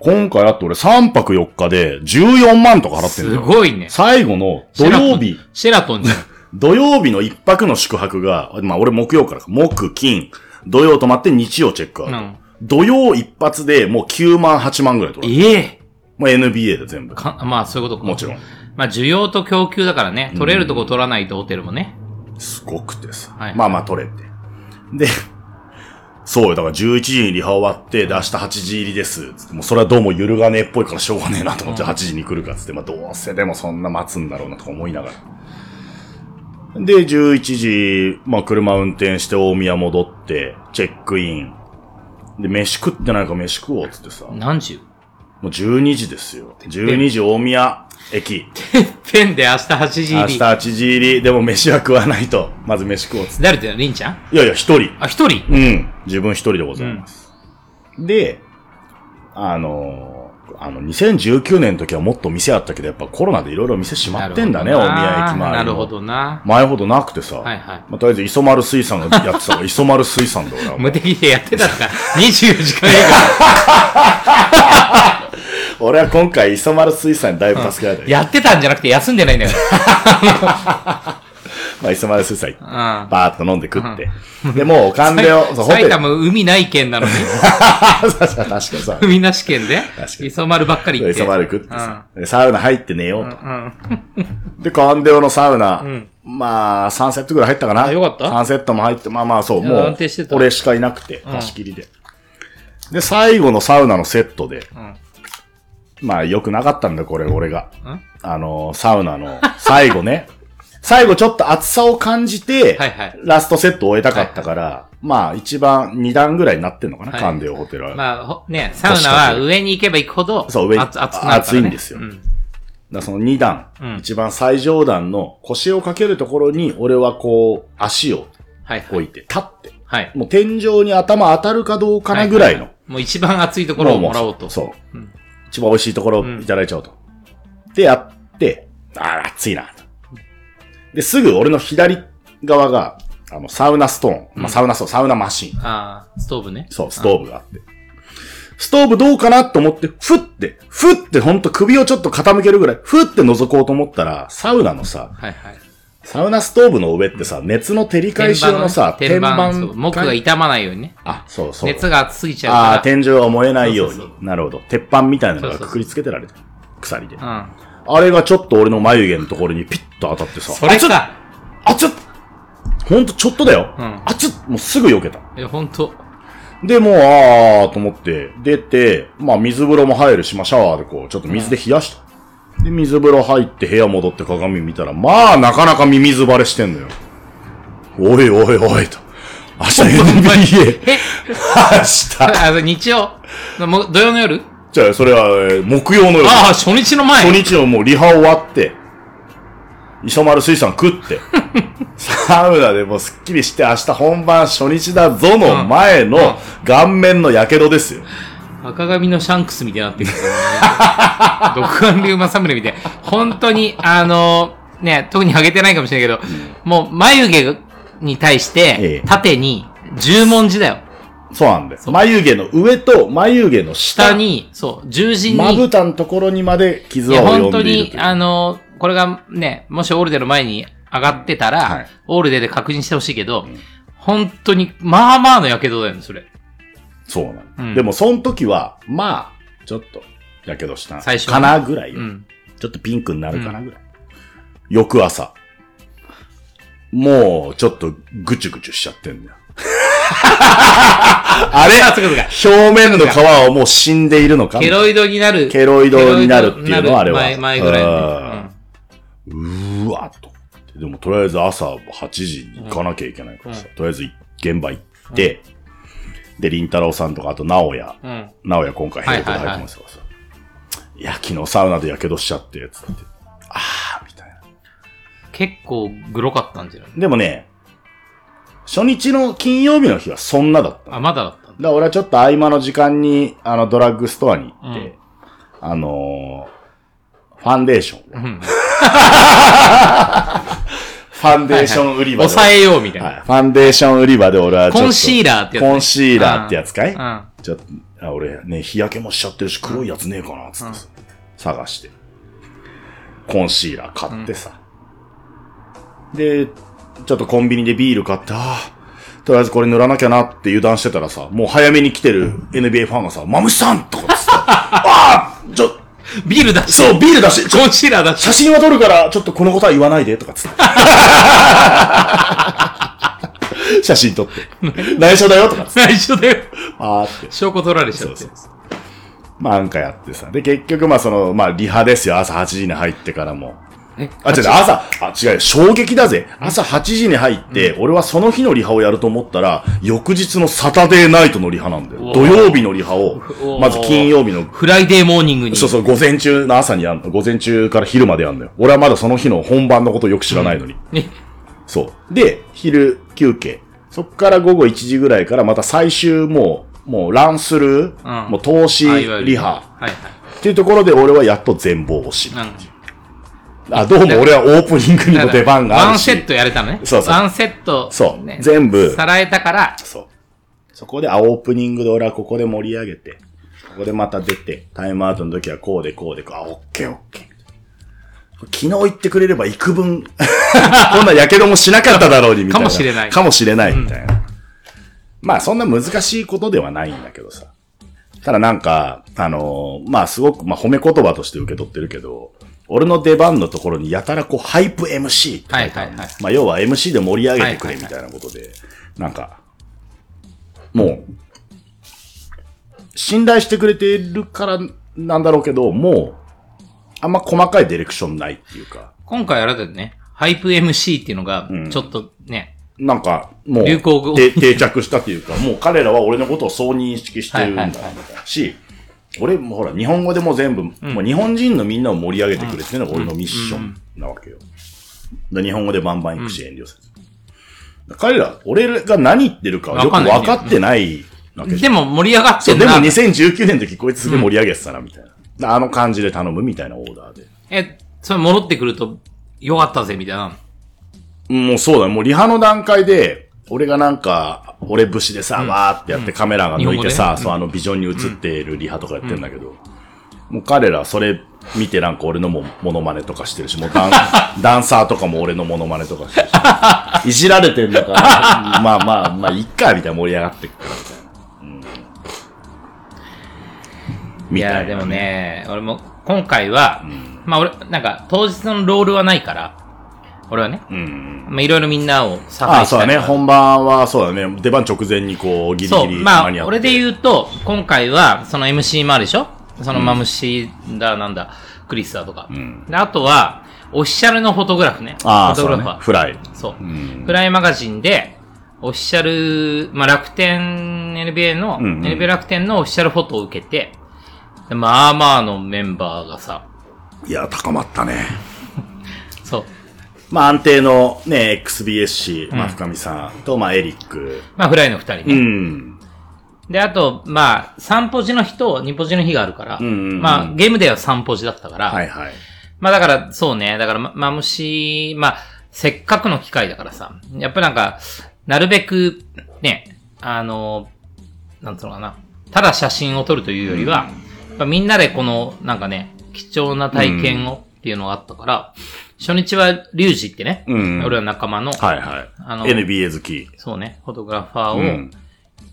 F: 今回だって俺3泊4日で14万とか払ってんだ
G: す
F: よ。
G: ごいね。
F: 最後の土曜日。
G: シェラトンシェラトン
F: 土曜日の一泊の宿泊が、まあ俺木曜からか、木、金、土曜泊まって日曜チェッ [laughs] クアウト。
G: うん
F: 土曜一発でもう9万、8万ぐらい取られる。
G: じゃん。ええ。
F: もう NBA で全部。
G: かまあ、そういうことか。
F: もちろん。
G: まあ、需要と供給だからね。取れるとこ取らないとホテルもね。
F: すごくてさ。
G: はい
F: まあまあ取れて。で、そうよ、だから11時にリハ終わって、で明日8時入りです。つってもうそれはどうも揺るがねえっぽいからしょうがねえなと思って、8時に来るかっつって、まあどうせでもそんな待つんだろうなとか思いながら。で、11時、まあ車運転して大宮戻って、チェックイン。で、飯食ってないから飯食おうっつってさ、も
G: 何時
F: う12時ですよ。12時大宮駅。
G: ペンで明日8時
F: 明
G: 入
F: 日
G: り。
F: 8時入り、でも飯は食わないと。まず飯食おうっつって。
G: 誰だよ、りんちゃん
F: いやいや、一人。
G: あ、一人
F: うん。自分一人でございます。で、あのーあの、2019年の時はもっと店あったけど、やっぱコロナでいろいろ店閉まってんだね、
G: な
F: 大
G: るほどな
F: 宮駅前
G: なるほどな。
F: 前ほどなくてさ。
G: はいはい
F: まあ、とりあえず、磯丸水産がやってたか
G: [laughs]
F: ら、磯丸水産だ、俺は。
G: 無敵でやってたから、24時
F: [laughs]
G: 間営
F: 俺は今回、磯丸水産にだいぶ助けられた
G: 業。
F: よ。
G: やってたんじゃなくて休んでないんだよ。
F: まあ、磯丸水産行って、
G: うん。
F: バーッと飲んで食って。で、もう、完了、そう、ホテ
G: 埼
F: ル。
G: 玉海ない県
F: [laughs]
G: なのに、
F: 確かにさ、
G: 海なし県で
F: 確、かに
G: 磯丸ばっかり行って。
F: 磯丸食ってさ、でサウナ入って寝ようと。
G: うん。
F: で、カンデオのサウナ、まあ、3セットぐらい入ったかな。
G: あよかった
F: ?3 セットも入って、まあまあそう、
G: や
F: もう
G: 安定して、た
F: 俺しかいなくて、貸し切りで。で、最後のサウナのセットで、
G: ん
F: まあ、良くなかったんだよ、これ、俺が。
G: ん
F: あの、サウナの最後ね。 [laughs] 最後ちょっと暑さを感じて、
G: はいはい
F: ラストセット終えたかったから、まあ一番2段ぐらいになってんのかな、
G: はい
F: カンデオホテルは。
G: まあ、ほね、サウナは上に行けば行くほど、
F: そう上に
G: 熱熱くなるからね
F: 熱いんですよ
G: うん
F: だからその2段、
G: うん
F: 一番最上段の腰をかけるところに、俺はこう、足を
G: はいはい。
F: 置いて、立って、
G: はい。
F: もう天井に頭当たるかどうかなぐらいの。
G: もう一番熱いところをもらおうと。
F: そう。
G: うん
F: 一番美味しいところをいただいちゃおうと。で、やって、あー熱いな。で、すぐ俺の左側が、あの、サウナストーン。まあ、サウナストーン、サウナマシン。
G: ああ、ストーブね。
F: そう、ストーブがあって。ストーブどうかなと思って、ふって、ふってほんと首をちょっと傾けるぐらい、ふって覗こうと思ったら、サウナのさ、
G: はいはい。
F: サウナストーブの上ってさ、熱の照り返し用のさ、
G: 天板のね、
F: 天
G: 天板
F: 板
G: そう木が傷まないようにね。
F: あ、そうそう。
G: 熱が熱すぎち
F: あ
G: ゃ
F: あ
G: う
F: ー、
G: か
F: 天井は燃えないように。
G: そうそう
F: なるほど。鉄板みたいなのが
G: そうそうそう
F: くくりつけてられてる。鎖で。
G: ら。うん。
F: あれがちょっと俺の眉毛のところにピッと当たってさ。
G: それか。
F: あちょっほんとちょっとだよ。
G: うん
F: あちょっもうすぐ避けた。
G: いや、ほんと。
F: で、もう、あーと思って、出て、まあ水風呂も入るし、まあシャワーでこう、ちょっと水で冷やした。で、水風呂入って部屋戻って鏡見たら、まあなかなかミミズバレしてんのよ。おいおいおいと。明日
G: [laughs]
F: NBA。
G: え
F: 明日。
G: あの、日曜のも土曜の夜
F: じゃあ、それは、えー木曜の夜。
G: ああ、初日の前。
F: 初日のもうリハ終わって、磯丸水産食
G: [laughs]
F: って、サウナでもうすっきりして明日本番初日だぞの前の顔面の火傷ですよ。
G: 赤髪のシャンクスみたいになってる
F: [laughs]
G: けどね。独眼竜政宗みたいな。本当に、あのね、特にハゲてないかもしれないけど、もう眉毛に対し
F: ええ
G: て、縦に、十文字だよ。
F: そうなんだよ。
G: そう
F: 眉毛の上と眉毛の下。
G: 下に、そう、十字に、
F: まぶたのところにまで
G: い
F: 傷を
G: や、
F: 及
G: 本
F: んで
G: 当
F: いる
G: に
F: と、いう。
G: あの、これがね、もしオールデの前に上がってたら、
F: はい
G: オールデで確認してほしいけど、本当に、まあまあの火傷だよね、それ。
F: そうなんだ、
G: うん
F: でも、その時は、まあ、ちょっと、やけどした。
G: 最初は
F: かなぐらいよ、
G: うん。
F: ちょっとピンクになるかなぐらい。翌朝。もう、ちょっと、ぐちゅぐちゅしちゃってんだよ。 [laughs] あれ
G: そうかそうか
F: 表面の皮はもう死んでいるのか
G: ケロイドになる。
F: ケロイドになるっていうのはあれは
G: 前前ぐらい
F: あ
G: の
F: ー
G: ね、
F: うーわっと思って。でも、とりあえず朝8時に行かなきゃいけないからさ、とりあえず現場行って、で、りんたろうさんとか、あと、なおや、
G: うん。うん。
F: なおや今回ヘルプで入ってますからさ、いや、昨日サウナで火傷しちゃって、やつって。あー、みたいな。
G: 結構、グロかったんじゃない
F: でもね、初日の金曜日の日はそんなだったの。
G: あ、まだだったんだ。
F: だから俺はちょっと合間の時間に、あの、ドラッグストアに行って、あのー [laughs] ファンデーション。
G: ん
F: ファンデーション売り場で。
G: 抑えようみたいな。
F: はい。ファンデーション売り場で俺はちょっと
G: コンシーラーってやつね
F: コンシーラーってやつかい、
G: うん。
F: ちょっと、あ俺ね、日焼けもしちゃってるし、黒いやつねえかな、つってさ、探して。コンシーラー買ってさ。で、ちょっとコンビニでビール買って、ああ、とりあえずこれ塗らなきゃなって油断してたらさ、もう早めに来てる NBA ファンがさ、マムシさんとかっつってさ、ああちょ、
G: ビール出し、
F: そう、ビールだし、ちょ
G: コンシーラー出し。
F: 写真は撮るから、ちょっとこのことは言わないで、とかっつって。写真撮って。内緒だよ、とかっつって。
G: 最初だよ。
F: ああって。
G: 証拠取られちゃって。
F: そうそうまあなんかやってさ。で、結局まあその、まあリハですよ。朝8時に入ってからも。
G: え
F: あ、違う、朝、あ、違うよ、衝撃だぜ。朝8時に入って、俺はその日のリハをやると思ったら、翌日のサタデーナイトのリハなんだよ。
G: お
F: 土
G: ー
F: 曜日のリハを
G: お、ー
F: まず金曜日の、
G: フライデーモーニングに。
F: そうそう、午前中の朝にやんの。午前中から昼までやんのよ。俺はまだその日の本番のことをよく知らないのに。
G: ね
F: そう。で、昼休憩。そっから午後1時ぐらいからまた最終もう、もうランスルー、
G: うん
F: もう投資
G: あいわゆる
F: リハ。
G: はいはい。
F: っていうところで俺はやっと全貌を知る。
G: うん。
F: あ、どうも俺はオープニングにも出番があ
G: ワ
F: る
G: ン
F: し。
G: セットやれたのね。
F: そうそう
G: ワンセット、
F: そう
G: ね
F: 全部
G: さらえたから、
F: そう。そこで、あ、オープニングで俺はここで盛り上げて、ここでまた出て、タイムアウトの時はこうでこうでこう、あ、オッケーオッケー。昨日言ってくれれば幾分、 [laughs] こんなやけどもしなかっただろうに、みたいな。
G: かもしれない
F: かもしれない、みたいな。まあ、そんな難しいことではないんだけどさ。ただなんか、あのーまあすごく、まあ褒め言葉として受け取ってるけど、俺の出番のところにやたらこう、ハイプ MC って書いてあるの、
G: はいはいはい
F: まあ要は MC で盛り上げてくれ
G: はい
F: み
G: はい
F: たいなことで、なんか、もう、信頼してくれてるからなんだろうけど、もう、あんま細かいディレクションないっていうか、
G: 今回あれだよね、ハイプ MC っていうのが、ちょっとね、
F: なんか、もう、
G: 流行語
F: て定着したというか、もう彼らは俺のことをそう認識してるんだ、
G: はい
F: み
G: は
F: た
G: い
F: い
G: はい
F: な。し、俺もほら、日本語でもう全部、もう日本人のみんなを盛り上げてくれっていうのが俺のミッションなわけよ。で日本語でバンバン行くし、遠慮せず。彼ら、俺が何言ってるかはよく分かってないわけじゃん
G: でも盛り上がっ
F: そ
G: て
F: うんでも
G: な。
F: 2019年の時こいつすげえ盛り上げてたな、みたいな。あの感じで頼むみたいなオーダーで。
G: え、それ戻ってくると、よかったぜ、みたいな。
F: もうそうだね、もうリハの段階で、俺がなんか、俺節でさ、わーってやってカメラが抜いてさ、そうあのビジョンに映っているリハとかやってんだけど、もう彼らそれ見てなんか俺のもモノマネとかしてるし、もうダ
G: [laughs]
F: ンダンサーとかも俺のモノマネとかしてるし、いじられてん
G: [laughs]
F: だから、まあまあまあ、いっか、みたいな盛り上がってくから、みたいな。うん、
G: い
F: みたいな
G: や、でもね、俺も、今回は、まあ俺、なんか、当日のロールはないから、俺はね、まあいろいろみんなを支えたり
F: ああ、そうだね。本番は、そうだね。出番直前にこう、ギリ
G: そ
F: ギ
G: う、
F: リ
G: ま
F: 間に合って。
G: あ、俺で言うと、今回は、その MC もあるでしょそのマムシだ、なんだ、クリスだとか。で、あとは、オフィシャルのフォトグラフね。
F: ああ、
G: フ
F: そ
G: ォト
F: う
G: グ
F: だ
G: ラ
F: ね
G: ファ。ー。
F: フライ。
G: そう。フライマガジンで、オフィシャル、まあ、楽天 NBA の、
F: んうん
G: NBA 楽天のオフィシャルフォトを受けて、でまあまあのメンバーがさ、
F: いや、高まったね。
G: そう。
F: まあ、安定のね、XBSC、まあ、深見さんと、まあ、エリック。
G: まあ、フライの二人ね。
F: うん。
G: で、あと、まあ、3ポジの日と2ポジの日があるから、
F: んうん
G: まあ、ゲームでは3ポジだったから、
F: はいはい。
G: まあだから、そうね。だから、ま、マムシ、まあ、せっかくの機会だからさ。やっぱなんか、なるべく、ね、あの、なんつうのかな、ただ写真を撮るというよりは、やっぱみんなでこの、なんかね、貴重な体験をっていうのがあったから、初日はリュウジってね、
F: うん
G: 俺は仲間の、
F: はいはい。
G: あの
F: NBA 好き。
G: そうね、フォトグラファ
F: う
G: ーを
F: ん。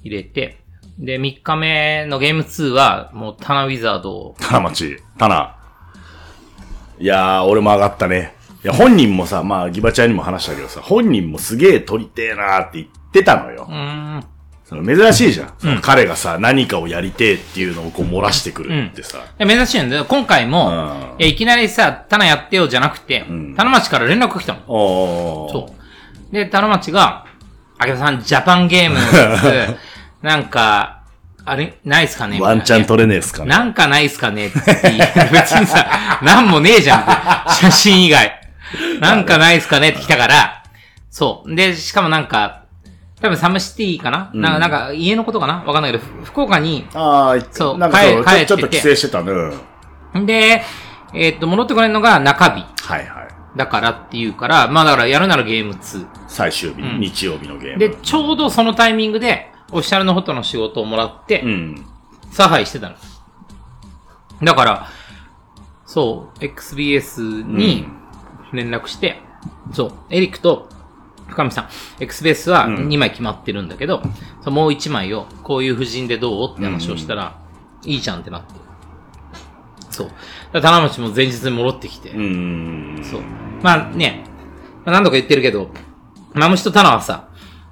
G: 入れて、で、3日目のゲーム2は、もうタナウィザードを、
F: 田町、田名。いやー、俺も上がったね。いや、本人もさ、まあ、ギバちゃんにも話したけどさ、本人もすげえ撮りてえなーって言ってたのよ。
G: うーん、
F: その珍しいじゃん。その彼がさ、何かをやりてえっていうのをこう漏らしてくるってさ。
G: いや、珍しいんだよ。今回も
F: う、ん
G: いや、いきなりさ、タナやってよじゃなくて、
F: ん
G: タナマチから連絡が来たの。
F: おー。
G: そう。で、タナマチが、あけさん、ジャパンゲームの
F: [laughs]
G: やつ、なんか、あれ、ないっすかねみた
F: ワ
G: いなね
F: ンチャン撮れねえっすかね。
G: なんかないっすかねって言い別にさ、なんもねえじゃんって。写真以外。なんかないっすかねって来たから、そう。で、しかもなんか、多分サムシティかな、なんか、なんか家のことかなわかんないけど、ふ福岡に、
F: あー、
G: そう
F: なんかそう
G: 帰
F: ちょちょっ
G: 帰
F: と
G: って
F: 帰
G: て
F: 省してたね。うん
G: で、えーっと、戻ってこれるのが中日
F: はいはい。
G: だからっていうから、まあだからやるならゲーム2。
F: 最終日、日曜日のゲーム。
G: で、ちょうどそのタイミングで、オフィシャルのホットの仕事をもらって、
F: うん。
G: 差配してたの。だから、そう、XBS に連絡して、そう、エリックと深見さん、XBS は2枚決まってるんだけど、そうもう1枚をこういう布陣でどうって話をしたら、いいじゃんってなって。そう。だから、棚橋も前日に戻ってきて、
F: うん。
G: そう。まあね、まあ何度か言ってるけど、マムシとタナはさ、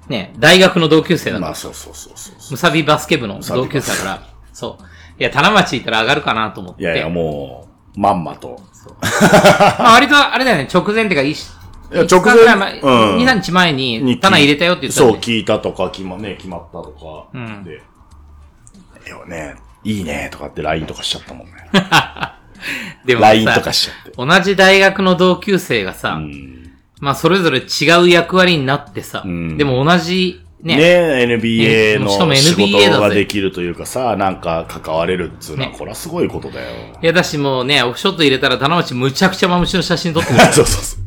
G: ね、大学の同級生だから
F: まあ、そうそうそうそうそう。
G: むさびバスケ部の同級生だから、そう。いや、棚町行ったら上がるかなと思って。
F: いやいや、もう、まんまと。
G: そうまあ割と、あれだよね、直前ってか、いし
F: いや
G: 一週間
F: 直前
G: ぐらい前
F: うん
G: 二三日前に、棚入れたよって言った
F: そう、
G: よね
F: 聞いたとか、決ま,、ね、決まったとか、
G: ん
F: で、でもね、いいねとかって LINE とかしちゃったもんね。
G: で
F: LINE とかしちゃって。
G: 同じ大学の同級生がさ、
F: うん
G: まあそれぞれ違う役割になってさ、
F: ん
G: でも同じね、
F: ね NBA
G: しかも
F: の
G: NBA
F: 仕
G: だ
F: 事が
G: ぜ
F: できるというかさ、なんか関われるっつうのは、
G: ね
F: これはすごいことだよ。 [laughs]
G: いやだしもうね、オフショット入れたら棚町むちゃくちゃマムシの写真
F: [laughs]
G: 撮ってもら
F: そうそうそう。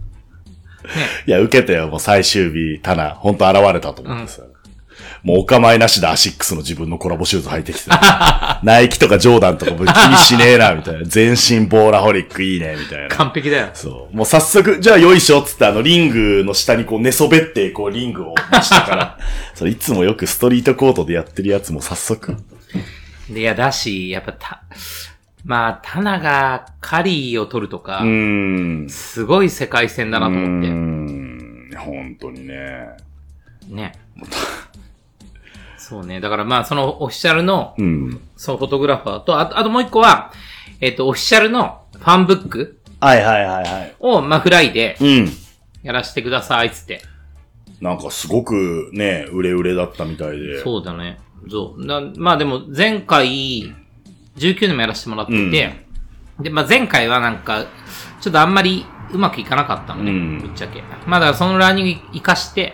F: いや、受けてよ、もう最終日、たな、ほんと現れたと思ってさ。もうお構いなしでアシックスの自分のコラボシューズ履いてきて、 [laughs] ナイキとかジョーダンとかもう気にしねえな、みたいな。全身ボーラホリックいいね、みたいな。
G: 完璧だよ。
F: そう。もう早速、じゃあよいしょっつってあのリングの下にこう寝そべって、こうリングを出した [laughs] から。それいつもよくストリートコートでやってるやつも早速。
G: でいやだし、やっぱた、まあ棚がカリーを撮るとか、
F: うーん。
G: すごい世界戦だなと
F: う
G: 思って。
F: ん。本当にね。
G: ね。そうね。だからまあ、そのオフィシャルの、
F: うん。
G: そのフォトグラファーと、あと、あともう一個は、えっ、と、オフィシャルのファンブック
F: はいはいはいはい。
G: を、まあ、フライで
F: うん。
G: やらせてください、つって。
F: なんかすごくね、売れ売れだったみたいで。
G: そうだね。そう。なまあでも、前回、19年もやらせてもらってて、で、まあ前回はなんか、ちょっとあんまりうまくいかなかったのね、
F: うん
G: ぶっちゃけ。まあだからそのラーニング生かして、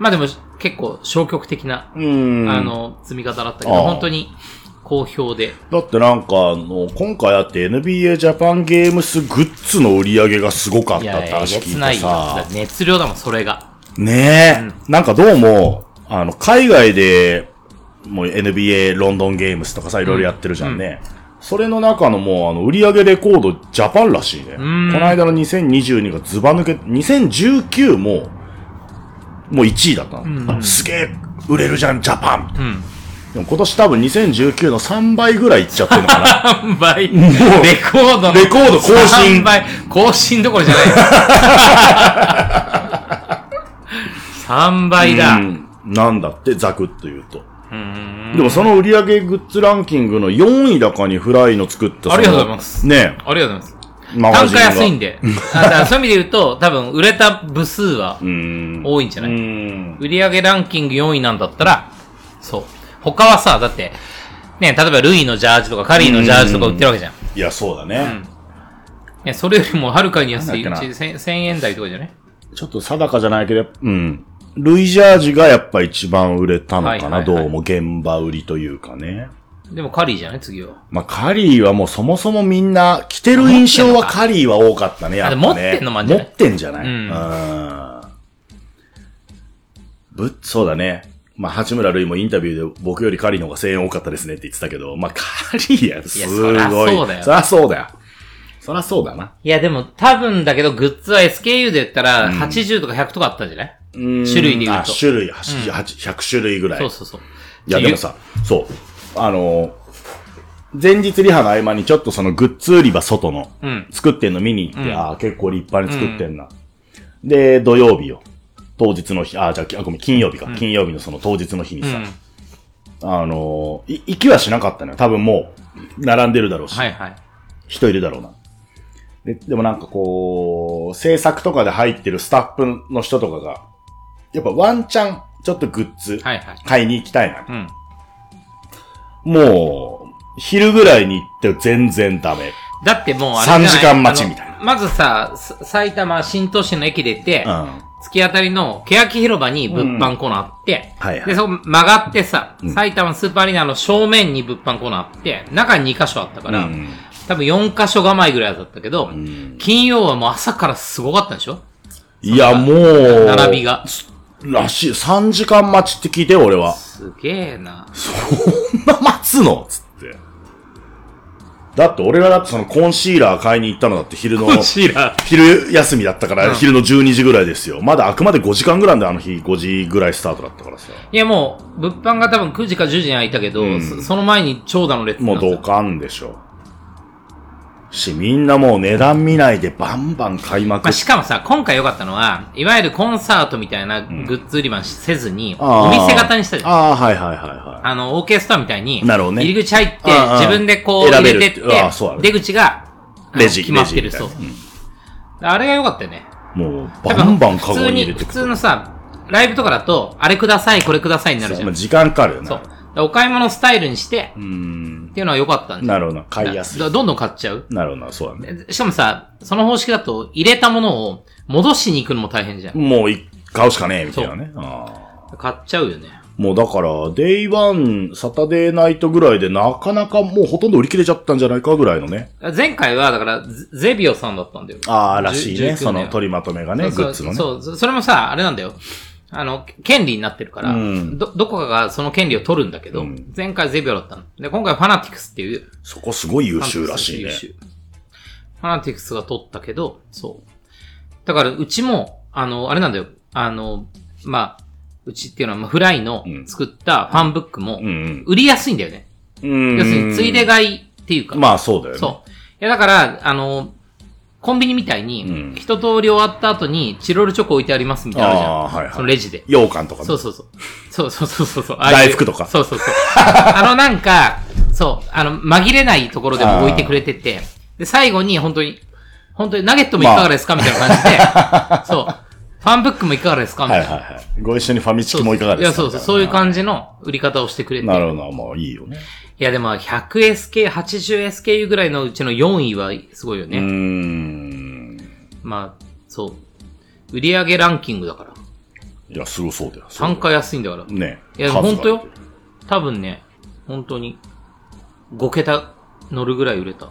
G: まあでも結構消極的な
F: うーん。
G: あの、積み方だったけど、
F: ああ
G: 本当に好評で。
F: だってなんか、あの、今回あって NBA ジャパンゲームスグッズの売り上げがすごかっ
G: い
F: た
G: や
F: っ
G: い
F: て
G: や、え
F: 話
G: げ
F: 聞
G: つない
F: て
G: いよ。だ
F: さ
G: っ。て熱量だもん、それが。
F: ねえ、なんかどうも、あの、海外で、もう NBA ロンドンゲームスとかさ、いろいろやってるじゃんね。それの中のもう、あの、売り上げレコードジャパンらしいね。この間の2022がズバ抜け、2019も、もう1位だったの、あすげえ、売れるじゃん、ジャパン。でも今年多分2019の3倍ぐらいいっちゃってるのかな。
G: 販売。レ
F: う
G: コードの。
F: レコード更新
G: 販売。更新どころじゃない。3倍だ。
F: うんなんだって、ザクッと言うと。でもその売り上げグッズランキングの4位高にフライの作ったその
G: ありがとうございます
F: ね
G: ありがとうございます。
F: え、マ
G: 単価安いん
F: [laughs]
G: で。あだからそういう意味で言うと、多分売れた部数は
F: うん。
G: 多いんじゃな
F: う
G: い
F: ん。
G: 売上ランキング4位なんだったら、そう。他はさ、だって、ね、例えばルイのジャージとかカリーのジャージとか売ってるわけじゃん。
F: いや、そうだね。
G: ね、それよりもはるかに安い。
F: なんだっけな
G: 1000 1000円台とかじゃね
F: ちょっと定かじゃないけど、うん。ルイジャージがやっぱ一番売れたのか
G: は
F: な、
G: いはい
F: ど
G: はいう
F: も現場売りというかね。
G: でもカリーじゃない次は。
F: まあ、カリーはもうそもそもみんな、着てる印象はカリーは多かったね、やっぱね。
G: あで持ってんのもあんじ
F: 持
G: ゃない
F: ってんじゃない
G: うん
F: うん。ぶっ、そうだね。まあ、八村塁もインタビューで僕よりカリーの方が声援多かったですねって言ってたけど、まあ、カリーや、すごい。
G: そりゃそうだよ
F: そりゃそうだよ。そりゃそうだな。
G: いや、でも、多分だけど、グッズは SKU で言ったら、80とか100とかあったんじゃない、
F: 種
G: 種類で言う
F: あ、
G: と。
F: 種類、はし八100種類ぐらい。
G: そうそうそう。
F: いや、でもさ、そう。あのー前日リハの合間にちょっとそのグッズ売り場外の、
G: うん
F: 作ってんの見に行って、ああ、結構立派に作ってんな。で、土曜日よ。当日の日、ああ、じゃあきあ、ごめん、金曜日か、金曜日のその当日の日にさ、あのーい、行きはしなかったのよ。多分もう、並んでるだろうし、
G: はいはい。
F: 人いるだろうな。で、でもなんかこう、制作とかで入ってるスタッフの人とかが、やっぱワンチャン、ちょっとグッズ
G: はいはい、
F: 買いに行きたいな、
G: うん。
F: もう、昼ぐらいに行って全然ダメ。
G: だってもうあれじゃない
F: 3時間待ちみたいな
G: あのまずさ、さ埼玉新都心の駅出て、
F: うん。
G: 突き当たりの欅広場に物販コーナーあって、
F: うんはいはい
G: で、そこ曲がってさ、
F: ん
G: 埼玉スーパーアリーナの正面に物販コーナーあって、中に2箇所あったから、
F: うん
G: 多分4箇所構えぐらいだったけど、
F: ん
G: 金曜はもう朝からすごかったでしょ
F: いや、もう、
G: 並び。が。
F: らしい。3時間待ちって聞いて、俺は。
G: すげえな。
F: こんな待つのつって。だって俺がだってそのコンシーラー買いに行ったのだって昼の、
G: シーラ
F: 昼休みだったから、昼の12時ぐらいですよ。まだあくまで5時間ぐらいなんで、あの日5時ぐらいスタートだったからさ。
G: いやもう、物販が多分9時か10時に開いたけど、そその前に長蛇の列に
F: も
G: な
F: う
G: った
F: ドカンでしょ。し、みんなもう値段見ないでバンバン買いまく
G: ま
F: っ
G: あ、しかもさ、今回良かったのは、いわゆるコンサートみたいなグッズ売り場せずに、
F: あー
G: お店型にしたじゃん。あ
F: ああ、はいはいはいはい。
G: の、オーケストラみたいに、
F: なるほどね
G: 入り口入って、
F: あーあー
G: 自分でこう
F: 選
G: 入
F: べ
G: れ
F: る
G: てって、
F: あーそうだね
G: 出口が、あの
F: レジ、
G: 決まって
F: レ
G: る。
F: ジ
G: そう
F: み。たいな
G: あれが良かったよね。
F: もう、バンバンカ
G: 普
F: ゴ
G: 通
F: に
G: に、
F: 入れて
G: 普
F: く
G: 通のさ、ライブとかだと、あれください、これくださいになるじゃ
F: まあ
G: ん。
F: 時間かかるよね。
G: そう。だからお買い物スタイルにして、っていうのは良かったん
F: な
G: だよ
F: るほど。買いやすい
G: だ。どんどん買っちゃう。
F: なるほど、そうだね。
G: しかもさ、その方式だと、入れたものを戻しに行くのも大変じゃん。
F: もうい、買うしかねえ、みたいなね。ああ
G: 買っちゃうよね。
F: もうだから、デイワン、サタデーナイトぐらいで、なかなかもうほとんど売り切れちゃったんじゃないかぐらいのね。
G: 前回は、だから、ゼゼビオさんだったんだよ。
F: ああ、らしい
G: じゅ19
F: ね。
G: 年
F: その取りまとめがね、グ
G: そう
F: ッズのね。
G: そう、そそれもさ、あれなんだよ。あの、権利になってるから、
F: うん
G: ど、どこかがその権利を取るんだけど、
F: うん
G: 前回ゼビオだったの。で、今回ファナティクスっていう。
F: そこすごい優秀らしいね
G: ファナティク。ス優秀ファナティクスが取ったけど、そう。だから、うちも、あの、あれなんだよ。あの、まあ、うちっていうのは、まあ、フライの
F: うん
G: 作ったファンブックも
F: う、ん
G: 売りやすいんだよね。
F: うん。
G: 要するに、ついで
F: が。
G: 買いっていうか。
F: まあそうだよね。
G: そう。いや、だから、あの、コンビニみたい
F: うん
G: に、一通り終わった後に、チロルチョコ置いてありますみたいなのあるじゃん。
F: ああー、はいはい。
G: そのレジで。
F: 羊羹とかね
G: そうそうそう。そうそうそうそうそう。ああいう
F: 大福とか
G: そうそうそう。あの、なんか、そう、あの、紛れないところでも置いてくれてて、で、最後に、本当に、本当に、ナゲットもいかがですかみたいな
F: [laughs]
G: 感じで、そう。ファンブックもいかがですかみ
F: は
G: たい
F: い
G: な。
F: はいはい。ご一緒にファミチキもいかがですか
G: いや、そうそう、そういう感じの売り方をしてくれて。
F: なるほど。まあいいよね。
G: いや、でも、100SK、80SKU ぐらいのうちの4位はすごいよね。
F: うーん。
G: まあ、そう。売上ランキングだから。
F: いや、すごそうだよ。
G: 単価安いんだから。
F: ね
G: いや、
F: 数が
G: 本当よ。多分ね、本当に、5桁乗るぐらい売れた。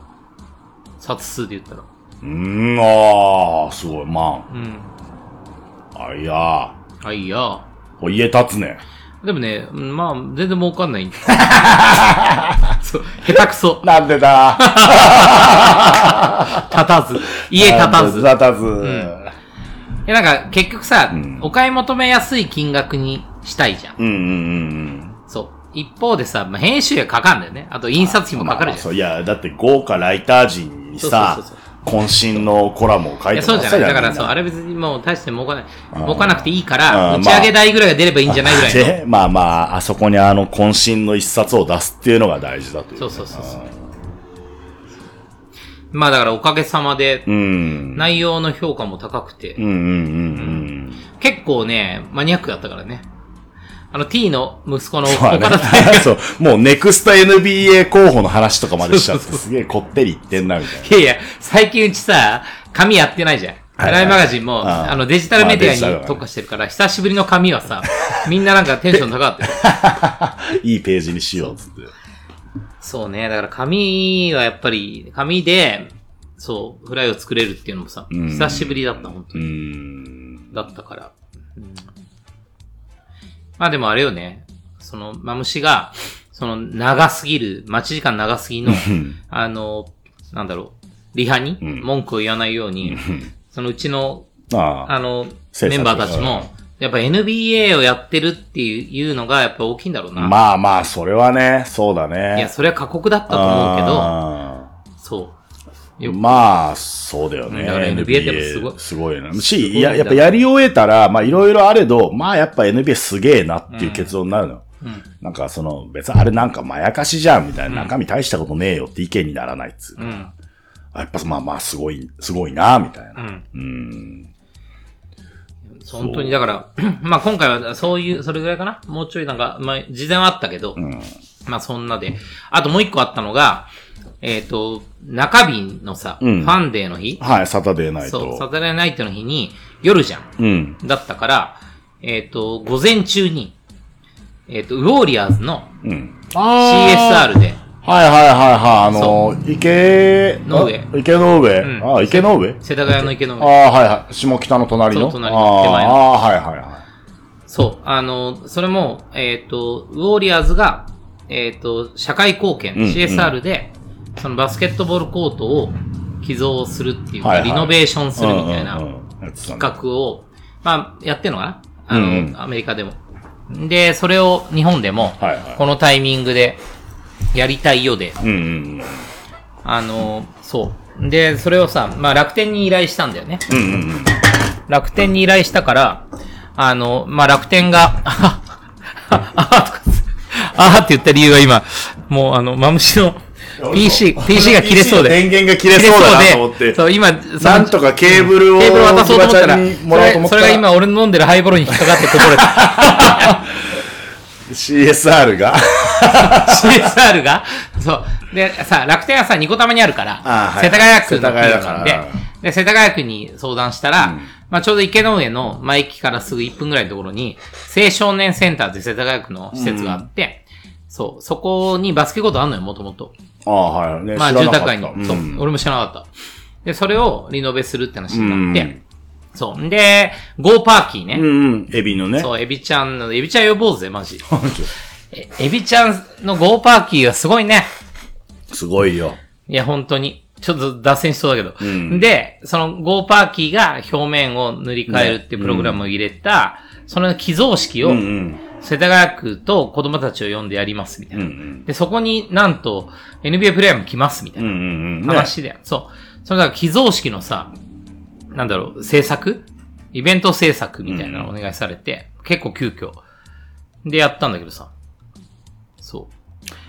G: 冊数で言ったら。
F: うーん、ああ、すごい、ま
G: うん。
F: あ。あいや
G: あ、いや。
F: ー、お家立つね。
G: でもね、うんまあ、全然儲かん
F: [laughs]
G: ない。そう、下手くそ。
F: なんでだ
G: 立たず。家立た [laughs] ず。い
F: 立たず。
G: や、なんか、結局さ、
F: ん
G: お買い求めやすい金額にしたいじゃん。
F: うんうん
G: そう。一方でさ、まあ、編集費はかかんだよね。あと、印刷費
F: うん。
G: もかかる
F: まあ
G: じゃん
F: そういや、だって豪華ライター陣にさ
G: そうそうそう、
F: 渾身のコラムを書い
G: い
F: て
G: や、そうじゃない。だからそう、あ
F: れ
G: れ別にもう大して儲かない、
F: ん
G: 儲かなくていいか
F: う
G: ら、
F: ん
G: 打ち上げ代ぐらいが出ればいいんじゃないぐらいの。
F: で、まあまあ、あそこにあの渾身の一冊を出すっていうのが大事だという、
G: そうそうそうそう。まあだからおかげさまで
F: う。、ん。
G: 内容の評価も高くて
F: うん、うんうん
G: 結構ね、マニアックだったからね。あの T の息子の
F: うん。まあ
G: 岡
F: ね
G: 田大が、
F: [laughs] そう。もうネクスト NBA 候補の話とかまでしちゃって、すげえこってり言ってんな、みたいな。
G: [laughs] いやいや、最近うちさ、紙やってないじゃん。
F: い
G: フライマガジンも、
F: ああ
G: あのデジタルメデ
F: まあデジタルだ
G: ィア
F: ね
G: に特化してるから、久しぶりの紙
F: [laughs]
G: はさ、みんななんかテンション高かったよ。 [laughs]
F: いいページにしようっつって。
G: そうね。だから紙はやっぱり、紙で、そう、フライを作れるっていうのもさ、
F: ん
G: 久しぶりだった、本当
F: う
G: に。
F: ーん。
G: だったから。うんまあでもあれよね。その、マムシが、その、長すぎる、待ち時間長すぎの、あの、なんだろう、リハに
F: ん
G: 文句を言わないように、そのうちの、
F: あ
G: あ
F: あ。
G: の、
F: 制
G: メ
F: 作
G: ンバーたちも、やっぱ NBA をやってるっていうのが、やっぱ大きいんだろうな。
F: まあまあ、それはね、そうだね。
G: いや、それは過酷だったと思うけど、
F: あ
G: そう。
F: ー
G: よ
F: まあ、そうだよね。
G: だから NBA ってすごい
F: すごいな。
G: すごいん
F: し、
G: だ
F: ややっぱやり終えたら、まあいろいろあれど、まあやっぱ NBA すげえなっていう結論になるのよ。なんかその、別にあれなんかまやかしじゃんみたいな、中身大したことねえよって意見にならないっつうか、
G: うん。
F: あやっぱまあまあすごい、すごいな、みたいな。
G: うん。
F: うん。
G: 本当に、だから、 [clears throat] まあ今回はそういう、それぐらいかなもうちょいなんか、まあ事前はあったけど、
F: ん
G: まあそんなで。あともう一個あったのが、えっ、と、中日のさ、
F: うん
G: ファンデーの日、
F: はい、サタデーナイ
G: そう、サ
F: ト。
G: タデーナイトの日に、夜じゃん。
F: うん。
G: だったから、えっ、と、午前中に、えっ、と、ウォーリアーズの
F: うん。
G: CSR で、
F: はいはいはいはい、あの、池、
G: ノ上
F: あ池の上。
G: ん
F: あ、池の上
G: 世田谷の池の
F: ああ、
G: 上、
F: はいはい。下北の隣の。
G: そう隣の手前の
F: ああ、はいはいは
G: そう、あの、それも、えっ、と、ウォーリアーズが、えっ、と、社会貢献、
F: うん
G: CSR で、そのバスケットボールコートを寄贈するっていうか、
F: はいはい
G: リノベーション
F: い。
G: するみたいな、
F: うんうんうんやつだね
G: 企画を、まあ、やってんのかなあの、
F: うんうん
G: アメリカでも。で、それを日本でも
F: はいはい、
G: このタイミングでやりたいようで、
F: うんうん
G: あの、そう。で、それをさ、まあ楽天に依頼したんだよね。
F: うん。うんうんうん。
G: 楽天に依頼したから、あの、まあ楽天が、ああ、あ、とかあーって言った理由は今、もうあの、マムシの PC、PC が切れそうで。
F: 電源が切れそうだなと思っ
G: 切れ
F: て。
G: そうでそう、今、
F: なんとかケーブルを、
G: テーブル渡そうと思ったら、
F: おばちゃんにもらおうと思った
G: それ
F: ら
G: それが今俺の飲んでるハイボールに引っかかってこぼれた。
F: CSR が。 [laughs]
G: [laughs] CSR がそう。で、さ、楽天はさ、ニコタマにあるから、
F: あーはい
G: 世田谷区
F: 世
G: の
F: 田谷だから
G: 近くで、で、世田谷区に相談したら、まあちょうど池の上の、まあ駅からすぐ1分ぐらいのところに、青少年センターって世田谷区の施設があって、そう、そこにバスケコートあんのよ、もともと。
F: ああ、はい。ね
G: まあ
F: 知ら
G: 住
F: なかっ
G: 宅
F: た
G: 街
F: う
G: に、
F: ん
G: そう、俺も知らなかった。で、それをリノベするって話になっ
F: うん
G: て、そう。んで、ゴーパーキーね。
F: うんうん。エビのね。
G: そう、エビちゃんの、エビちゃん呼ぼうぜ、マジ。えエビちゃんのゴーパーキーがすごいね。
F: [laughs] すごいよ。
G: いや、本当に。ちょっと脱線しそうだけど。
F: ん
G: で、そのゴーパーキーが表面を塗り替えるっていうプログラムを入れた、その寄贈式を
F: うんうん。
G: 世田谷区と子供たちを呼んでやります、みたい
F: うんう
G: な。
F: ん。
G: で、そこになんと NBA プレイヤーも来ます、みたい
F: うんう
G: なん
F: うん。ね
G: 話で。そう。そのだから寄贈式のさ、なんだろう、制作イベント制作みたいなのお願いされて、結構急遽。で、やったんだけどさ。そ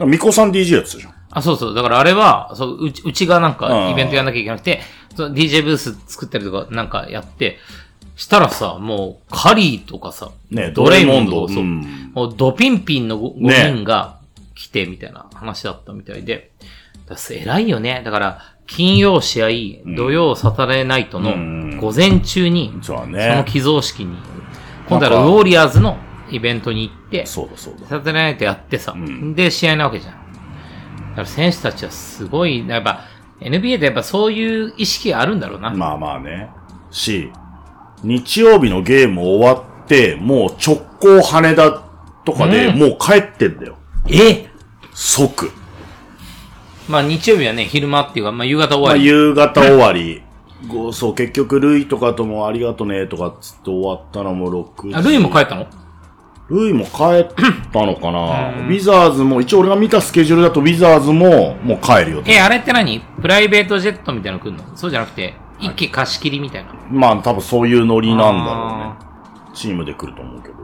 G: う。
F: ミコさん DJ やってたじゃん。
G: あ、そうそう。だからあれは、そう、うち、うちがなん
F: う
G: か
F: ん
G: イベントやんなきゃいけなくて、その DJ ブース作ったりとかなんかやって、したらさ、もう、カリーとかさ、
F: ね
G: ドレイモンド、
F: ドレイ
G: そう
F: モンド
G: もうドピンピンの 5,
F: ね
G: 人が来て、みたいな話だったみたいで、だから偉いよね。だから、金曜試合、土曜サタデーナイトの
F: うん
G: 午前中に、
F: そうだ
G: その
F: ね。
G: 寄贈式に、今度
F: な
G: は
F: ん
G: ウ
F: か
G: ォーリアーズのイベントに行って、
F: そうだそうだ。
G: サタデーナイトやってさ、
F: ん
G: で、試合なわけじゃん。だから選手たちはすごい、やっぱ、NBA でやっぱそういう意識があるんだろうな。
F: まあまあね。し、日曜日のゲーム終わって、もう直行羽田とかで、
G: うん
F: もう帰ってんだよ。
G: え
F: 即。
G: まあ日曜日はね、昼間っていうか、まあ夕方終
F: ま
G: わ
F: あ、
G: り。
F: 夕方終わり。ごそう、結局、ルイとかともありがとねとかっつって終わったのも6時。
G: あ、ルイも帰ったの
F: ルイも帰ったのかなウィザーズも、一応俺が見たスケジュールだとウィザーズも、もう帰るよ
G: え、あれって何プライベートジェットみたいなの来るのそうじゃなくて、一気貸し切りみたいな。
F: まあ多分そういうノリなんだろうね。チームで来ると思うけど。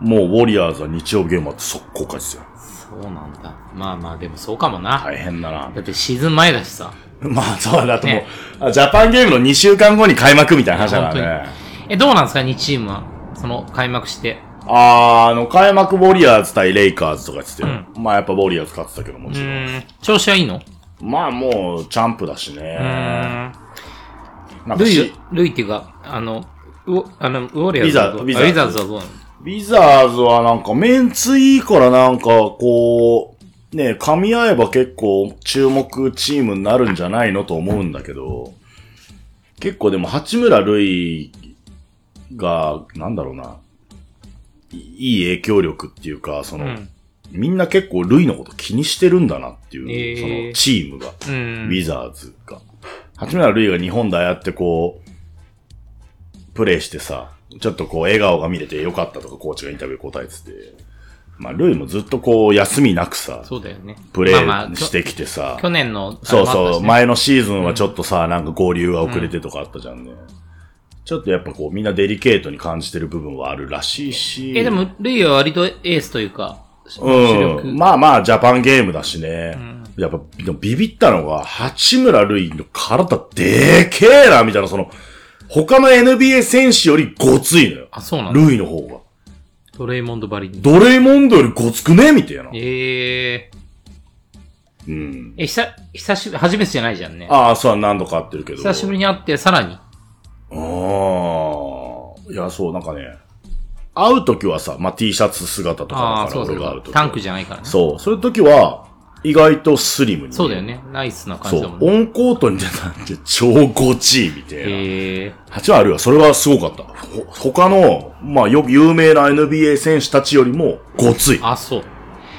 F: もうウォリアーズは日曜ゲームあって速攻勝ちですよ。
G: そうなんだ。まあまあ、でもそうかもな。
F: 大変だな。
G: だってシーズン前だしさ。
F: [laughs] まあそうだともう
G: ね、
F: あジャパンゲームの2週間後に開幕みたいな話だ
G: 本
F: か
G: 当に
F: らね。。
G: え、どうなんですか ?2 チームは。その、開幕して。
F: あー、あの、開幕ウォリアーズ対レイカーズとか言ってたよまあやっぱウォリアーズ勝ってたけども
G: う
F: ちろん。
G: ーん。調子はいいの
F: まあもう、チャンプだし
G: う
F: ね。
G: ーん。
F: なんか
G: ル
F: し
G: イ、ルイっていうか、あの、ウォあのウォリアーズはどう
F: ウィザウ
G: あウ
F: ィ
G: ィ
F: ザ
G: ザ
F: ー
G: ー
F: ズ
G: ズはどうなの
F: ウィザーズはなんかメンツいいからなんかこう、ね、噛み合えば結構注目チームになるんじゃないのと思うんだけど、結構でも八村塁が、なんだろうな、いい影響力っていうか、その、
G: うん
F: みんな結構ルイのこと気にしてるんだなっていう、
G: えー
F: そのチームが、
G: うん
F: ウィザーズが。八村ルイが日本でああやってこう、プレイしてさ、ちょっとこう笑顔が見れてよかったとかコーチがインタビュー答えてて、まあルイもずっとこう休みなくさ、
G: そうだよね。
F: プレ
G: まあまあ
F: イ
G: きょ
F: してきてさ、
G: 去年の、
F: そうそう、
G: 前。
F: 前のシーズンはちょっとさ、なんか合流が遅れてとかあったじゃんね。ちょっとやっぱこう、みんなデリケートに感じてる部分はあるらしいし。
G: え、でも、ルイは割とエースというか、主
F: う
G: 力。
F: ん。まあまあ、ジャパンゲームだしね。やっぱ、でもビビったのが、八村塁の体でけえな、みたいな、その、他の NBA 選手よりごついのよ。
G: あ、そうなんだ。
F: 塁の方が。
G: ドレイモンドバリに。
F: ドレイモンドよりごつくねみたいな。
G: ええ
F: うん。
G: え、久、久しぶり、初めてじゃないじゃんね。
F: ああ、そう、何度か会ってるけど。
G: 久しぶりに会って、さらに。
F: ああ。いや、そう、なんかね、会うときはさ、まあ、T シャツ姿とかだから
G: ああ、、そうそ
F: 俺が会う
G: う
F: と。きは
G: タンクじゃないからね。
F: そう。そういうときは、意外とスリムに。
G: そうだよ。ね。ナイスな感
F: そ
G: じだ
F: う
G: もん。
F: オ
G: ね。
F: ンコートに出たって超ゴチみたいな。
G: ええ
F: 8はあるよ。それはすごかった。ほ他の、まあ、よく有名な NBA 選手たちよりも、ごつい。
G: あ、そう。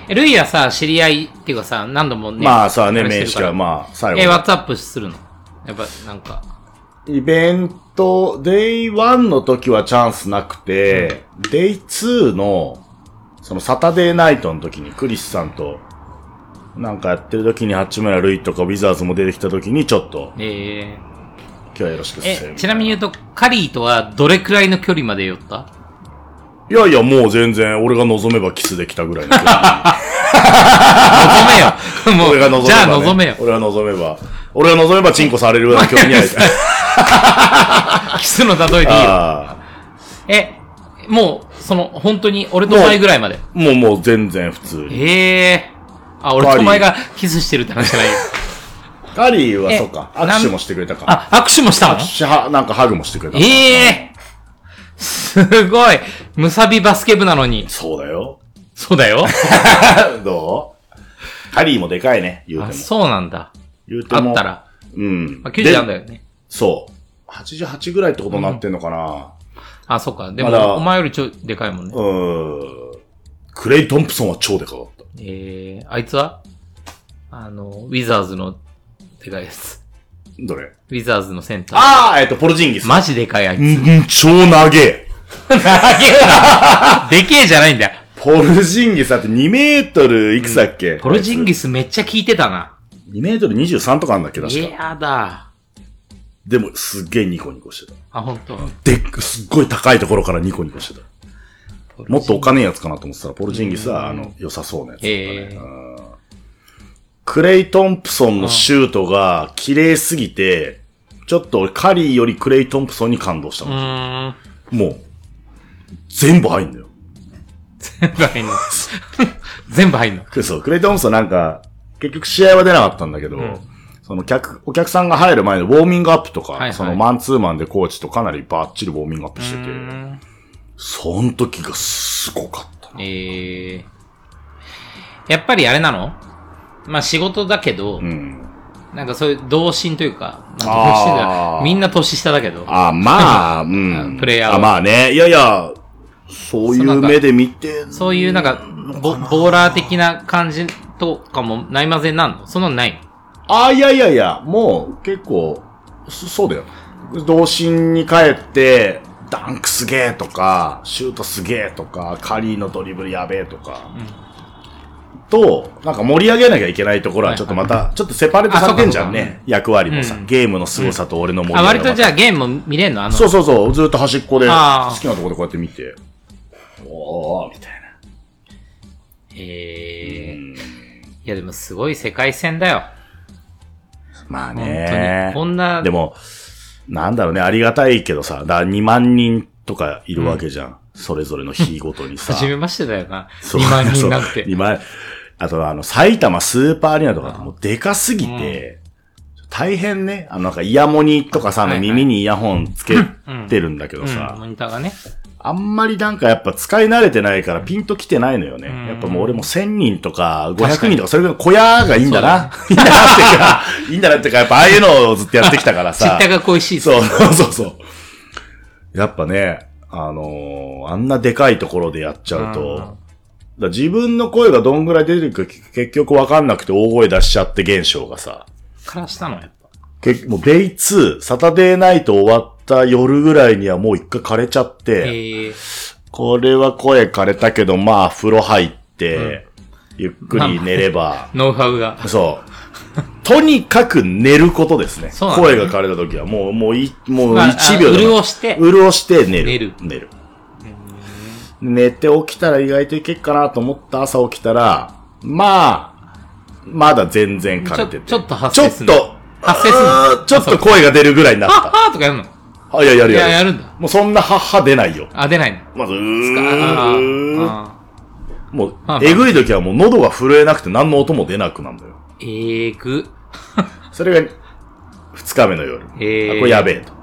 G: え、ルイはさ、知り合いっていうかさ、何度もね。
F: まあさ、ね、名
G: 名
F: 刺が、まあ、最
G: え、
F: 後
G: ワッ
F: の。
G: ツアップするのやっぱ、なんか。
F: イベント、デイ1の時はチャンスなくて、デイ2の、そのサタデーナイトの時にクリスさんと、なんかやってる時に八村塁とかウィザーズも出てきた時にちょっと、
G: ええ
F: 今日はよろしくっす
G: え、ちなみに言うと、カリーとはどれくらいの距離まで寄った
F: いやいや、もう全然、俺が望めばキスできたぐらいの距離。
G: 望
F: [laughs]
G: めよも
F: 俺が望めば、ね。
G: う、じゃあ望めよ。
F: 俺が望めば。俺が望めば、チンコされるような距離にあり
G: [laughs]
F: たい。
G: キスの例えでいいよ。
F: あ
G: え、もう、その、本当に、俺とお前ぐらいまで。
F: あ。もう、もう全然普通に。
G: ええあ、俺とお前がキスしてるって話じゃないよ。
F: カリーは、
G: え
F: そうか。
G: なん
F: 握手もしてくれたか。
G: あ、握手もしたの
F: しは、なんかハグもしてくれた。
G: ええすごい。むさびバスケ部なのに。
F: そうだよ。
G: そうだよ。
F: どうカリーもでかいね、言う
G: あ、
F: ても。
G: そうなんだ。
F: 言うて
G: あ
F: も。
G: った。ら。
F: うん。
G: まあ、90あんだよね。
F: そう。88ぐらいってことになってんのかな。
G: あ、そうか。でも、
F: まだ
G: お前よりちょ、でかいもんね。
F: うーん。クレイ・トンプソンは超でかかった。
G: ええあいつはあの、ウィザーズの、でかいやつ。
F: どれ
G: ウィザーズのセンター。
F: ああえっと、ポルジンギス。
G: マジでかいあいつ。
F: うん、超長え。
G: [laughs] でけえじゃないんだよ。
F: ポルジンギスだって2メートルいくつだっけ、
G: ポルジンギスめっちゃ効いてたな。
F: 2メートル23とかあんだっけ確か。
G: やだ。
F: でも、すっげえニコニコしてた。
G: あ、本当。
F: でっく、すっごい高いところからニコニコしてた。もっとお金やつかなと思ってたら、ポルジンギスは、あの、良さそうなやつだったね、
G: ええ
F: クレイ・トンプソンのシュートが、綺麗すぎて、ちょっと俺カリーよりクレイ・トンプソンに感動した
G: う
F: の。
G: ーん。
F: もう、全部入んだよ。
G: 全部入んの。 [laughs] 全部入んの。
F: そう、クレイトンプソンなんか、結局試合は出なかったんだけど、その客、お客さんが入る前のウォーミングアップとか、
G: いはい
F: そのマンツーマンでコーチとかなりバッチリウォーミングアップしてて、その時がすごかったな。
G: ええやっぱりあれなのまあ仕事だけど、
F: うん。
G: なんかそういう同心というか、まあ同心じ
F: あー
G: ゃないみんな年下だけど、
F: あ、まあ、うん。
G: プレイヤーは
F: あ、まあね。いやいや、そうい
G: そうな
F: うん
G: か
F: 目で見て、
G: そういうなんかボ、ボーラー的な感じとかもないまぜになんのそんなのない
F: あ、いやいやいや、もう結構、そそうだよ。童心に帰って、ダンクすげえとか、シュートすげえとか、カリーのドリブルやべえとか、と、なんか盛り上げなきゃいけないところはちょっとまた、ちょっとセパレートされてんじゃん
G: あそうか
F: ね。役割もさ、ゲームの凄さと俺の盛り
G: のあ、
F: 上げ
G: 割
F: が
G: とじゃあゲームも見れんのあの、
F: そうそうそう、ずっと端っこで、
G: あー
F: 好きなところでこうやって見て、おー、みたいな。
G: ええいやでもすごい世界戦だよ。
F: まあ
G: 本当
F: ね
G: に。こんな
F: でも、なんだろうね、ありがたいけどさ、だ2万人とかいるわけじゃん。それぞれの日ごとに
G: [laughs]
F: さ。
G: 初めましてだよな。
F: そ
G: 2
F: う
G: 万人なん
F: そう
G: て。
F: 2万あと、あの、埼玉スーパーアリーナとかってもうでかすぎて、大変ね。あの、なんかイヤモニとかさ、あ
G: は
F: の
G: いはい
F: 耳にイヤホンつけてるんだけど
G: うん、
F: さ
G: モ、ニターがね。
F: あんまりなんかやっぱ使い慣れてないからピンときてないのよね。
G: ん
F: やっぱもう俺も1000人とか
G: 確か
F: 500
G: に
F: 人とか、それぐらいの小屋がいいんだな。 [laughs] いいんだなっていうか、いいんだなっていうか、やっぱあ [laughs] あいうのをずっとやってきたから
G: 知
F: さ。
G: ったが恋しいっす
F: そうそうそうそう。やっぱね、あのーあんなでかいところでやっちゃうと、だから自分の声がどんぐらい出てるか結局わかんなくて大声出しちゃって現象がさ、
G: からしたの、やっぱ。
F: 結もうデイ2、サタデーナイト終わった夜ぐらいにはもう一回枯れちゃって、
G: えー、
F: これは声枯れたけど、まあ風呂入って、ゆっくり寝れば、
G: ノウハウが。
F: そう。とにかく寝ることですね。
G: そうなんだ
F: 声が枯れた時は、もう、もうい、もう
G: まあ
F: 1秒でも。
G: あ潤して
F: 潤して寝る。
G: 寝る
F: 寝る。寝て起きたら意外といけっかなと思った朝起きたら、まあ、まだ全然枯
G: ち
F: れ
G: ょ
F: てて。
G: ちょっと発生する
F: ちょっと、
G: 発生するの
F: あーちょっと声が出るぐらいになっ。
G: はったはーとかやるの
F: あ、いや、やる
G: い
F: や
G: や、
F: る。
G: やるんだ。
F: もうそんな母出ないよ。
G: あ、出ないの。
F: まず、う
G: あ
F: ーん。
G: ーあ
F: もう
G: あ、ー
F: えぐい時はもう喉が震えなくて何の音も出なくなるんだよ。
G: ー。えーぐ。
F: それが2日目の夜。
G: へー
F: あこれやべえと。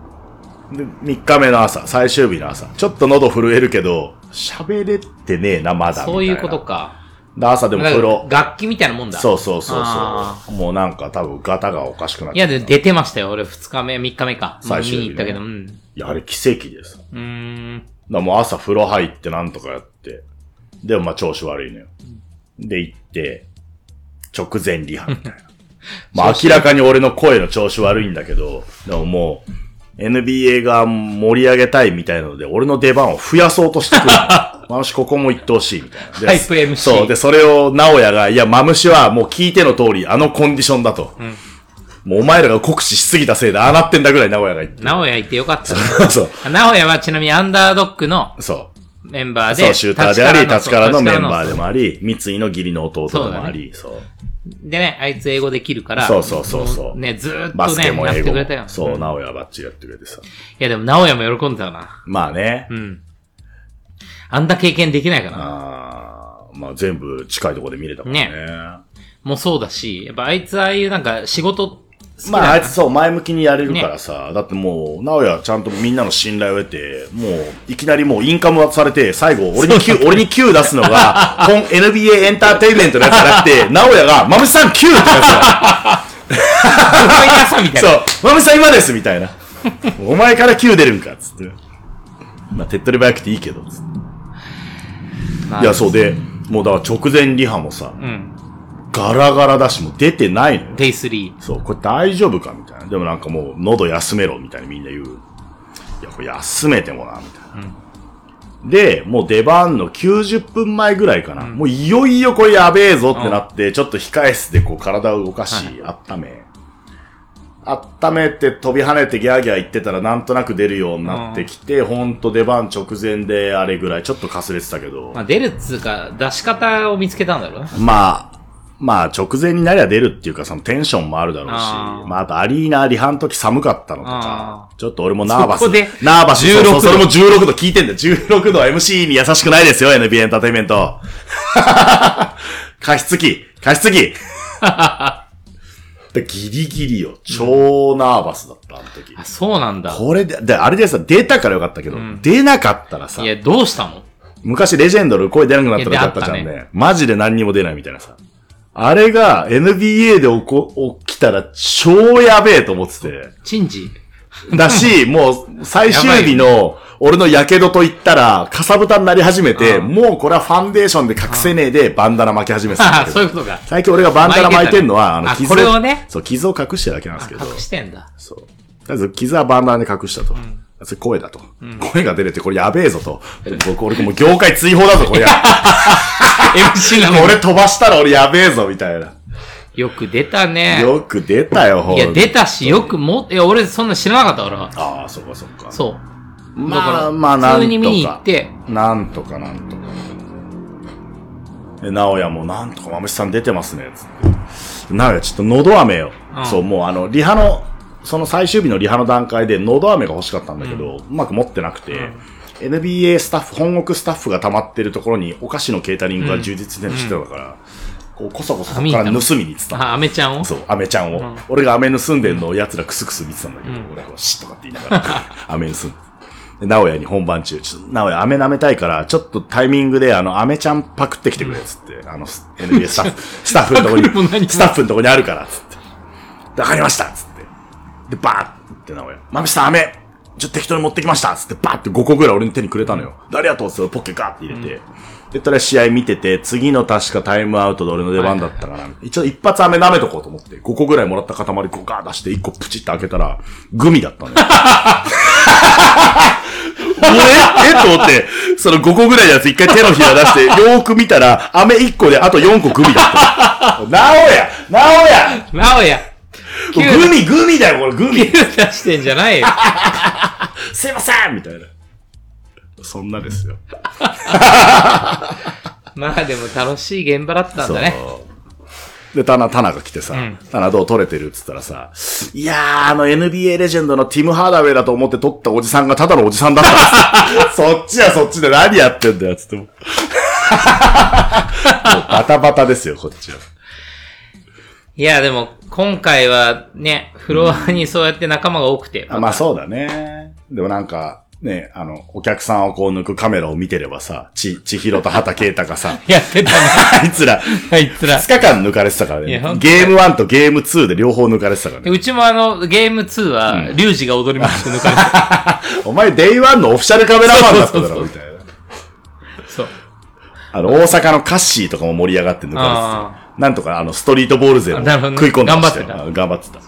F: で、3日目の朝、最終日の朝。ちょっと喉震えるけど、喋れてねえな、まだみたいな。
G: そういうこと。か。
F: で、朝でも風呂。
G: 楽器みたいなもんだ。
F: そうそうそう
G: あ
F: そう。もうなんか多分ガタがおかしくなって
G: いや、で出てましたよ。俺、二日目、三日目か。
F: 最終日ね
G: 見に行ったけど、うん。
F: いや、あれ奇跡です。だか
G: うーん。
F: らもう朝風呂入ってなんとかやって。でもまあ調子悪いのよ。で、行って、直前リハみたいな。まあ明らかに俺の声の調子悪いんだけど、でももう、NBA が盛り上げたいみたいなので、俺の出番を増やそうとしてくる。マムシここも行ってほしいみたいな。で
G: タイプ MC
F: そう。で、それを、直哉が、いや、マムシはもう聞いての通り、あのコンディションだと。もうお前らが酷使しすぎたせいで、ああなってんだぐらい直哉が言って。
G: 名古屋行ってよかったね。
F: [laughs]
G: [laughs]
F: そう。
G: 名古屋はちなみにアンダードックの
F: そう。
G: メンバーで。
F: そう、シューターであり、立
G: か
F: 川のメン
G: 立川
F: バー
G: の
F: でもあり、三井の義理の弟でもあり、そう,、
G: でね、あいつ英語できるから。
F: そうそうそうそう
G: もね、ずーっ
F: バ
G: と
F: ス
G: ね、
F: ケも
G: や
F: 英
G: って
F: 語
G: くれたよ
F: も。。そう、直哉バッチリやってくれてさ。
G: いや、でも、直哉も喜んでたよな。
F: まあね、
G: うん。あんだ経験できないかな。
F: あーまあ全部近いところで見れたからね。
G: ねもうそうだし、やっぱあいつああいうなんか仕事好きだ
F: ま
G: な
F: ああいつそう、前向きにやれるからさ、だってもう、直哉はちゃんとみんなの信頼を得て、もう、いきなりもうインカム渡されて、最後、俺に Q、俺に Q 出すの
G: [laughs]
F: が、こん NBA エンターテインメントのやつじゃなくて、直哉が、まむしさん Q ってやつだ。
G: 思い出さみたい
F: そ
G: な。
F: う、まみさん今ですみたいな。お前から Q 出るんかっつって。まあ、手っ取り早くていいけど、つって。
G: まあ
F: いや、そうで、もうだから直前リハもさ、
G: ん
F: ガラガラだし、もう出てないのよ。
G: デイ3。
F: そう、これ大丈夫かみたいな。でもなんかもう、喉休めろ、みたいにみんな言う。いや、これ休めてもな、みたいな。で、もう出番の90分前ぐらいかな。もういよいよこれやべえぞってなって、ちょっと控え室でこう体を動かし、温め。温めて飛び跳ねてギャーギャー言ってたらなんとなく出るようになってきて、ほんと出番直前であれぐらい、ちょっとかすれてたけど。
G: まあ、出るっつうか、出し方を見つけたんだろうな。
F: まあ、まあ直前になりゃ出るっていうか、そのテンションもあるだろうし、
G: あー
F: まああとアリーナリハの時寒かったのと
G: あ
F: か、ちょっと俺もナーバス。
G: そこで
F: ナーバス。
G: 16
F: そうそうそれも16度聞いてんだよ。16度 MC に優しくないですよ、NBA エンターテインメント。 [laughs] 加湿器加湿
G: [laughs]
F: 器でギリギリよ。超ナーバスだった、あの時
G: あ、。そうなんだ。
F: これで、で、あれでさ、出たからよかったけど、出なかったらさ
G: い、や、どうしたの
F: 昔レジェンドの声出なくなった
G: い
F: 時
G: や
F: あったじゃんね。
G: 出会っ
F: マジで何にも出ないみたいなさ。あれが NBA で起こ、起きたら超やべえと思ってて。
G: チンジ。
F: だ
G: [laughs]
F: し、もう最終日の俺の火傷と言ったら、かさぶたになり始めて、もうこれはファンデーションで隠せねえでバンダナ巻き始めてたん
G: あ
F: だ
G: あ、
F: け
G: そういう
F: ど。
G: ことか。
F: 最近俺がバンダナ巻いてんのは、
G: 巻いてたねあ
F: の、傷
G: これをね
F: そう、傷を隠してるだけなんですけど。
G: 隠してんだ。
F: そう。とりあえず、傷はバンダナで隠したと。それ声だと、声が出れて、これやべえぞと。僕、俺もう業界追放だぞ、これや。
G: [laughs] MC なの
F: 俺飛ばしたら俺やべえぞみたいな。
G: よく出たね。
F: よく出たよ、ほん
G: いや、出たし、よくも、いや、俺そんな知らなかった、俺は。
F: ああ、そっかそっか。
G: そう。
F: ま
G: だか
F: あ
G: ら
F: まあ、なんとか。
G: 普通に見に行って。
F: なんとかなんとか。で、直哉もなんとかまむしさん出てますね、つって。直哉ちょっと喉飴よ。
G: うん
F: そう、もうあの、リハの、その最終日のリハの段階で喉飴が欲しかったんだけど、うまく持ってなくて、NBA スタッフ、本国スタッフが溜まってるところにお菓子のケータリングが充実してるの知ってたから、こう、こそこそそこから盗みに行ってたの
G: あ、アメちゃんを
F: そう、アメちゃんを。俺がアメ盗んでんのを奴らクスクス見てたんだけど、俺はこうシッとかって言いなが [laughs] ら、アメ盗んで。で、直哉に本番中、ちょっと、直哉、アメ舐めたいから、ちょっとタイミングで、あの、アメちゃんパクってきてくれ、つって、あの、ス NBA スタッフ、スタッフのとこ
G: パクるも何
F: に、
G: も
F: スタッフのとこにあるから、つって。でわかりました、つって。で、バーって、直哉、まぶした、アメちょっと適当に持ってきましたっつって、バーって5個ぐらい俺の手にくれたのよ。でありがとうっつって、ポッケガーって入れて。で、たら試合見てて、次の確かタイムアウトで俺の出番だったから、一応一発飴舐めとこうと思って、5個ぐらいもらった塊5ガー出して、1個プチって開けたら、グミだったのよ。俺え [laughs] と思って、その5個ぐらいのやつ一回手のひら出 [laughs] して、よーく見たら、飴1個であと4個グミだったの。なおやなおや
G: なおや、キュー
F: グミ、グミだよ、これ、グミ
G: 出してんじゃないよ。 [laughs]
F: すいませんみたいな。そんなですよ。
G: まあでも楽しい現場だったんだね。
F: そうで、タナ、タナが来てさ、タナどう取れてるっつったらさ、いやー、あの NBA レジェンドのティム・ハーダウェイだと思って取ったおじさんがただのおじさんだったんですよ [laughs] そっちはそっちで何やってんだよ、つって [laughs] も。もうバタバタですよ、こっちは。
G: いや、でも、今回はね、フロアにそうやって仲間が多くて、
F: あまあそうだね。でもなんか、ね、あの、お客さんをこう抜くカメラを見てればさ、ち、ちひろと畑啓太がさ、 [laughs]
G: やってたね、
F: あいつら、
G: あ
F: [laughs]
G: いつら
F: 2。日間抜かれてたから
G: い
F: ね
G: や本。当
F: ゲーム1とゲーム2で両方抜かれてたから
G: で
F: ね。
G: うちもあの、ゲーム2は、リュウジが踊りまして抜かれた。
F: お前、デイ1のオフィシャルカメラマンだっただろ、みたいな。 [laughs]
G: そう。
F: あの、大阪のカッシーとかも盛り上がって抜かれてたよ。なんとか、あの、ストリートボール勢も
G: あなるほどね
F: 食い込んでましたよ。
G: 頑張
F: 頑張ってた。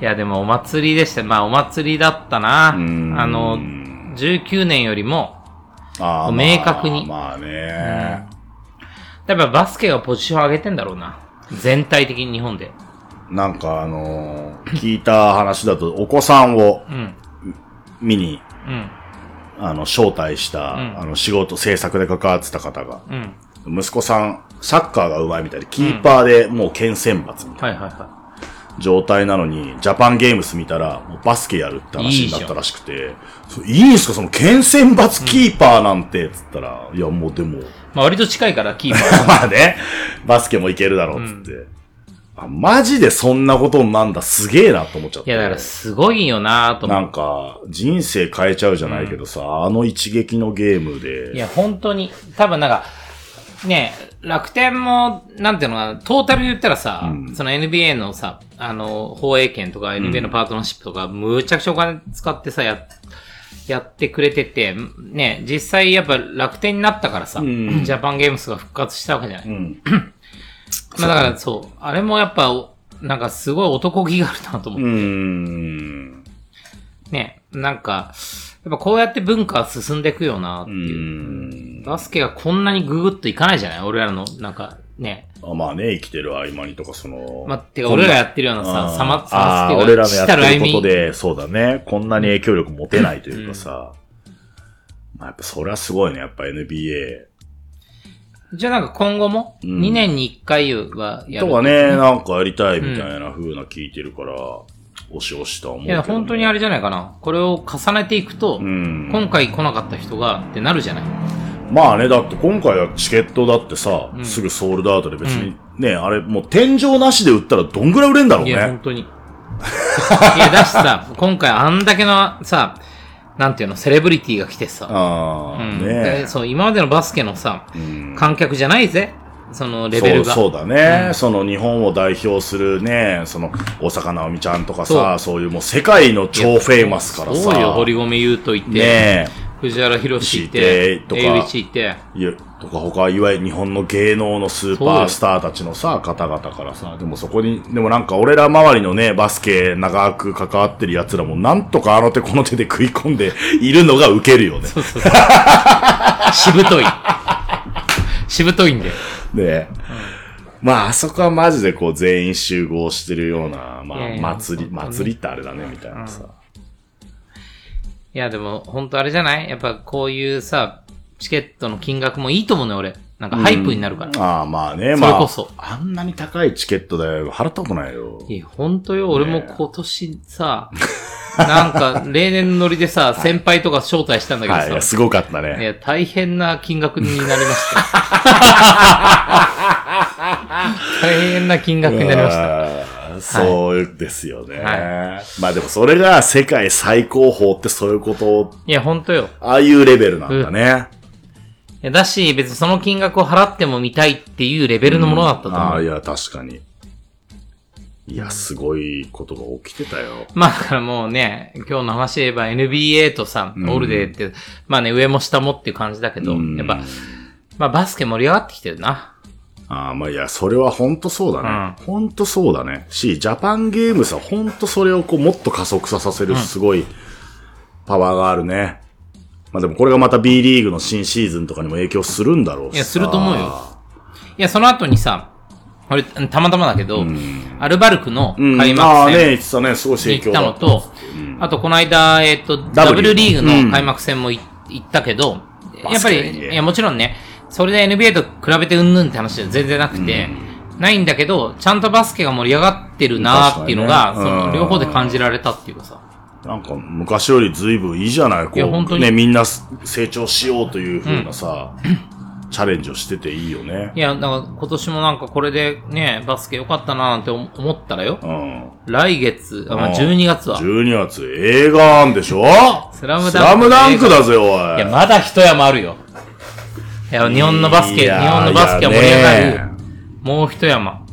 G: いや、でもお祭りでした。まあお祭りだったな。あの、19年よりも、
F: あー
G: 明確に
F: まあまあね。
G: やっぱバスケがポジション上げてんだろうな。全体的に日本で。
F: なんか、あのー聞いた話だと、お子さんを
G: うん。
F: 見に、
G: うん。
F: あの、招待した、あの、仕事、制作で関わってた方が、
G: うん。
F: 息子さん、サッカーが上手いみたいで、キーパーでもう県選抜みたいな。
G: はいはいは
F: 状態なのに、ジャパンゲームス見たら、もうバスケやるって話になったらしくて、そういいんすかその、県選抜キーパーなんて、つったら、いや、もうでも、 [laughs]
G: い。まあ割と近いから、キー [laughs] パー。
F: まあね、バスケもいけるだろう、つって、あ、マジでそんなことになんだ、すげえな、と思っちゃっ
G: い
F: て。
G: や、だからすごいよなと
F: な
G: 思っ
F: んか、人生変えちゃうじゃないけどさ、あの一撃のゲーム
G: て。い
F: で、
G: や、本当に。多分なんか、ね楽天も、なんていうのかな、トータルで言ったらさ、その NBA のさ、あの、放映権とか NBA のパートナーシップとか、むちゃくちゃお金使ってさ、や、やってくれてて、ね実際やっぱ楽天になったからさ、ジャパンゲームスが復活したわけじゃない。 [clears throat] まあだからそう、あれもやっぱ、おなんかすごい男気があるなと思っ
F: う
G: て
F: ーん、
G: ね、なんか、やっぱこうやって文化は進んでいくよなっていう。バスケがこんなにググッといかないじゃない俺らの、なんか、ね。
F: あまあね、生きてる合間にとか、その、
G: まあ、てか俺らやってるようなさ、さま、さ
F: ああ
G: まっ
F: ー、
G: てい
F: 俺
G: う
F: ら
G: か、
F: のや
G: し
F: って
G: たる
F: る
G: 歩
F: こと
G: み。
F: で、そうだね、こんなに影響力持てないというかさ、まあやっぱそれはすごいね、やっぱ NBA。
G: じゃあなんか今後も、2年に1回はやる。
F: とかね、なんかやりたいみたいな風な聞いてるから、押し押しとは思う
G: い
F: けど、
G: や、
F: ね。
G: 本当にあれじゃないかな。これを重ねていくと、
F: ん
G: 今回来なかった人がってなるじゃない。
F: まあね、だって今回はチケットだってさ、すぐソールドアウトで別に、ね、あれもう天井なしで売ったらどんぐらい売れんだろう
G: いや、本
F: ね。
G: 当に。いや、だしさ、今回あんだけのさ、なんていうの、セレブリティが来てさ、
F: ああ、
G: うん
F: ね
G: でそう、今までのバスケのさ、観客じゃないぜ。そのレベルが。
F: そうそうだね、その日本を代表するね、その大坂なおみちゃんとかさ、そういうもう世界の超フェイマスからさ、
G: そうよ、堀米優斗いて、
F: ねえ、
G: 藤原宏いて
F: いて、とか
G: 英一いて、 [laughs]
F: いやとか他、いわゆる日本の芸能のスーパースターたちのさ、方々からさ、でもそこに、でもなんか俺ら周りのね、バスケ長く関わってる奴らも、なんとかあの手この手で食い込んでいるのがウケるよね。
G: そうそうそう。しぶとい。しぶといんで。
F: ねまあ、あそこはマジでこう全員集合してるような、ま
G: いやい
F: あ、
G: や
F: 祭り、
G: 本当に
F: 祭りってあれだね、みたいなさ。
G: いや、でも、本当あれじゃないやっぱこういうさ、チケットの金額もいいと思うね、俺。なんかハイプになるから。
F: ああ、まあね、
G: そ
F: ま
G: れ
F: あ。
G: こそ
F: あんなに高いチケットだよ。払ったことないよ。
G: いや、ほんとよ、俺も今年さ、なんか、 [laughs] 例年のノリでさ、先輩とか招待したんだけどさ、
F: はい、すごかったね。
G: いや、大変な金額になりました。
F: [laughs]
G: 大変な金額になりました。
F: あーそうですよね。
G: は
F: まあでもそれが世界最高峰ってそういうこと、
G: いや、ほんとよ。
F: ああいうレベルなんだね。
G: いやだし、別にその金額を払っても見たいっていうレベルのものだったと思
F: ああ、
G: う。
F: いや、確かに。いや、すごいことが起きてたよ。
G: まあだからもうね、今日の話で言えば NBA とさ、オールデーって、まあね、上も下もっていう感じだけど、
F: うん
G: やっぱ、まあバスケ盛り上がってきてるな。
F: ああ、まあいや、それはほんとそうだね。
G: う
F: ほんとそうだね。し、ジャパンゲームさ、ほんとそれをこう、もっと加速させる、すごい、パワーがあるね。まあでもこれがまた B リーグの新シーズンとかにも影響するんだろうしさ
G: いやすると思うよ。いや、その後にさ、俺、たまたまだけど、アルバルクの
F: うん、
G: 開
F: ああ
G: 幕
F: ね、
G: 戦
F: 言ってたね、すごい
G: に
F: 盛
G: 行
F: 況
G: った
F: だ
G: の
F: った。
G: と、あとこの間、えっと、
F: W
G: W リーグの開幕戦もい行ったけど、
F: バ
G: やっ
F: ス
G: ぱ
F: ケ
G: り、いや、もちろんね、それで NBA と比べてうんぬんって話は全然なくて、ないんだけど、ちゃんとバスケが盛り上がってるなーっていうのが、
F: 確か
G: そ
F: にねうん
G: の、両方で感じられたっていうかさ。
F: なんか昔よりずいぶんいいじゃないこう
G: いや本当に
F: ね、みんな成長しようというふうなさ、 [clears throat] チャレンジをしてていいよね
G: い。や、なんか今年もなんかこれでね、バスケ良かったなーなんて思思ったらよ
F: う、ん。
G: 来月、あま
F: うん
G: あ、12月は、
F: 12月映画あんでしょ
G: スラムダンク
F: ダンクだぜ、お
G: い
F: い。
G: や、まだ一山あるよ。いや、日本のバス
F: い
G: ケ、日
F: や
G: 本のバスケは盛り上
F: い
G: が
F: や
G: る。もう一山。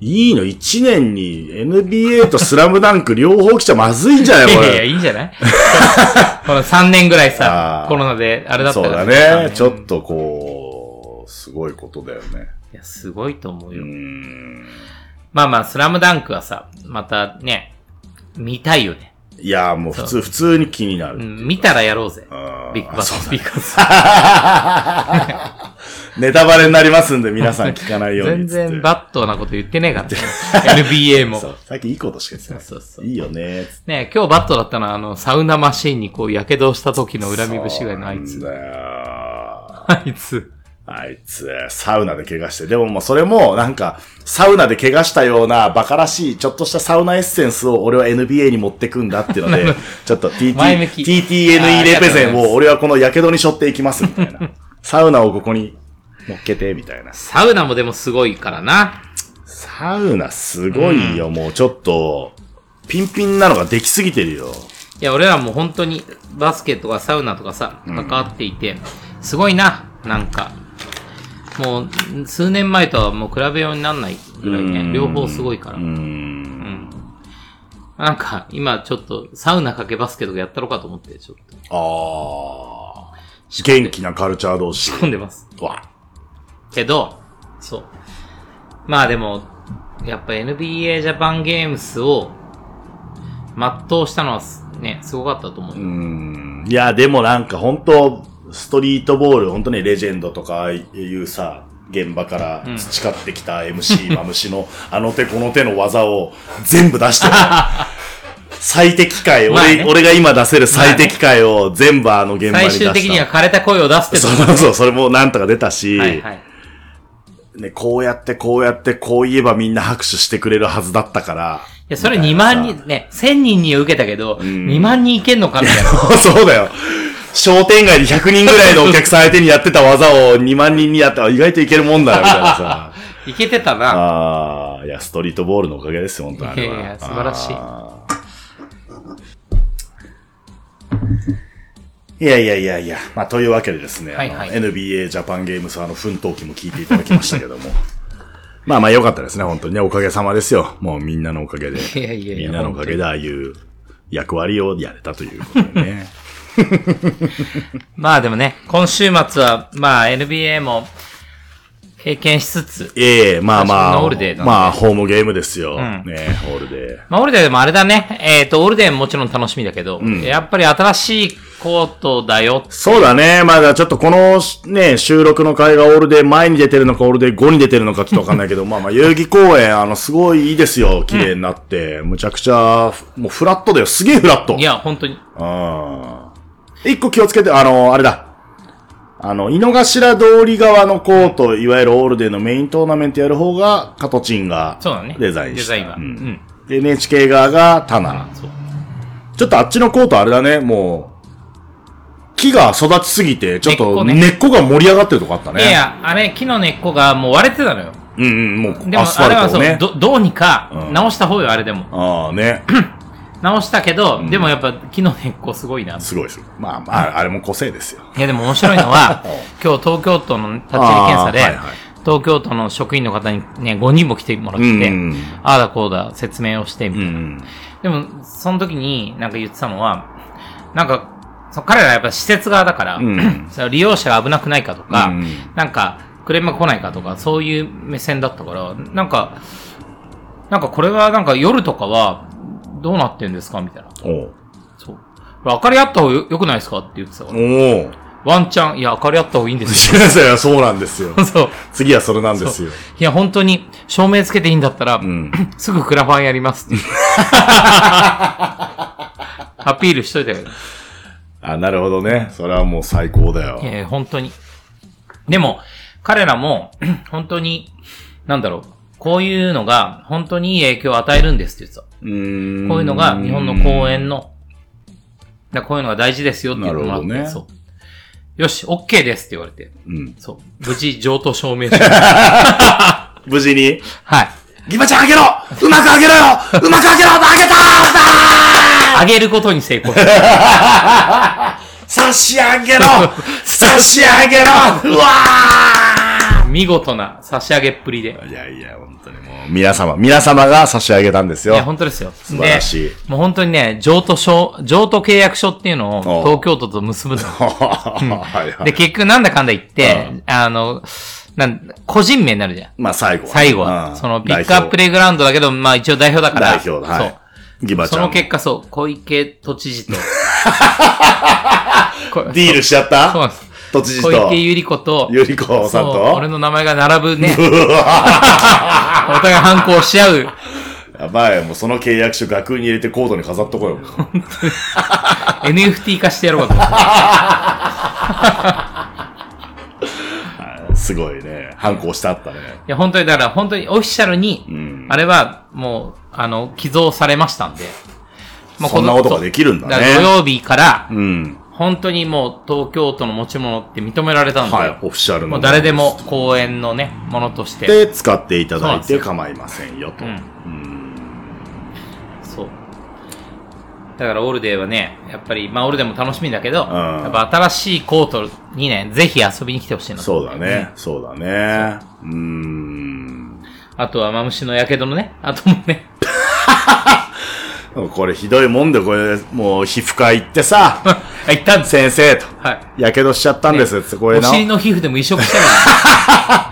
F: いいの ?1 年に NBA とスラムダンク両方来ちゃまずいんじゃない
G: い
F: こ
G: やいや、
F: れ。
G: いいんじゃない [laughs] この3年ぐら
F: あ
G: いさ
F: ー、
G: コロナであれだった
F: そ
G: か
F: う
G: ら
F: だね。ちょっとこう、すごいことだよね。
G: いや、すごいと思うよ。
F: うん。
G: まあまあ、スラムダンクはさ、またね、見たいよね。
F: いや、もう普通、普通に気になる。
G: うん、見たらやろうぜ
F: あー。
G: ビッグバ
F: そうだ
G: ス、ビッグバス。
F: [laughs] ネタバレになりますんで、皆さん聞かないようにっ
G: 全
F: つって。
G: 然バットなこと言ってねえからね。NBA
F: [laughs]
G: も。
F: そう。さっきいいことしか言ってない。
G: そうそうそう
F: いいよねっつって。
G: ね今日バットだったのは、あの、サウナマシーンにこう、火傷した時の恨み節がのあい
F: そう
G: つ。
F: なんだよ。
G: あいつ。
F: あいつ、サウナで怪我して。でももうそれも、なんか、サウナで怪我したような、バカらしい、ちょっとしたサウナエッセンスを俺は NBA に持ってくんだっていうので、ちょっと TT
G: 前向き
F: TTNE レペゼン
G: あーありがとうございます
F: を俺はこの火傷に背負っていきます、みたいな。サウナをここに乗っけて、みたいな。
G: サウナもでもすごいからな。
F: サウナすごいよ、もうちょっと、ピンピンなのができすぎてるよ。
G: いや、俺らも本当にバスケとかサウナとかさ、関わっていて、すごいな、なんか。もう、数年前とはもう比べようにならないぐらいね、両方すごいから。うんなんか、今ちょっと、サウナかけバスケとかやったろかと思って、ちょっ
F: あ
G: と、
F: あ。元気なカルチャー同士。
G: 混んでます。
F: わ。
G: けど、そう。まあでも、やっぱ NBA ジャパンゲームスを、全うしたのはすね、すごかったと思うよ。
F: いや、でもなんか本当ストリートボール、本当にレジェンドとかいうさ、現場から培ってきた
G: [laughs]
F: MC、マムシの、あの手この手の技を全部出してる。最適解、
G: まあね
F: 俺、俺が今出せる最適解を全部あの現場に出
G: 最
F: した。
G: 終的には枯れた声を出すって
F: そ
G: と
F: うそうそう、それもなんとか出たし、
G: はいはい。
F: ね、こうやってこうやってこう言えばみんな拍手してくれるはずだったから。
G: いや、それ2万人、ね、1000人には受けたけど、2万人いけんのか
F: [laughs]
G: みたいな。
F: そうだよ。商店街で100人ぐらいのお客さん相手にやってた技を2万人にやったら意外といけるもんだな、みたいな
G: [laughs]
F: さ。
G: いけてたな。
F: ああ、いや、ストリートボールのおかげですよ、本当にあれは。
G: いやいや素晴らしい
F: あーいやいやいやいや、まあ、というわけでですね、
G: はいはい
F: あの NBA ジャパンゲームスあの奮闘記も聞いていただきましたけども。 [laughs] まあまあ良かったですね、本当にね、おかげさまですよ。もうみんなのおかげで。
G: いやいやいや
F: みんなのおかげでああいう役割をやれたということでね。
G: まあでもね、今週末は、まあ NBA も経験しつつ、
F: ええまあま
G: 私
F: あ、
G: もノールデーなんで
F: まあ、ホームゲームですよ。
G: ん
F: ねホールデ
G: まあオールデンでもあれだね、えっ、と、オールデンもちろん楽しみだけど、やっぱり新しいコートだよ。
F: そうだね。まだちょっとこのね、収録の回がオールデー前に出てるのか、オールデー後に出てるのかちょっとわかんないけど、 [laughs] まあまあ、代々木公園、あの、すごいいいですよ。綺麗になって。むちゃくちゃ、もうフラットだよ。すげえフラット。
G: いや、本当に。
F: うん。一個気をつけて、あの、あれだ。あの、井の頭通り側のコート、いわゆるオールデーのメイントーナメントやる方が、カトチンが
G: そうだね。
F: デザイン
G: デ
F: した。
G: ザインは。う。
F: うんんで NHK 側がタナ。
G: そう。
F: ちょっとあっちのコートあれだね、もう、木が育ちすぎて、ちょっ
G: 根っ
F: と
G: こね
F: 根っこが盛り上がってるとこあったね。
G: いやいや、あれ、木の根っこがもう割れてたのよ。
F: うんうん、もう
G: でも、
F: アスフ
G: あれ
F: ァ
G: は
F: ルト
G: そ
F: を
G: う、
F: ね。
G: どどうにか
F: うん
G: 直した方よ、あれでも。
F: ああ
G: [clears throat]
F: ね。
G: 直したけど、でもやっぱ木の根っこすごいな。
F: すごいですよ。まあまあ、あれも個性ですよ。 [laughs]
G: いやでも面白いのは、今日東京都の立ち入り検査
F: あ
G: で、
F: ーはいはい
G: 東京都の職員の方にね、5人も来てもらって、
F: うん
G: ああだこうだ説明をして、
F: う。
G: みたいなんでも、その時になんか言ってたのは、なんか、その彼らはやっぱ施設側だから、
F: ん
G: [clears throat] その利用者が危なくないかとか、
F: うん
G: なんか、クレームが来ないかとか、そういう目線だったから、なんか、なんかこれはなんか夜とかは、どうなってんですかみたいな。
F: おう
G: そう。これ明かりあった方がよよくないですかって言ってたか
F: お
G: ら。
F: う [laughs]
G: ワンチャン、いや、明かりあった方がいいんです
F: いやいやそうなんですよ。
G: よ。そう。
F: 次はそれなんですよ。
G: いや、本当に、照明つけていいんだったら、
F: ん
G: すぐクラファンやり
F: [laughs]
G: ますって。アピールしといたけど。
F: あ、なるほどね。それはもう最高だよ。
G: えー本当に。でも、彼らも、 [clears throat] 本当に、なんだろう、こういうのが、本当にいい影響を与えるんですって言ってた。
F: うーん
G: こういうのが、日本の公演の、だこういうのが大事ですよって言ってもらって、
F: なるほどね
G: そう。よし、OK ですって言われて。
F: うん
G: そう。無事、上等証明
F: [laughs]
G: 書。は
F: 無事に、
G: い。
F: ギバちゃんあげろうまくあげろようまくあげろあげた
G: あげることに成功した。 [laughs]
F: 差し上 [laughs] げろ差し上げろうわ
G: 見事な差し上げっぷりで。
F: ーいやいや、本当にもう、皆様、皆様が差し上げたんです
G: い
F: よ。
G: や、本当ですよ。素
F: 晴らしい
G: もう本当にね、譲渡書、譲渡契約書っていうのを
F: お
G: 東京都と結ぶの。
F: [laughs] はいは
G: で、
F: い。
G: 結局なんだかんだ言って、
F: う
G: あの、なん、個人名になるじゃん。
F: まあ最後は。
G: 最後は。
F: うん
G: その、ピックアップ
F: 代
G: レイグラウンドだけど、まあ一応代表だから。
F: 表代表だ。は
G: そ。。
F: いうギバち
G: そ
F: ゃん。
G: の結果、そう、小池都
F: [laughs]
G: 知事と。こ
F: ディールしちゃっ
G: そうなん
F: た
G: です。
F: 都知事と、
G: 小池百合子と、
F: ゆりこさん
G: そう俺
F: と。
G: の名前が並
F: [laughs]
G: ぶね。お互い反抗し合う。
F: やばい、もうその契約書額に入れてコードに飾っとこうよ。
G: [laughs] NFT 化してやろうかと思って。
F: すごいね。反抗してあったね。
G: いや、本当に、だから本当にオフィシャルに、あれはもう、あの、寄贈されましたんで。もう
F: そんなことができるんだね
G: から土曜日から、
F: うん。
G: 本当にもう東京都の持ち物って認められたんで、
F: はい、オフィシャルの。
G: もう誰でも公演のね、ものとして、
F: で使っていただい
G: そうなんです
F: て
G: よ
F: 構いませんよと。
G: うんそう。だからオールデーはね、やっぱり、まあオールデーも楽しみだけど、やっぱ新しいコートにね、ぜひ遊びに来てほしいなと
F: そうだね。そうだね。うーん。
G: あとはマムシのやけどのね、あともね、 [laughs]
F: これひどいもんで、これ、もう皮膚科行ってさ、 [laughs]
G: あ、行ったんです
F: 先生と。
G: はい。
F: やけどしちゃったんですって、これ
G: お
F: な、
G: 尻
F: 治
G: の皮膚でも移植した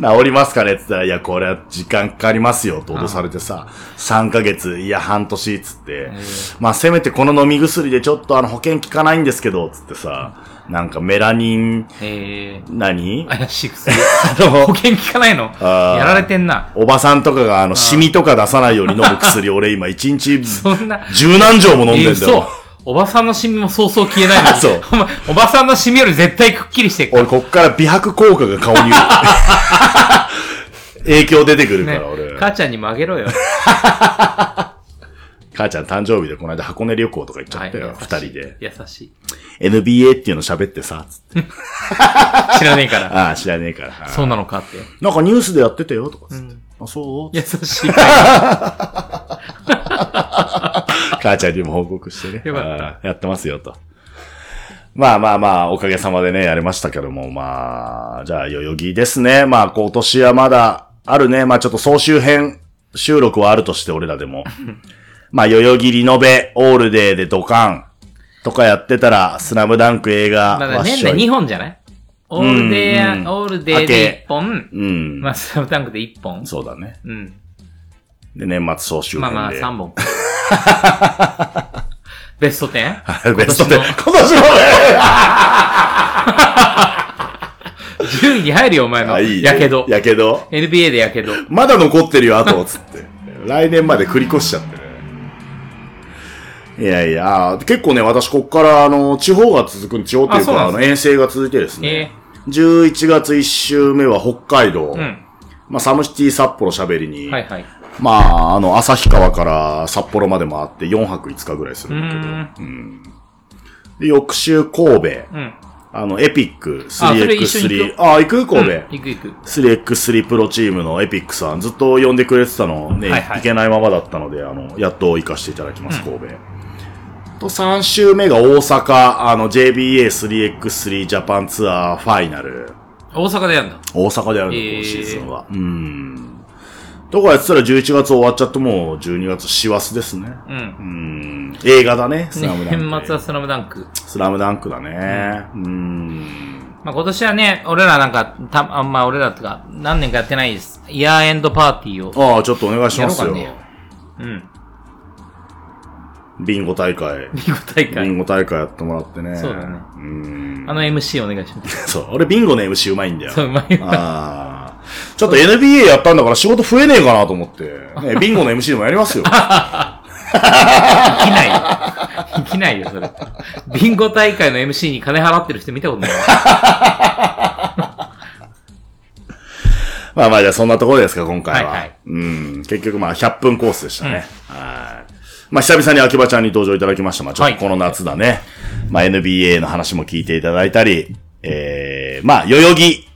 G: ら、
F: りますかねって言ったら、いや、これは時間かかりますよと脅されてさ、3ヶ月、いや、半年っつって、まあ、せめてこの飲み薬でちょっとあの保険効かないんですけど、つってさ、なんかメラニン、
G: えー、
F: 何
G: 怪しい薬。
F: の
G: 保険効かないの
F: あー
G: やられてんな。
F: おばさんとかが、あの、シミとか出さないように飲む [laughs] 薬、俺今、一日、
G: そんな。
F: 十何錠も飲んでんだ
G: そ
F: よ
G: う。。おばさんのシミもそうそう消えないのに。
F: そう
G: お前おばさんのシミより絶対くっきりしてるから
F: 俺、こっから美白効果が顔
G: [laughs]
F: に、影響出てくるから、
G: ね
F: 俺。
G: 母ちゃんにもあげろよ。
F: 母ちゃん誕生日でこの間箱根旅行とか行っちゃったよ、
G: 優しい
F: 二人で。
G: 優しい。
F: NBA っていうの喋ってさ、つって
G: 知らねえから。
F: [laughs] ああ、知らねえから。ああ
G: そうなのかって。
F: なんかニュースでやってたよ、とかつって。あ、そう
G: 優しい。
F: [laughs] 母ちゃんにも報告してね。
G: よかった
F: ああやってますよ、と。まあまあまあ、おかげさまでね、やりましたけども、まあ、じゃあ、代々木ですね。まあ、今年はまだあるね。まあ、ちょっと総集編収録はあるとして、俺らで
G: [laughs]
F: も。まあ、代々木リノベ、オールデーでドカンとかやってたら、スラムダンク映画、
G: ま
F: わ
G: だ
F: っ
G: 年
F: しょ
G: 内
F: い
G: 2本じゃないオールデ
F: うんうん
G: ー、オールデーで1本、
F: うん。
G: まあ、スラムダンクで1本。
F: そうだね。
G: うん。
F: で、年末総集編
G: まあ
F: で。
G: まあ、3本。
F: [laughs]
G: ベスト 10?
F: [laughs] ベストで。
G: 今
F: 今
G: 年の
F: 年のね
G: 10位に入るよ、お前の。
F: [laughs] あいい
G: やけど。
F: やけど。
G: NBA でやけど。
F: まだ残ってるよ、あと、つっ
G: [laughs]
F: て。来年まで繰り越しちゃってる。いやいや、あー結構ね、私、こっから、あの、地方が続く、地方という
G: あそう
F: か、
G: な
F: あ
G: んです
F: の、
G: ね
F: 遠征が続いてです
G: え
F: ね。11月1週目は北海道。
G: ん
F: まあ、サムシティ札幌喋りに。
G: ー、はいはい。
F: まあ、あの、旭川から札幌まで回って4泊5日ぐらいするんだけど。で翌週神戸。
G: ん
F: あの、エピック
G: あそれ一緒に
F: 3x3
G: 行。
F: あ、行く神戸。
G: 行く行く。
F: 3x3 プロチームのエピックさん、ずっと呼んでくれてたのね、
G: はい
F: い
G: はい
F: けないままだったので、あの、やっと行かせていただきます、神戸。と、3週目が大阪、あの、JBA3x3 ジャパンツアーファイナル。
G: 大阪でやんだ。
F: 大阪でやるの、
G: えー
F: 今シーズンは。うん。とかやってたら11月終わっちゃってもう12月師走ですね。
G: うん。
F: うん。映画だね、ス
G: ね
F: ラムダンク。
G: 年末はスラムダンク。
F: スラムダンクだね。うん。
G: まあ、今年はね、俺らなんか、た、あんま俺らとか、何年かやってないです。イヤーエンドパーティーを。
F: ああ、ちょっとお願いしますよ。
G: やろうかうん。
F: ビンゴ大会。
G: ビンゴ大
F: ビン
G: 会。
F: ゴ大会やってもらってね。
G: そうだね
F: うん。
G: あの MC お願いします。
F: そう。俺ビンゴね、牛うまいんだよ。
G: そう、うまいわ。
F: ああ。ちょっと NBA やったんだから仕事増えねえかなと思って。ね、ビンゴの MC でもやりますよ。
G: できないよ。できないよ、それ。ビンゴ大会の MC に金払ってる人見たことない [laughs] わ。
F: まあまあじゃあそんなところですか、今回は。
G: はいはい
F: うん。結局まあ100分コースでしたね。はい。まあ久々に秋葉ちゃんに登場いただきました。まあちょっ
G: は
F: と
G: い
F: この夏だね。まあ NBA の話も聞いていただいたり、えー、まあ代々木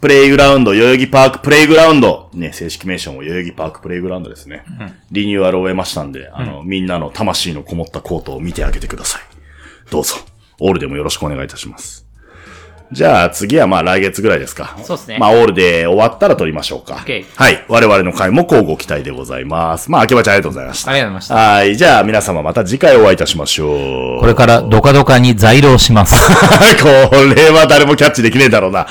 F: プレイグラウンド、代々木パークプレイグラウンド。ね、正式名称も代々木パークプレイグラウンドですね。リニューアルを終えましたんで、あの、みんなの魂のこもったコートを見てあげてください。どうぞ。オールでもよろしくお願いいたします。じゃあ次はまあ来月ぐらいですか。
G: そうですね
F: まあオールで終わったら撮りましょうか。
G: OK
F: はい。我々の回も交互期待でございます。まあ、秋葉ちゃんありがとうございました。
G: ありがとうございました
F: はい。じゃあ皆様また次回お会いいたしましょう。 [laughs]
G: これからドカドカに在労します。
F: これは誰もキャッチできねえだろうな。